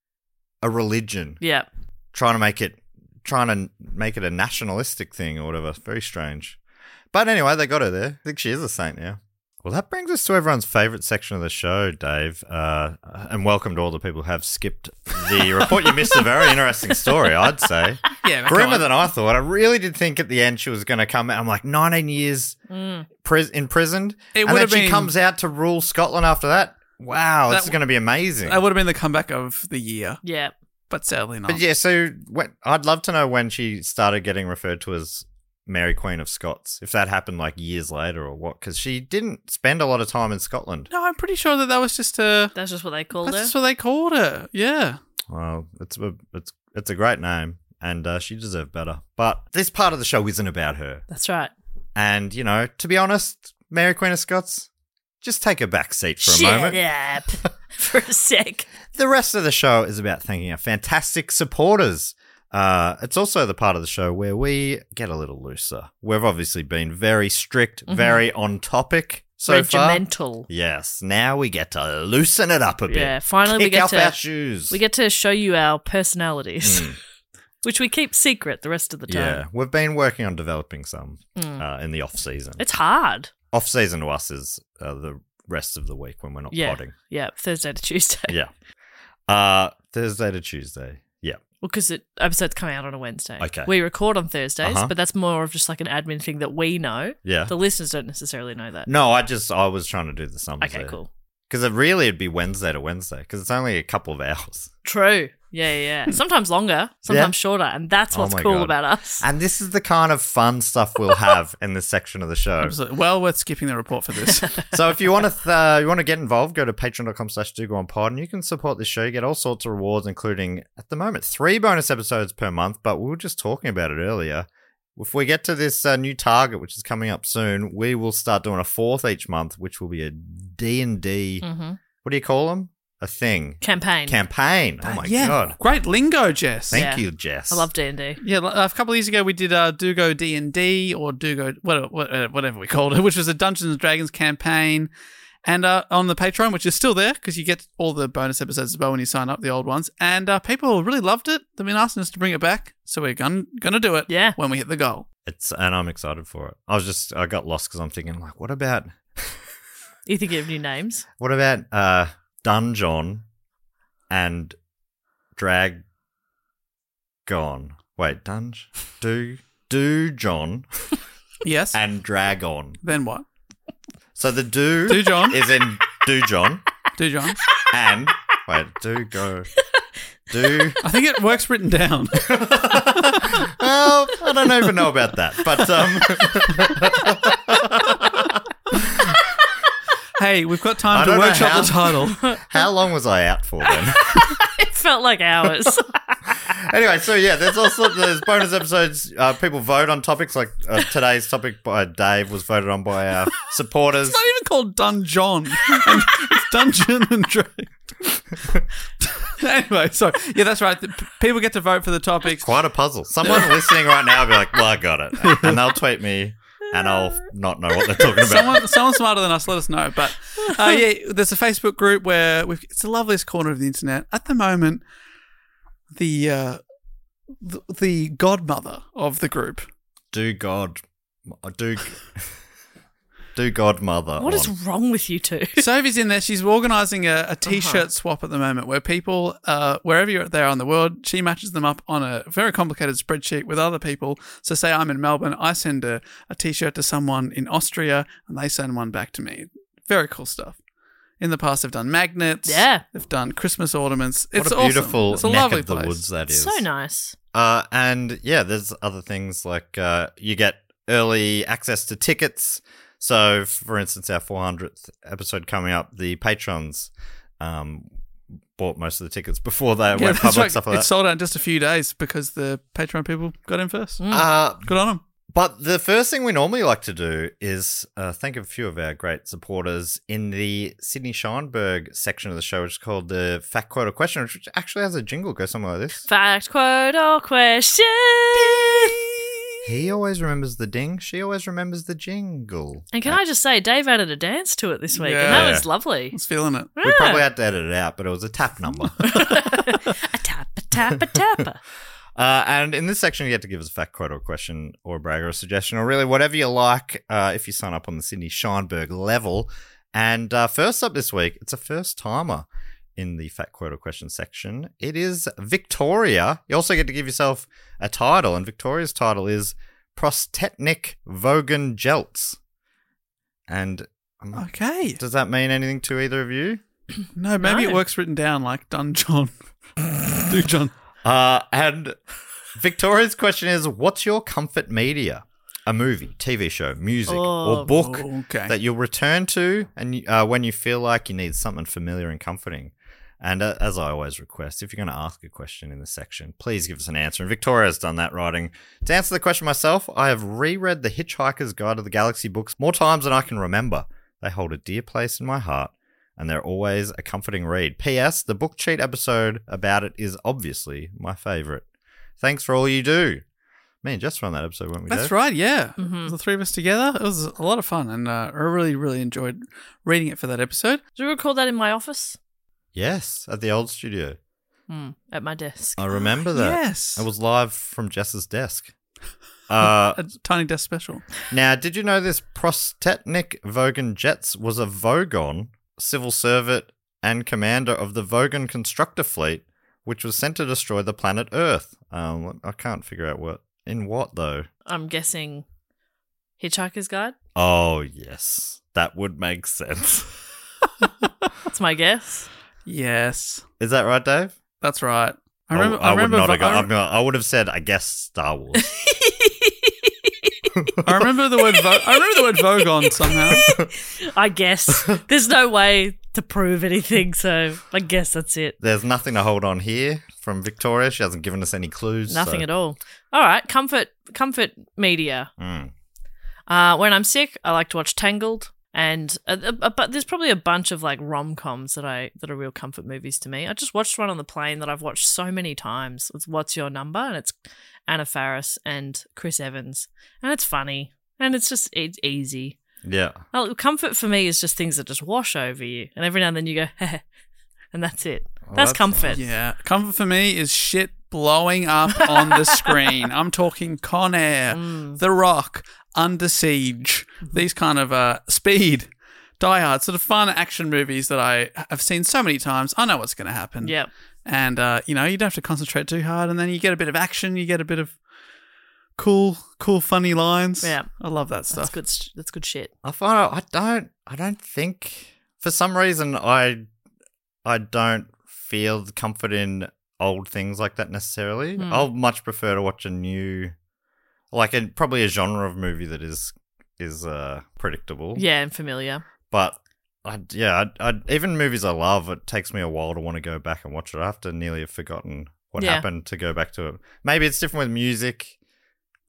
S5: a religion.
S6: yeah.
S5: trying to make it trying to make it a nationalistic thing or whatever. Very strange. But anyway, they got her there. I think she is a saint now. Well, that brings us to everyone's favorite section of the show, Dave. Uh, and welcome to all the people who have skipped the report. You missed a very interesting story, I'd say.
S3: Yeah, come
S5: Grimmer
S3: on.
S5: than I thought. I really did think at the end she was going to come out. I'm like, 19 years pris- imprisoned.
S3: Mm. It
S5: and then
S3: would've
S5: she
S3: been-
S5: comes out to rule Scotland after that. Wow,
S3: That
S5: this is going to be amazing.
S3: That would have been the comeback of the year,
S6: Yeah.
S3: but sadly not.
S5: But yeah, so when, I'd love to know when she started getting referred to as Mary Queen of Scots, if that happened like years later or what, because she didn't spend a lot of time in Scotland.
S3: No, I'm pretty sure that that was just a.
S6: That's just what they called
S3: That's
S6: her.
S3: just what they called her. Yeah.
S5: Well, it's a, it's it's a great name, and uh, she deserved better. But this part of the show isn't about her,
S6: That's right.
S5: and you know, to be honest, Mary Queen of Scots, just take a back seat for a
S6: Shut
S5: moment. [laughs]
S6: up for a sec.
S5: The rest of the show is about thanking our fantastic supporters. Uh, it's also the part of the show where we get a little looser. We've obviously been very strict, very on topic so far.
S6: Mm-hmm. Regimental.
S5: Yes, now we get to loosen it up a bit.
S6: Yeah, finally we
S5: Kick
S6: get
S5: off
S6: to-
S5: our shoes.
S6: We get to show you our personalities, [laughs] which we keep secret the rest of the time.
S5: Mm.
S6: Mm.
S5: yeah, we've been working on developing some uh, in the off season.
S6: It's hard.
S5: Off season to us is uh, the rest of the week when we're not
S6: Yeah.
S5: potting.
S6: Yeah. Thursday to Tuesday.
S5: Yeah. Uh, Thursday to Tuesday. Yeah.
S6: Well, because episodes come out on a Wednesday.
S5: Okay.
S6: We record on Thursdays,
S5: Uh-huh.
S6: but that's more of just like an admin thing that we know.
S5: Yeah.
S6: The listeners don't necessarily know that.
S5: No, I just I was trying to do the sums.
S6: okay,
S5: there.
S6: cool.
S5: Because it really it'd be Wednesday to Wednesday because it's only a couple of hours.
S6: True. Yeah,
S5: [laughs]
S6: yeah. yeah. Sometimes longer, sometimes shorter, and that's
S5: Oh
S6: what's
S5: my
S6: cool
S5: God.
S6: about us.
S5: And this is the kind of fun stuff we'll have in this section of the show.
S3: Absolutely. Well worth skipping the report for this.
S5: So if you want to th- uh, you want to get involved, go to patreon.com slash do go on pod and you can support this show. You get all sorts of rewards, including at the moment three bonus episodes per month. But we were just talking about it earlier. If we get to this uh, new target, which is coming up soon, we will start doing a fourth each month, which will be a D and D. What do you call them? A thing
S6: Campaign.
S5: campaign. [laughs] Oh my
S3: yeah.
S5: god!
S3: Great lingo, Jess.
S5: Thank
S6: Yeah.
S5: you, Jess.
S6: I love D and D.
S3: Yeah, li- a couple of years ago we did uh, Dugo D and D or Dugo what, what, uh, whatever we called it, [laughs] which was a Dungeons and Dragons campaign, and uh, on the Patreon, which is still there because you get all the bonus episodes as well when you sign up, the old ones, and uh, people really loved it. They've been asking us to bring it back, so we're gonna gonna do it.
S6: Yeah.
S3: when we hit the goal.
S5: It's and I'm excited for it. I was just I got lost because I'm thinking like, what about
S6: You think of new names? [laughs]
S5: what about uh dungeon and drag gone? Wait, dunge do do John
S3: Yes.
S5: and dragon.
S3: then what?
S5: So the do
S3: Do John.
S5: is in do John
S3: Do John.
S5: and wait do go do.
S3: I think it works written down. [laughs]
S5: Well, I don't even know about that, but um.
S3: hey, we've got
S5: I
S3: time to
S5: don't know
S3: workshop the
S5: how.
S3: title.
S5: How long was I out for then?
S6: It felt
S5: [laughs]
S6: like hours.
S5: anyway, so yeah, there's also there's bonus episodes. Uh, people vote on topics like uh, today's topic by Dave was voted on by our supporters.
S3: It's not even called Dungeon. [laughs] it's Dungeon and Drake. [laughs] anyway, so yeah, that's right. The p- people get to vote for the topics.
S5: Quite a puzzle. Someone listening right now will be like, "Well, I got it," and they'll tweet me, and I'll not know what they're talking about.
S3: Someone, someone smarter than us, let us know. But uh, yeah, there's a Facebook group where we've, it's the loveliest corner of the internet at the moment. The uh, the, the godmother of the group,
S5: Do God, do Do Godmother.
S6: What is
S5: on.
S6: wrong with you
S5: [laughs]
S6: two?
S3: Sophie's in there. She's organising a, a t-shirt swap at the moment, where people, uh, wherever you're there on the world, she matches them up on a very complicated spreadsheet with other people. So, say I'm in Melbourne, I send a, a t-shirt to someone in Austria, and they send one back to me. Very cool stuff. In the past, they've done magnets.
S6: Yeah.
S3: they've done Christmas ornaments.
S5: What
S3: It's
S5: a
S3: awesome.
S5: beautiful
S3: It's a
S5: neck
S3: lovely
S5: of the
S3: place.
S5: woods that is.
S6: so nice.
S5: Uh, and yeah, there's other things like uh, you get early access to tickets. So, for instance, our 400th episode coming up, the patrons um, bought most of the tickets before they
S3: Yeah,
S5: went
S3: that's
S5: public.
S3: right.
S5: Stuff like
S3: It
S5: that.
S3: sold out in just a few days because the Patreon people got in first.
S5: uh,
S3: Good on them.
S5: But the first thing we normally like to do is uh, thank a few of our great supporters in the Sydney Scheinberg section of the show, which is called the Fact Quote or Question, which actually has a jingle go something like this.
S6: Fact, quote, or question.
S5: He always remembers the ding, she always remembers the jingle.
S6: And can I just say, Dave added a dance to it this week, and that
S5: Yeah. [laughs]
S6: was lovely.
S3: It's feeling it.
S5: We probably had to edit it out, but it was a tap number.
S6: A tap, a tap, a tap.
S5: [laughs] Uh, and in this section, you get to give us a fact quote or a question or a brag or a suggestion or really whatever you like uh, if you sign up on the Sydney Scheinberg level. And uh, first up this week, it's a first timer in the fact quote or question section. It is Victoria. You also get to give yourself a title, and Victoria's title is Prostetnik Vogan Jelts. And I'm not-
S3: Okay.
S5: does that mean anything to either of you?
S3: No, maybe it
S6: No.
S3: works written down like [laughs] Dungeon. Dungeon.
S5: Uh, and Victoria's question is What's your comfort media? A movie, TV show, music,
S6: Oh,
S5: or book
S3: okay.
S5: that you'll return to and you- uh, when you feel like you need something familiar and comforting. And uh, as I always request, if you're going to ask a question in the section, please give us an answer. And Victoria's done that writing. To answer the question myself, I have reread The Hitchhiker's Guide to the Galaxy books more times than I can remember. They hold a dear place in my heart, and they're always a comforting read. P.S. The book cheat episode about it is obviously my favorite. Thanks for all you do. Man, just on that episode, weren't we?
S3: That's
S5: Dave?
S3: right, yeah. It was The three of us together. It was a lot of fun, and uh, I really, really enjoyed reading it for that episode.
S6: Do you recall that in my office?
S5: Yes, at the old studio.
S6: Hmm, at my desk.
S5: I remember that.
S3: Yes.
S5: It was live from Jess's
S3: [laughs]
S5: desk. Uh,
S3: A tiny desk special.
S5: now, did you know this prostetnik Vogan Jets was a Vogon, civil servant and commander of the Vogan Constructor Fleet, which was sent to destroy the planet Earth? Um, I can't figure out what. In what, though?
S6: I'm guessing Hitchhiker's Guide.
S5: Oh, yes. That would make sense. [laughs]
S6: That's my guess.
S3: Yes,
S5: Is that right, Dave?
S3: that's right. I remember.
S5: I,
S3: I, remember.
S5: would not
S3: Vo-
S5: have got-
S3: I,
S5: I'm not- I would have said, I guess, Star Wars.
S3: I remember the word. Vo- I remember the word Vogon somehow.
S5: [laughs]
S6: I guess. There's no way to prove anything, so I guess that's it.
S5: There's nothing to hold on here from Victoria. She hasn't given us any clues.
S6: Nothing at all. All right, comfort comfort media.
S5: Mm.
S6: Uh, when I'm sick, I like to watch Tangled, and uh, uh, but there's probably a bunch of like rom coms that I that are real comfort movies to me. I just watched one on the plane that I've watched so many times. It's What's Your Number, and it's Anna Faris and Chris Evans, and it's funny and it's just it's easy.
S5: Yeah.
S6: Oh, comfort for me is just things that just wash over you, and every now and then you go, [laughs] and that's it.
S5: Well, that's-
S6: that's, comfort.
S3: Yeah, comfort for me is shit blowing up on the
S6: [laughs]
S3: screen. I'm talking Con Air,
S6: Mm.
S3: The Rock, Under Siege,
S6: Mm-hmm.
S3: these kind of uh, speed, Die Hard, sort of fun action movies that I have seen so many times. I know what's going to happen.
S6: Yep.
S3: and uh, you know you don't have to concentrate too hard, and then you get a bit of action, you get a bit of cool, cool, funny lines.
S6: Yeah.
S3: I love that stuff.
S6: That's good. sh- That's good shit.
S5: I find out I don't I don't think for some reason I I don't feel the comfort in old things like that necessarily. I'll much prefer to watch a new like a, probably a genre of movie that is is uh predictable.
S6: Yeah, and familiar.
S5: But I, yeah, I, I, even movies I love, it takes me a while to want to go back and watch it. I have to nearly have forgotten what
S6: Yeah.
S5: happened to go back to it. Maybe it's different with music,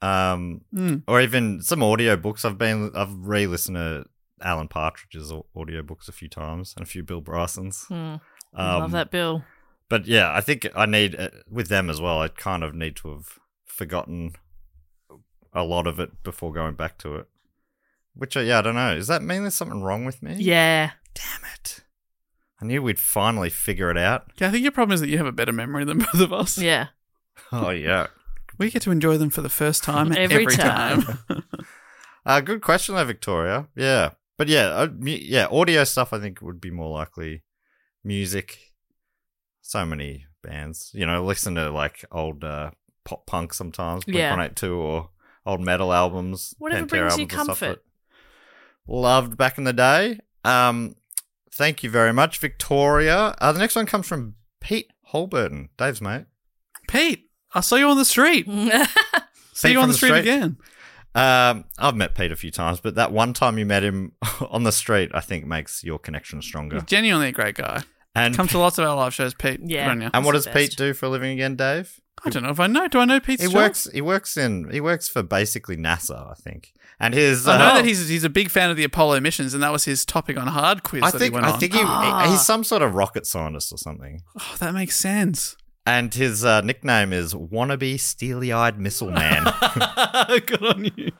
S5: um,
S3: Mm.
S5: or even some audiobooks. I've been I've re-listened to Alan Partridge's au- audiobooks a few times and a few Bill Bryson's.
S6: Mm.
S5: Um,
S6: Love that, Bill.
S5: But yeah, I think I need uh, with them as well. I kind of need to have forgotten a lot of it before going back to it. Which uh, yeah, I don't know. Does that mean there's something wrong with me?
S6: Yeah.
S5: Damn it. I knew we'd finally figure it out. [laughs]
S3: Yeah, I think your problem is that you have a better memory than both of us.
S6: Yeah.
S5: Oh, yeah.
S3: We get to enjoy them for the first time
S6: [laughs] Every
S3: every,
S6: time.
S3: time.
S5: Uh, good question, though, Victoria. Yeah, but yeah, uh, mu- yeah, audio stuff. I think would be more likely. Music, so many bands. You know, listen to like old uh, pop punk sometimes, Blink
S6: Yeah.
S5: One Eight Two, or old metal albums.
S6: Whatever
S5: Pantera
S6: brings you
S5: albums and stuff that
S6: comfort.
S5: Loved back in the day. Um, thank you very much, Victoria. Uh, the next one comes from Pete Holburton, Dave's mate.
S3: Pete, I saw you on the street.
S5: Mm-hmm.
S3: See
S5: Pete
S3: you on
S5: from
S3: the street, again.
S5: Um, I've met Pete a few times, but that one time you met him [laughs] on the street, I think makes your connection
S3: He's
S5: stronger.
S3: genuinely a great guy.
S5: And
S3: Comes to lots of our live shows, Pete. Good
S6: Yeah.
S3: on ya.
S5: and what
S6: That's
S5: does
S6: the
S5: Pete
S6: best.
S5: do for a living again, Dave?
S3: I don't know if I know. Do I know Pete's
S5: he
S3: job?
S5: works. He works in. He works for basically NASA, I think. And his.
S3: I
S5: uh,
S3: know that he's he's a big fan of the Apollo missions, and that was his topic on Hard Quiz.
S5: I
S3: that
S5: think.
S3: he went
S5: I
S3: on.
S5: think he, he's some sort of rocket scientist or something.
S3: Oh, that makes
S5: [laughs]
S3: sense.
S5: And his uh, nickname is wannabe steely-eyed missile
S3: [laughs]
S5: man.
S3: Good on you,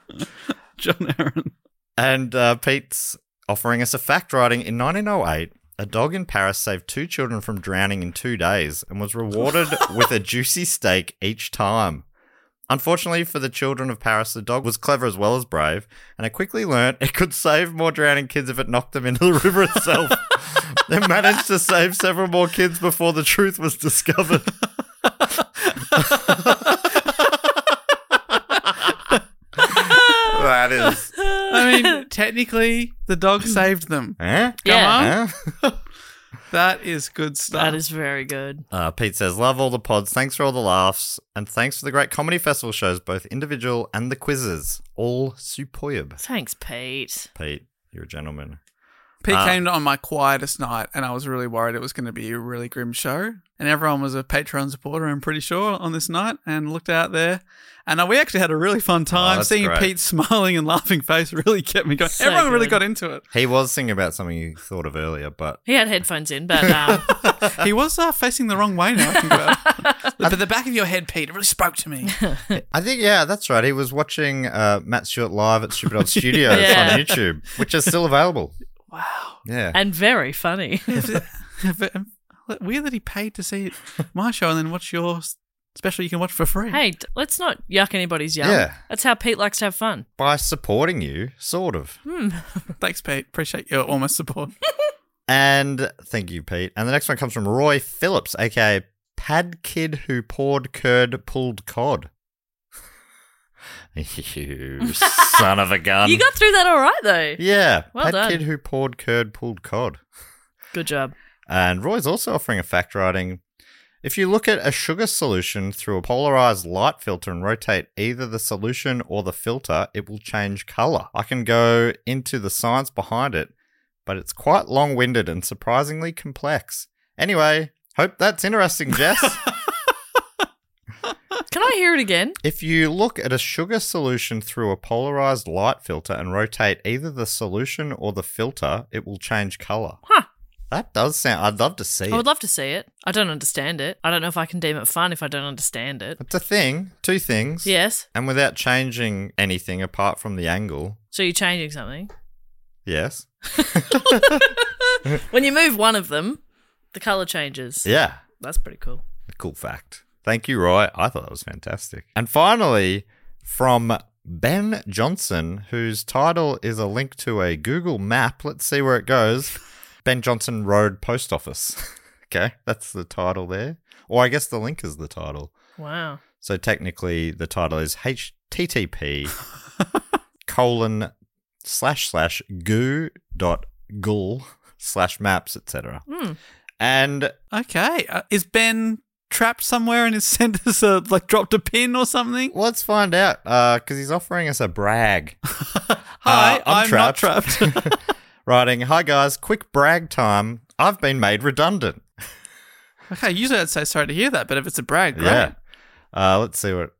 S3: John
S5: [laughs]
S3: Aaron.
S5: And uh, Pete's offering us a fact writing in 1908. A dog in Paris saved two children from drowning in two days and was rewarded with a juicy steak each time. Unfortunately for the children of Paris, the dog was clever as well as brave, and it quickly learnt it could save more drowning kids if it knocked them into the river itself. it managed to save several more kids before the truth was discovered. [laughs] that is.
S3: I mean, technically, the dog saved them.
S5: Eh?
S6: yeah,
S3: Come on.
S5: Eh?
S3: That is good stuff.
S6: that is very good.
S5: [laughs] Uh, Pete says, Love all the pods. Thanks for all the laughs. And thanks for the great comedy festival shows, both individual and the quizzes. All superb.
S6: Thanks, Pete.
S5: Pete, you're a gentleman.
S3: Pete
S5: Ah.
S3: came on my quietest night, and I was really worried it was going to be a really grim show. And everyone was a Patreon supporter, I'm pretty sure, on this night, and looked out there. And uh, we actually had a really fun time.
S5: Oh, that's
S3: Seeing
S5: great.
S3: Pete's [laughs] smiling and laughing face really kept me going.
S6: So
S3: everyone really
S6: good.
S3: got into it.
S5: He was singing about something you thought of earlier, but
S6: He had headphones in, but um,
S5: [laughs]
S3: He was uh, facing the wrong way now. I think
S6: [laughs]
S3: about it. but the back of your head, Pete, it really spoke to me.
S5: I think, yeah, that's right. He was watching uh, Matt Stewart live at Stupid
S6: [laughs]
S5: Old Studios
S6: Yeah.
S5: on YouTube, which is still available. Wow. Yeah.
S6: and very funny.
S3: Weird that he paid to see my show and then watch your s- special you can watch for free.
S6: hey, d- let's not yuck anybody's yum.
S5: Yeah.
S6: That's how Pete likes to have fun.
S5: By supporting you, sort of.
S3: Thanks, Pete. Appreciate your almost support.
S5: And thank you, Pete. And the next one comes from Roy Phillips, aka Pad Kid Who Poured Curd Pulled Cod. [laughs]
S6: [laughs]
S5: you son of a gun.
S6: you got through that all right, though.
S5: Um, yeah,
S6: Well
S5: Pad
S6: done.
S5: Kid Who Poured Curd Pulled Cod.
S6: Good job.
S5: And Roy's also offering a fact writing. If you look at a sugar solution through a polarized light filter and rotate either the solution or the filter, it will change color. I can go into the science behind it, but it's quite long winded and surprisingly complex. Anyway, hope that's interesting,
S6: [laughs]
S5: Jess.
S6: Can I hear it again?
S5: If you look at a sugar solution through a polarized light filter and rotate either the solution or the filter, it will change color.
S6: Huh.
S5: That does sound. I'd love to see
S6: I
S5: it.
S6: would love to see it. I don't understand it. I don't know if I can deem it fun if I don't understand it.
S5: It's a thing. Two things.
S6: Yes.
S5: And without changing anything apart from the angle.
S6: So you're changing something.
S5: Yes.
S6: When you move one of them, the color changes.
S5: Yeah.
S6: That's pretty cool.
S5: Cool fact. Thank you, Roy. I thought that was fantastic. And finally, from Ben Johnson, whose title is a link to a Google map. Let's see where it goes. [laughs] Ben Johnson Road Post Office. [laughs] okay. That's the title there. Or I guess the link is the title.
S6: Wow.
S5: So technically, the title is HTTP colon slash slash goo dot gul slash maps etc. And
S3: Okay. Uh, is Ben trapped somewhere [laughs] and has sent us a, uh, like, dropped a pin or something?
S5: let's find out because he's offering us a brag.
S3: Hi,
S5: Uh,
S3: I'm, not [laughs] trapped.
S5: Writing, hi guys, quick brag time. I've been made redundant.
S3: okay, usually I'd say sorry to hear that, but if it's a brag, great.
S5: Yeah. Uh, let's see what.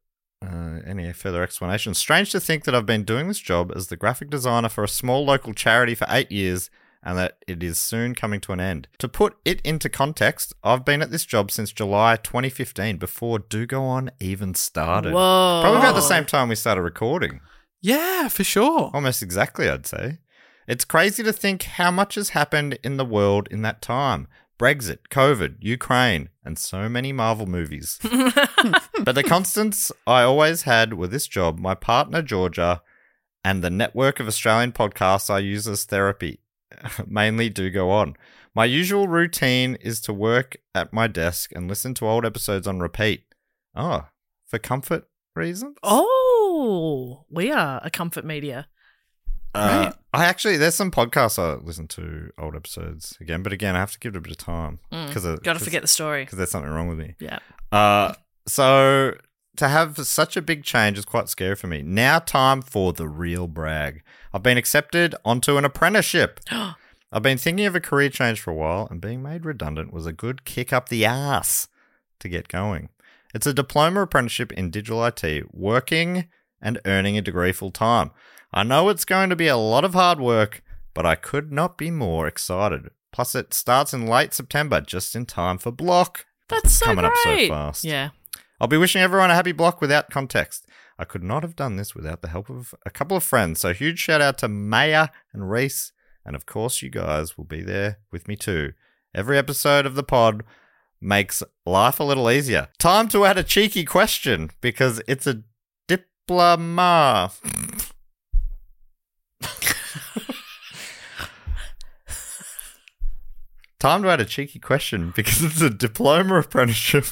S5: Uh, any further explanations? Strange to think that I've been doing this job as the graphic designer for a small local charity for eight years and that it is soon coming to an end. To put it into context, I've been at this job since July 2015 before Do Go On even started.
S6: Whoa.
S5: Probably about the same time we started recording.
S3: Yeah, for sure. [laughs]
S5: Almost exactly, I'd say. It's crazy to think how much has happened in the world in that time Brexit, COVID, Ukraine, and so many Marvel movies. but the constants I always had with this job, my partner, Georgia, and the network of Australian podcasts I use as therapy [laughs] mainly do go on. My usual routine is to work at my desk and listen to old episodes on repeat. Oh, for comfort reasons?
S6: Oh, we are a comfort media.
S5: Uh, I actually, there's some podcasts I listen to old episodes again, but again, I have to give it a bit of time because
S6: Got to Mm. forget the story.
S5: because there's something wrong with me.
S6: Yeah.
S5: Uh, so to have such a big change is quite scary for me. Now, time for the real brag. I've been accepted onto an
S6: [gasps]
S5: apprenticeship. I've been thinking of a career change for a while, and being made redundant was a good kick up the ass to get going. It's a diploma apprenticeship in digital IT, working and earning a degree full time. I know it's going to be a lot of hard work, but I could not be more excited. Plus, it starts in late September, just in time for block.
S6: That's so
S5: coming up so
S6: great.
S5: fast.
S6: Yeah.
S5: I'll be wishing everyone a happy block without context. I could not have done this without the help of a couple of friends. So huge shout out to Maya and Reese, and of course you guys will be there with me too. Every episode of the pod makes life a little easier. Time to add a cheeky question because it's a diploma. [laughs] Time to add a cheeky question because it's a diploma apprenticeship.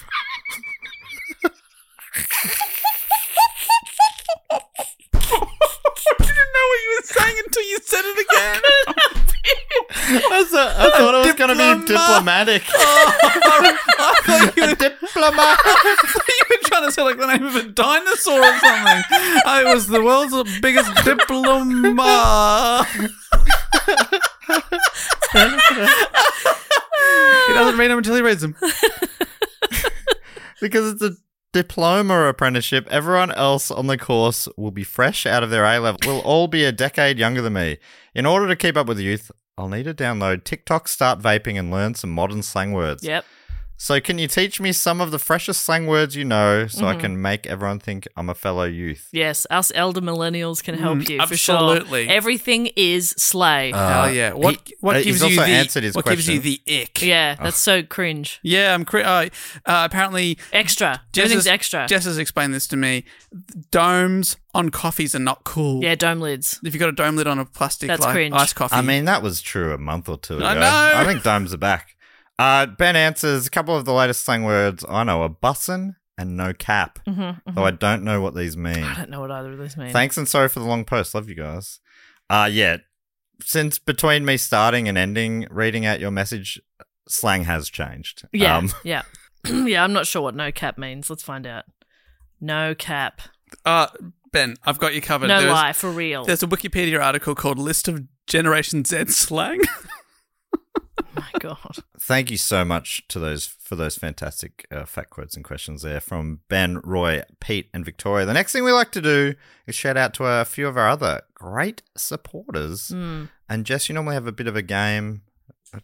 S3: I didn't know what you were saying until you said it again. uh,
S5: I thought- I thought it was going to be diplomatic.
S3: Oh, I thought you
S5: A
S3: were
S5: diploma.
S3: [laughs] you were trying to say like the name of a dinosaur or something. I was the world's biggest diploma. he doesn't read them until he reads them.
S5: because it's a diploma apprenticeship. Everyone else on the course will be fresh out of their A level. We'll all be a decade younger than me. In order to keep up with the youth, I'll need to download TikTok, start vaping, and learn some modern slang words.
S6: Yep.
S5: So, can you teach me some of the freshest slang words you know so
S3: Mm-hmm.
S5: I can make everyone think I'm a fellow youth?
S6: Yes, us elder millennials can help
S3: Mm,
S6: you for
S3: absolutely.
S6: sure. Everything is slay.
S3: Oh yeah. What
S5: he-
S3: what
S5: uh, he's
S3: gives you
S5: also
S3: the
S5: answered his
S3: what gives you
S5: question.
S3: the ick?
S6: yeah, that's so cringe.
S3: Yeah, I'm. Cre- uh, uh, apparently,
S6: Extra.
S3: Jess
S6: Everything's
S3: has-
S6: extra.
S3: Jess has explained this to me. Domes on coffees are not cool.
S6: yeah, dome lids.
S3: If you've got a dome lid on a plastic
S6: That's
S3: like
S6: cringe.
S3: iced coffee,
S5: I mean, that was true a month or two ago.
S3: I know.
S5: I think dimes are back. Uh, ben answers a couple of the latest slang words I know are bussin' and no cap, though I don't know what these mean.
S6: Mm-hmm, I don't know what either of those mean.
S5: Thanks and sorry for the long post. Love you guys. Uh, yeah, since between me starting and ending reading out your message, slang has changed. Um,
S6: yeah, yeah. [clears throat] yeah, I'm not sure what no cap means. Let's find out. No cap.
S3: uh, Ben, I've got you covered.
S6: no
S3: There's-
S6: lie,
S3: [laughs]
S6: for real.
S3: There's a Wikipedia article called "List of Generation Z Slang."
S6: My God.
S5: thank you so much to those for those fantastic uh, fact quotes and questions there from Ben, Roy, Pete, and Victoria. The next thing we like to do is shout out to a few of our other great supporters.
S6: Hmm.
S5: And Jess, you normally have a bit of a game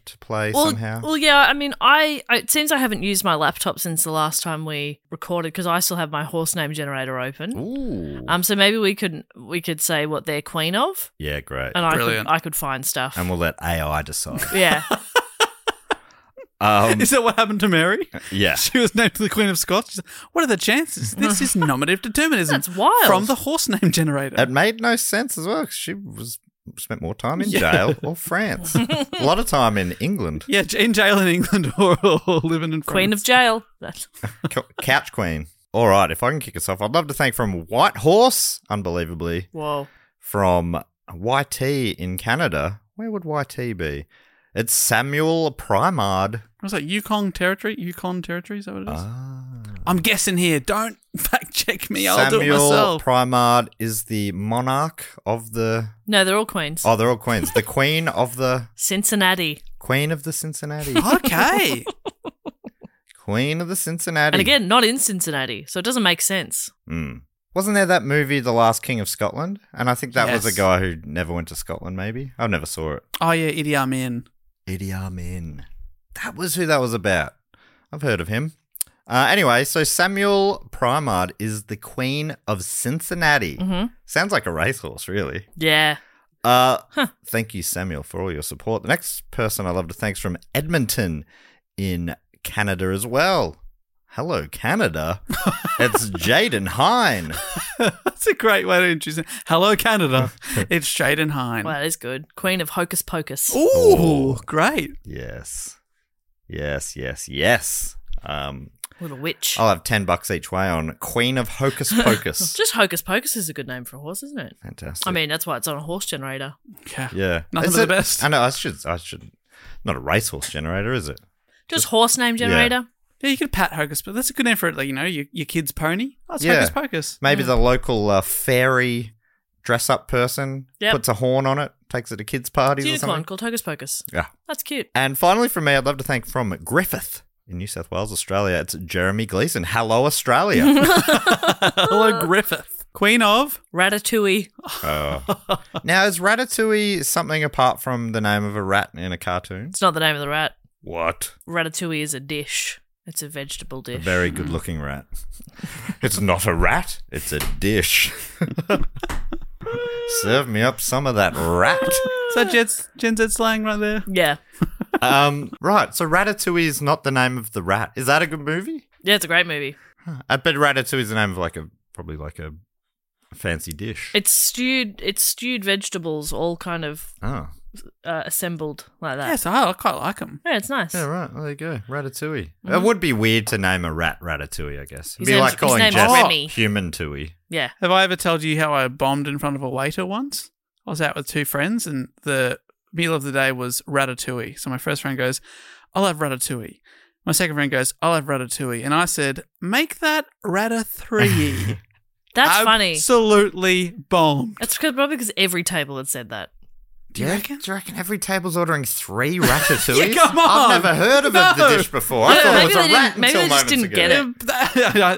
S5: to play
S6: Well,
S5: somehow.
S6: well, yeah. I mean, I I- it seems I haven't used my laptop since the last time we recorded because I still have my horse name generator open.
S5: Ooh.
S6: Um, so maybe we could we could say what they're queen of,
S5: yeah, great.
S6: and I could,
S3: Brilliant.
S6: I could find stuff.
S5: And we'll let AI
S6: [laughs]
S5: decide. [laughs]
S6: yeah,
S5: Um,
S3: [laughs] Is that what happened to Mary?
S5: Uh,
S6: [laughs]
S5: yeah.
S3: She was named the Queen of Scots. She's like, what are the chances? This is nominative determinism.
S6: That's wild.
S3: From the horse name generator.
S5: It made no sense as well 'cause she was spent more time in jail or
S6: [laughs]
S5: France. a lot of time in England.
S3: yeah, in jail in England [laughs] or, or living in
S6: queen of jail. That's
S5: Co- Couch Queen. All right, if I can kick us off, I'd love to thank from White Horse, unbelievably,
S6: whoa.
S5: from YT in Canada. Where would YT be? It's Samuel Primard.
S3: I was like Yukon territory. Yukon territory is that what it is?
S5: Ah.
S3: I'm guessing here. Don't [laughs] fact check me. I'll do it
S5: Samuel [laughs]
S3: myself.
S5: Primard is the monarch of the.
S6: No, they're all queens.
S5: Oh, they're all queens. the queen of the.
S6: Cincinnati,
S5: Queen of the
S3: [laughs]
S5: Cincinnati.
S3: okay.
S5: queen of the Cincinnati.
S6: and again, not in Cincinnati, so it doesn't make sense.
S5: Mm. Wasn't there that movie, The Last King of Scotland? And I think that was
S3: Yes.
S5: a guy who never went to Scotland, maybe. I never saw it.
S3: Oh yeah, Idi Amin.
S5: Idi Amin. That was who that was about. I've heard of him. Uh, anyway, so Samuel Primard is the queen of Cincinnati. Sounds like a racehorse, really.
S6: Yeah,
S5: Uh, Thank you, Samuel, for all your support. The next person I love to thank is from Edmonton in Canada as well. Hello, Canada. it's Jaden Hine.
S3: That's a great way to introduce it.
S5: [laughs]
S3: Hello, Canada. it's Jaden Hine.
S6: Well, that is good. Queen of Hocus Pocus.
S3: Ooh,
S5: Oh.
S3: great.
S5: Yes. Yes, yes, yes. Um,
S6: Little witch.
S5: I'll have 10 bucks each way on Queen of Hocus Pocus.
S6: [laughs] Just Hocus Pocus is a good name for a horse, isn't it?
S5: Fantastic.
S6: I mean, that's why it's on a horse generator.
S3: Yeah.
S5: yeah.
S3: Nothing
S5: Is
S3: but the
S5: it-
S3: best.
S5: I know, I should, I should, not a racehorse generator, is it?
S6: Just horse name generator.
S3: Yeah, you could pat Hocus, but that's a good name for it. Like you know, your, your kid's pony. That's
S5: Yeah. [laughs]
S3: Hocus Pocus.
S5: Maybe the local uh, fairy dress up person
S6: Yep.
S5: puts a horn on it, takes it to kids'
S6: It's
S5: parties
S6: a
S5: or something.
S6: unicorn called Hocus Pocus.
S5: Yeah.
S6: That's cute.
S5: And finally, from me, I'd love to thank from Griffith in New South Wales, Australia. It's Jeremy Gleason. Hello, Australia.
S3: Hello, Griffith, Queen of.
S6: Ratatouille.
S5: now, is Ratatouille something apart from the name of a rat in a cartoon?
S6: It's not the name of the rat.
S5: What?
S6: Ratatouille is a dish. It's a vegetable
S5: A
S6: dish.
S5: very good looking rat. [laughs] it's not a rat, it's a dish. [laughs] Serve me up some of that rat.
S3: So Jed's Gen Z slang right there.
S6: yeah.
S5: Um, right, so Ratatouille is not the name of the rat. Is that a good movie?
S6: Yeah, it's a great movie.
S5: I bet Ratatouille is the name of like a probably like a fancy dish.
S6: It's stewed. It's stewed vegetables, all kind of
S5: oh,
S6: uh, assembled like that.
S3: Yes, I, I quite like him.
S6: Yeah, it's nice.
S5: yeah, right. Well, there you go. Ratatouille. It would be weird to name a rat Ratatouille, I guess. It'd
S6: Mm-hmm. His
S5: be
S6: name's-
S5: like
S6: his
S5: calling
S6: name's
S5: Jess
S6: Remy.
S5: human Tui.
S6: Yeah.
S3: Have I ever told you how I bombed in front of a waiter once? I was out with two friends, and the meal of the day was ratatouille. So my first friend goes, "I'll have ratatouille." My second friend goes, "I'll have ratatouille," and I said, "Make that ratatouille."
S6: [laughs] That's funny.
S3: Absolutely bombed. [laughs]
S6: That's 'cause- probably because every table had said that.
S3: Do you reckon?
S5: Do you reckon every table's ordering three
S6: [laughs]
S5: Ratatouilles?
S3: Yeah, come on.
S5: I've never heard of a,
S3: No.
S5: the dish before. I
S6: Yeah,
S5: thought it
S6: maybe
S5: was
S6: they
S5: a
S6: didn't-
S5: rat
S6: maybe
S5: until
S6: they just
S5: moments
S6: didn't
S5: ago.
S6: get it.
S3: I,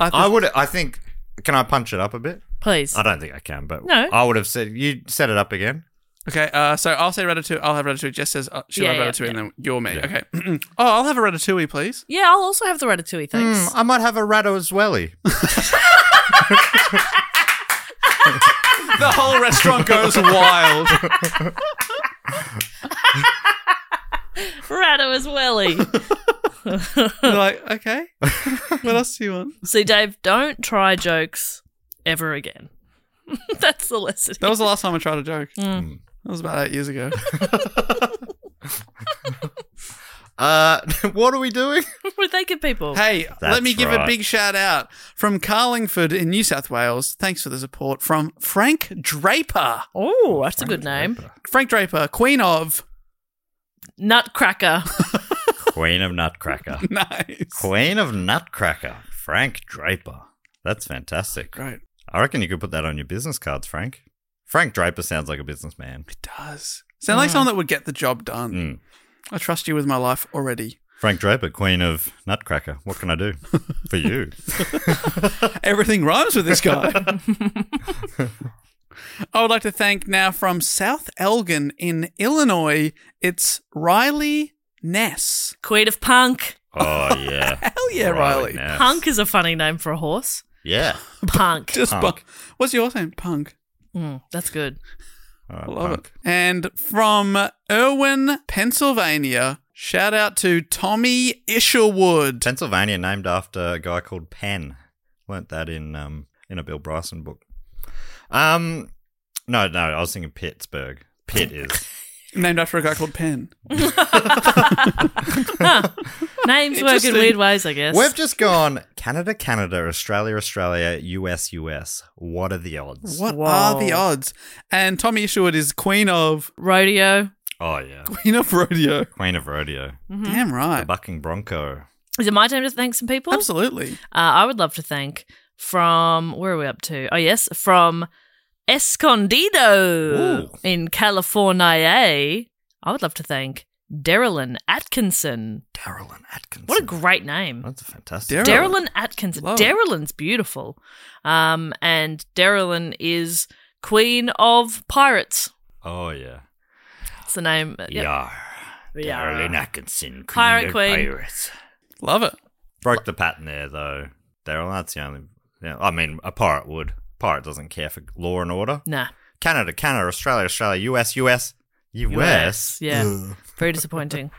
S3: I think-
S5: I would. I think. Can I punch it up a bit?
S6: Please.
S5: I don't think I can, but
S6: No.
S5: I would have said you set it up again.
S3: Okay, uh, so I'll say ratatouille. I'll have ratatouille. Jess says uh, she'll
S6: Yeah,
S3: have
S6: yeah,
S3: ratatouille, and then you're me. Okay. [clears throat] oh, I'll have a ratatouille,
S6: [laughs]
S3: please.
S6: Yeah, I'll also have the ratatouille. Thanks.
S5: Hmm, I might have a rat as
S6: [laughs]
S5: welly.
S3: The whole restaurant goes
S6: [laughs]
S3: wild.
S6: [laughs] Ratto as
S5: [laughs]
S6: welly.
S3: They're like, okay, [laughs] what else do you want?
S6: See, Dave, don't try jokes ever again. [laughs] That's the lesson.
S3: That was the last time I tried a joke.
S5: Mm.
S3: That was about eight
S5: [laughs]
S3: years ago.
S5: Uh, [laughs] what are we doing?
S6: [laughs] We're thanking people.
S3: Hey, let
S5: That's
S3: me give a
S5: right.
S3: big shout out from Carlingford in New South Wales. Thanks for the support from Frank Draper.
S6: Oh, that's a good name.
S3: Frank Draper, Queen of [laughs]
S6: Nutcracker.
S5: Queen of Nutcracker.
S3: Nice.
S5: Queen of Nutcracker, Frank Draper. That's fantastic.
S3: Great.
S5: I reckon you could put that on your business cards, Frank. Frank Draper sounds like a businessman.
S3: Does sound like someone that would get the job done.
S5: Mm.
S3: I trust you with my life already.
S5: Frank Draper, Queen of Nutcracker. What can I
S3: [laughs]
S5: do for you?
S3: Everything rhymes with this guy. [laughs] I would like to thank now from South Elgin in Illinois. It's Riley Ness.
S6: Queen of Punk.
S5: Oh yeah,
S3: [laughs] Hell yeah, Riley.
S5: Ness.
S6: Punk is a funny name for a horse.
S5: Yeah,
S3: [laughs]
S6: Punk.
S3: Just
S5: Punk.
S3: punk. What's your name? Punk.
S6: Mm, that's good.
S5: All
S3: I
S5: right,
S3: love
S5: Oh, punk.
S3: it. And from Irwin, Pennsylvania, shout out to Tommy Isherwood.
S5: Pennsylvania named after a guy called Penn. Learnt that in um in a Bill Bryson book. Um, no, no, I was thinking Pittsburgh. Pitt is.
S6: [laughs]
S3: Named after a guy called Penn.
S5: [laughs]
S6: Names work in
S3: Interesting.
S6: weird ways, I guess.
S5: We've just gone Canada, Canada, Australia, Australia, US, US. What are the odds?
S3: What
S6: Whoa.
S3: are the odds? And Tommy Isherwood is queen of [laughs]
S6: Rodeo.
S5: Oh yeah,
S3: queen of rodeo.
S5: Queen of Rodeo,
S3: Damn
S5: the
S3: right.
S5: bucking bronco.
S6: Is it my time to thank some people?
S3: Absolutely.
S6: Uh, I would love to thank from where are we up to? Oh yes, from Escondido
S5: Ooh.
S6: in California. I would love to thank Derelyn Atkinson.
S5: Darylin Atkinson.
S6: What a great name.
S5: That's a fantastic.
S3: Daryl.
S6: Derelyn Atkinson.
S3: Love it.
S6: Derelyn's beautiful. Um, and Derelyn is Queen of Pirates.
S5: Oh yeah.
S6: That's the name. Uh, Yep.
S5: Yar.
S6: Yar.
S5: Darylin Atkinson, queen
S6: Pirate
S5: of
S6: queen.
S5: pirates.
S3: Love it.
S5: Broke the pattern there though. Daryl, that's the only. Yeah, I mean, a pirate would. Pirate doesn't care for law and order.
S6: Nah.
S5: Canada, Canada, Australia, Australia, US, US, US.
S6: [laughs] Yeah. Very disappointing.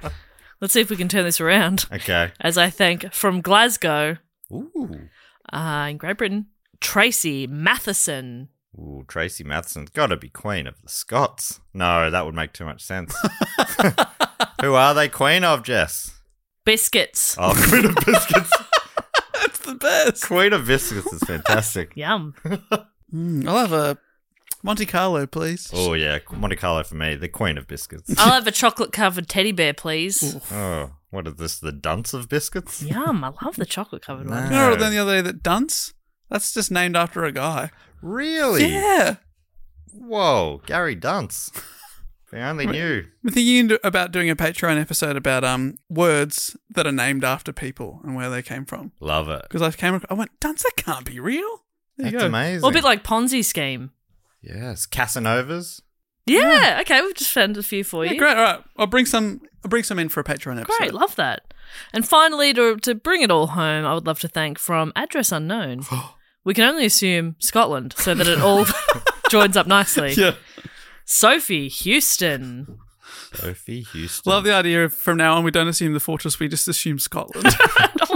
S6: Let's see if we can turn this around.
S5: Okay.
S6: As I thank from Glasgow
S5: Ooh.
S6: uh, in Great Britain, Tracy Matheson.
S5: Ooh, Tracy Matheson's got to be Queen of the Scots. No, that would make too much
S6: [laughs]
S5: sense. Who are they Queen of, Jess?
S3: [laughs]
S6: Biscuits.
S5: Oh, [laughs] Queen of Biscuits.
S3: That's the best.
S5: Queen of Biscuits is fantastic.
S6: Yum.
S3: Mm, I'll have a Monte Carlo, please.
S5: Oh, yeah. Monte Carlo for me, the Queen of Biscuits.
S6: [laughs] I'll have a chocolate covered teddy bear, please.
S5: Oh, what is this? The dunce of biscuits?
S6: Yum. I love the chocolate covered one.
S3: You know then the other day that Dunce? That's just named after a guy.
S5: Really?
S3: Yeah.
S5: Whoa, Gary Dunce. They only knew.
S3: I'm thinking do- about doing a Patreon episode about um words that are named after people and where they came from.
S5: Love it.
S3: Because I came, ac- I went, Dunce, that can't be real. There
S5: That's
S3: you go.
S5: amazing.
S6: Or a bit like Ponzi scheme.
S5: yes, Casanovas.
S6: Yeah. Okay. We've just found a few for
S3: Yeah,
S6: you.
S3: great. All right, I'll bring some. I'll bring some in for a Patreon episode.
S6: Great, love that. And finally, to, to bring it all home, I would love to thank from
S3: [gasps]
S6: Address Unknown. we can only assume Scotland so that it
S3: [laughs]
S6: all joins up nicely.
S3: Yeah.
S6: Sophie Houston. [laughs]
S5: Sophie Houston.
S3: Love the idea of from now on we don't assume the fortress, we just assume
S6: [laughs]
S3: Scotland. [laughs]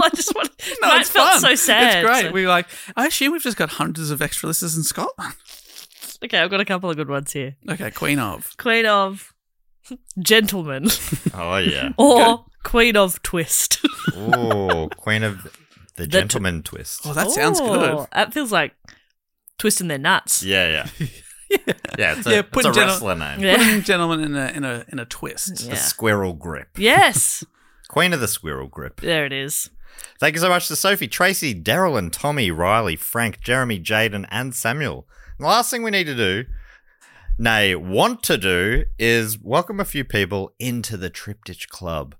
S6: Oh, I just want.
S3: no,
S6: Matt
S3: it's
S6: felt
S3: fun.
S6: so sad.
S3: It's great. We like. I assume we've just got hundreds of extra listeners in Scotland. [laughs]
S6: okay, I've got a couple of good ones here.
S3: Okay, Queen of.
S6: Queen of [laughs]
S3: [laughs]
S6: Gentlemen
S5: Oh, yeah.
S6: or Queen of Twist. [laughs]
S5: Oh, Queen of the
S6: t-
S5: Gentleman Twist.
S3: Oh, that sounds good.
S6: Ooh, That feels like twisting their nuts.
S5: Yeah, yeah. yeah, it's a,
S3: Yeah,
S5: it's
S3: put
S5: a
S3: in general-
S5: wrestler name.
S6: Yeah. [laughs]
S3: Putting gentlemen in a in a in a twist.
S5: The
S6: Yeah.
S5: Squirrel Grip.
S6: Yes.
S5: Queen of the Squirrel Grip.
S6: There it is.
S5: Thank you so much to Sophie, Tracy, Daryl, and Tommy, Riley, Frank, Jeremy, Jaden, and Samuel. And the last thing we need to do, nay, want to do, is welcome a few people into the Triptych Club,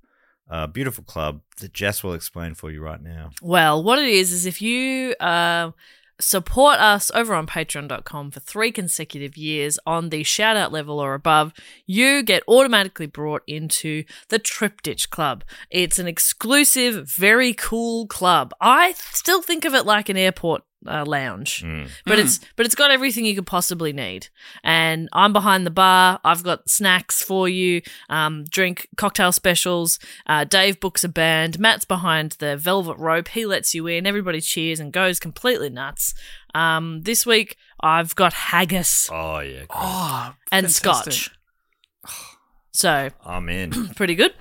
S5: a beautiful club that Jess will explain for you right now.
S6: Well, what it is is if you uh, support us over on patreon.com for three consecutive years on the shout out level or above, you get automatically brought into the Triptych Club. It's an exclusive, very cool club. I still think of it like an airport. Uh, lounge, but it's but it's got everything you could possibly need, and I'm behind the bar. I've got snacks for you, um, drink cocktail specials. Uh, Dave books a band. Matt's behind the velvet rope. He lets you in. Everybody cheers and goes completely nuts. Um, this week I've got haggis
S5: Oh, yeah.
S3: Oh,
S6: and
S3: fantastic.
S6: scotch, so
S5: I'm in.
S6: pretty good.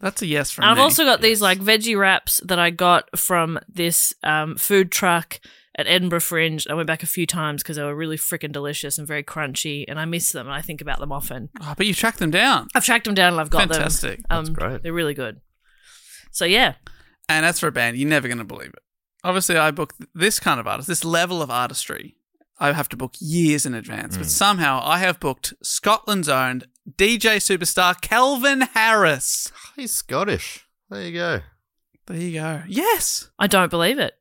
S3: That's a yes from
S6: And I've
S3: me.
S6: also got these like veggie wraps that I got from this um, food truck at Edinburgh Fringe. I went back a few times because they were really freaking delicious and very crunchy, and I miss them. And I think about them often.
S3: Oh, but you track them down.
S6: I've tracked them down and I've got
S3: Fantastic.
S6: them. Um,
S5: great.
S6: They're really good. So yeah,
S3: And that's for a band, you're never going to believe it. Obviously, I book this kind of artist, this level of artistry, I have to book years in advance.
S5: Mm.
S3: But somehow I have booked Scotland's own DJ superstar Calvin Harris.
S5: He's Scottish. There you go.
S3: There you go. Yes.
S6: I don't believe it.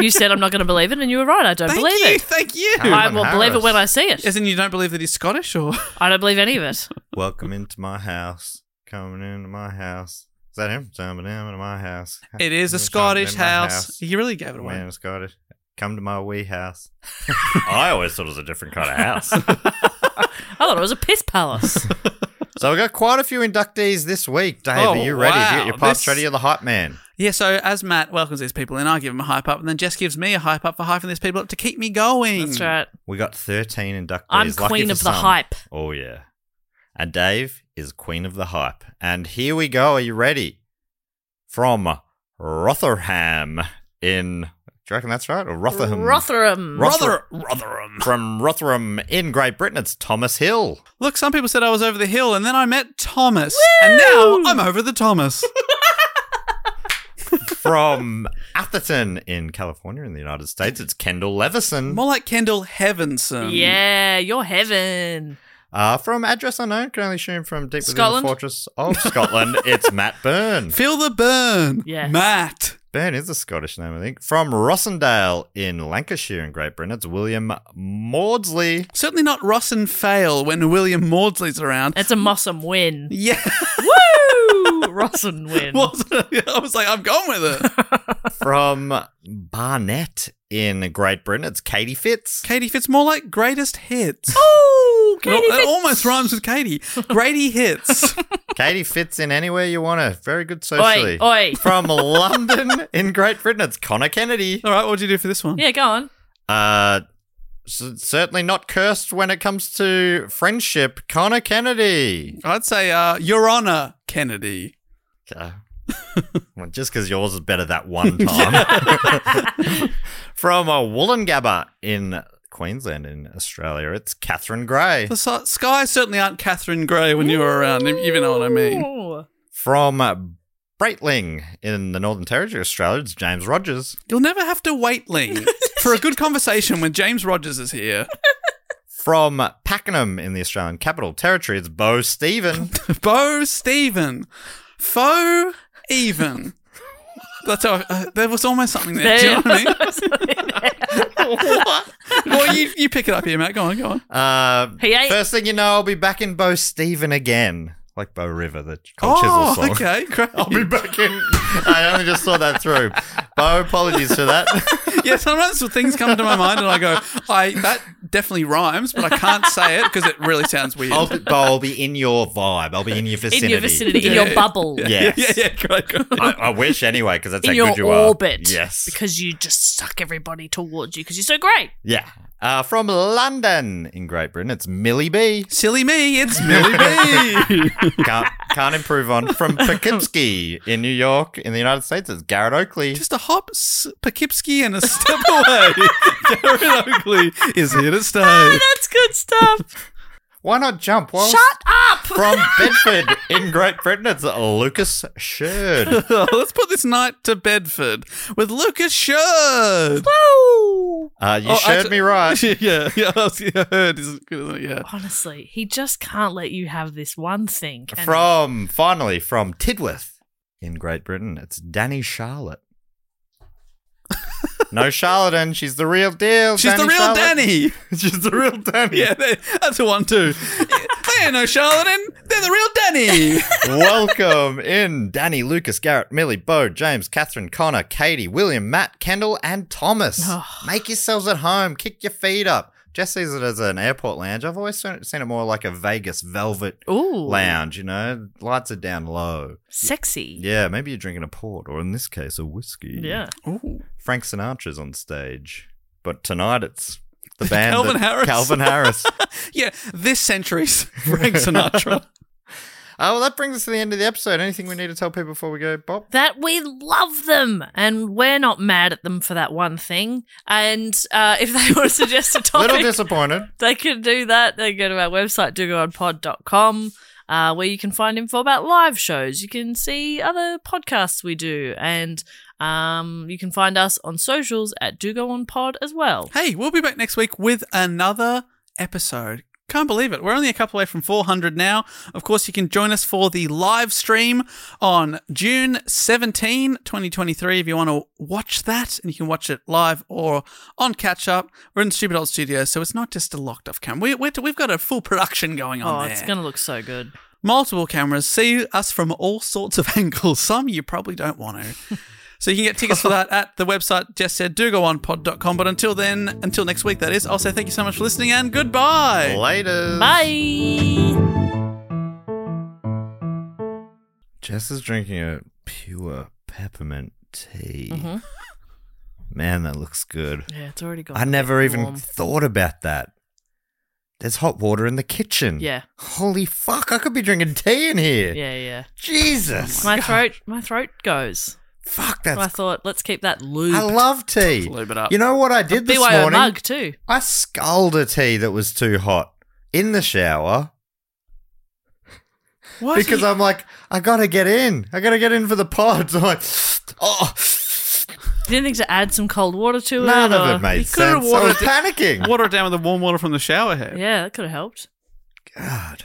S6: You said I'm not going to believe it, and you were right. I don't
S3: thank
S6: believe
S3: you.
S6: it.
S3: Thank you.
S5: Calvin
S6: I will believe it
S5: Harris.
S6: when I see it.
S3: As in, you don't believe that he's
S5: [laughs]
S3: Scottish or?
S6: I don't believe any of it.
S5: Welcome into my house. Coming into my house. Is that him? Jumping into my house.
S3: It is a
S5: Jumping
S3: Scottish
S5: in my
S3: house. You really gave it away.
S5: Man, it's got it. Come to my wee house. [laughs] I always thought it was a different kind of house.
S6: I thought it was a piss
S3: [laughs]
S6: palace.
S5: [laughs] so we got quite a few inductees this week. Dave,
S3: Oh,
S5: are you ready? Did you
S3: wow.
S5: get your pipes
S3: This-
S5: ready? You're the hype man.
S3: Yeah, so as Matt welcomes these people in, I give him a hype up, and then Jess gives me a hype up for hyping these people up to keep me going.
S6: That's right.
S5: We got 13 inductees.
S6: I'm
S5: Lucky
S6: queen
S5: for
S6: of the
S5: some.
S6: hype.
S5: Oh, yeah. And Dave is queen of the hype. And here we go. Are you ready? From Rotherham in. Do you reckon that's right? Or Rotherham?
S6: Rotherham.
S5: Rother- Rotherham. From Rotherham in Great Britain, it's Thomas Hill.
S3: Look, some people said I was over the hill, and then I met Thomas, and now I'm over the Thomas. [laughs]
S5: from Atherton in California in the United States. It's Kendall Levison.
S3: More like Kendall Heavenson.
S6: yeah, you're heaven.
S5: Uh, from Address Unknown, can only assume from Deep Within
S6: Scotland?
S5: the Fortress of
S6: [laughs]
S5: Scotland, it's Matt Byrne.
S3: Feel the burn.
S6: Yes.
S3: Matt.
S5: Byrne is a Scottish name, I think. From Rossendale in Lancashire in Great Britain, it's William Maudsley.
S3: Certainly not Ross and Fail when William Maudsley's around.
S6: It's a Mossum
S3: [laughs]
S6: win.
S3: yeah.
S6: Woo! Rossum win.
S3: Wasn't it? I was like, I'm going with it.
S6: [laughs]
S5: From Barnet in Great Britain, it's Katie Fitz.
S3: Katie Fitz, more like greatest hits.
S6: Ooh, Oh, Katie
S3: Well, it
S6: Fitz. [laughs]
S3: almost rhymes with Katie. Grady hits.
S5: Katie fits in anywhere you want her. Very good
S6: Oi,
S5: socially.
S6: oi.
S5: From London in Great Britain, it's Connor Kennedy.
S3: All right, what'd you do for this one?
S6: Yeah, go on.
S5: Uh, c- certainly not cursed when it comes to friendship. Connor Kennedy.
S3: I'd say, uh, Your Honor Kennedy.
S5: Okay. well, just because yours is better that one time. [laughs] From a Wollongabba in Queensland, in Australia, it's Catherine Gray.
S3: The so- skies certainly aren't Catherine Grey when you were around, if you know what I mean.
S6: Ooh.
S5: From uh, Breitling in the Northern Territory, Australia, it's James Rogers.
S3: You'll never have to wait, Ling, for a good conversation when James Rogers is here. [laughs]
S5: From Pakenham in the Australian Capital Territory, it's Bo Stephen.
S3: Bo Stephen. Faux even. That's how, uh, there was almost something there. Do you know what I mean? [laughs] well, you, you pick it up here, Matt. Go on, go on.
S5: Uh,
S6: He ain't-
S5: first thing you know, I'll be back in Bo Stephen again. Like Bo River, the Cold
S3: oh,
S5: Chisel song.
S3: okay, great.
S5: I'll be back in. I only just saw that through. Bo, apologies for that.
S3: yeah, sometimes things come to my mind and I go, I that definitely rhymes, but I can't say it because it really sounds weird.
S5: I'll be, Bo, I'll be in your vibe. I'll be in your vicinity.
S6: In your vicinity, in your bubble,
S5: Yes.
S3: [laughs] [laughs] Yeah, yeah, great, great.
S5: I, I wish anyway, because that's
S6: in
S5: how
S6: your
S5: good you
S6: orbit.
S5: are. Yes.
S6: Because you just suck everybody towards you because you're so great.
S5: yeah. Uh, from London in Great Britain, it's Millie B.
S3: Silly me, it's Millie
S5: [laughs]
S3: B.
S5: Can't, can't improve on. From Poughkeepsie in New York in the United States, it's Garrett Oakley.
S3: Just a hop, s- Poughkeepsie, and a step [laughs] away. Garrett Oakley is here to stay. [laughs]
S6: That's
S5: [laughs]
S6: good stuff.
S5: Why not jump? Well,
S6: Shut up.
S5: From Bedford in Great Britain, it's Lucas
S6: [laughs]
S5: Sherd.
S3: Oh, Let's put this night to Bedford with Lucas Sherd.
S5: Uh, you
S3: Oh,
S5: showed
S3: actu-
S5: me right.
S3: yeah, [laughs] yeah, I was- yeah, Heard is good, isn't it? yeah.
S6: Honestly, he just can't let you have this one thing. can he?
S5: From finally from Tidworth in Great Britain, it's Danny
S3: [laughs]
S5: Charlotte. no charlatan, she's the real deal.
S3: She's the real
S5: Oh, Charlotte.
S3: Danny.
S5: [laughs]
S3: [laughs]
S5: she's the real Danny.
S3: Yeah, they, that's a one too. [laughs] they ain't no charlatan. They're the real Danny.
S5: Welcome in Danny, Lucas, Garrett, Millie, Bo, James, Catherine, Connor, Katie, William, Matt, Kendall, and Thomas. Make yourselves at home. Kick your feet up. Jess sees it as an airport lounge. I've always seen seen it more like a Vegas velvet
S6: Ooh.
S5: lounge, you know? Lights are down low.
S6: Sexy.
S5: Yeah, maybe you're drinking a port, or in this case, a whiskey.
S6: Yeah.
S5: Frank Sinatra's on stage. But tonight it's
S6: [laughs]
S5: the band
S3: Calvin
S5: that-
S3: Harris.
S5: Calvin Harris.
S3: yeah, this century's Frank Sinatra.
S5: Oh, well, that brings us to the end of the episode. Anything we need to tell people before we go,
S6: [laughs]
S5: Bob?
S6: That we love them and we're not mad at them for that one thing. And uh, if they want to suggest
S3: [laughs]
S6: a topic,
S5: Little
S6: [laughs]
S5: disappointed.
S6: they can do that. They go to our website, dogoonpod.com, uh, where you can find info about live shows. You can see other podcasts we do, and um, you can find us on socials at Do Go On Pod as well.
S3: hey, we'll be back next week with another episode. Can't believe it. We're only a couple away from 400 now. Of course, you can join us for the live stream on June 17, 2023, if you want to watch that. And you can watch it live or on catch up. We're in Stupid Old Studios, so it's not just a locked off cam. We, we're, we've got a full production going on
S6: Oh,
S3: there.
S6: it's going to look so good.
S3: multiple cameras, see us from all sorts of [laughs] angles. Some you probably don't want to. So you can get tickets for that at the website Jess said do go on pod.com. But until then, until next week that is, I'll say thank you so much for listening and goodbye.
S5: Later.
S6: Bye.
S5: Jess is drinking a pure peppermint tea.
S6: Mm-hmm.
S5: Man, that looks good.
S6: Yeah, it's already gone.
S5: I never even
S6: warm.
S5: thought about that. There's hot water in the kitchen.
S6: Yeah.
S5: Holy fuck, I could be drinking tea in here.
S6: Yeah, yeah.
S5: Jesus.
S6: My throat, my throat goes.
S5: Fuck,
S6: I
S5: that's.
S6: thought, let's keep that lube.
S5: I love tea.
S3: Lube it up.
S5: You know what I did this
S6: BYO
S5: morning?
S6: mug too.
S5: I sculled a tea that was too hot in the shower
S3: What?
S5: because I'm like, I gotta get in. I gotta get in for the pod. So [laughs] I'm like, oh,
S6: Didn't think to add some cold water to it.
S5: none
S6: or-
S5: of it made
S3: you
S5: sense. I
S3: could've
S5: was
S3: watered
S5: panicking.
S3: Water it down with the warm water from the shower head.
S6: Yeah, that could have helped.
S5: God.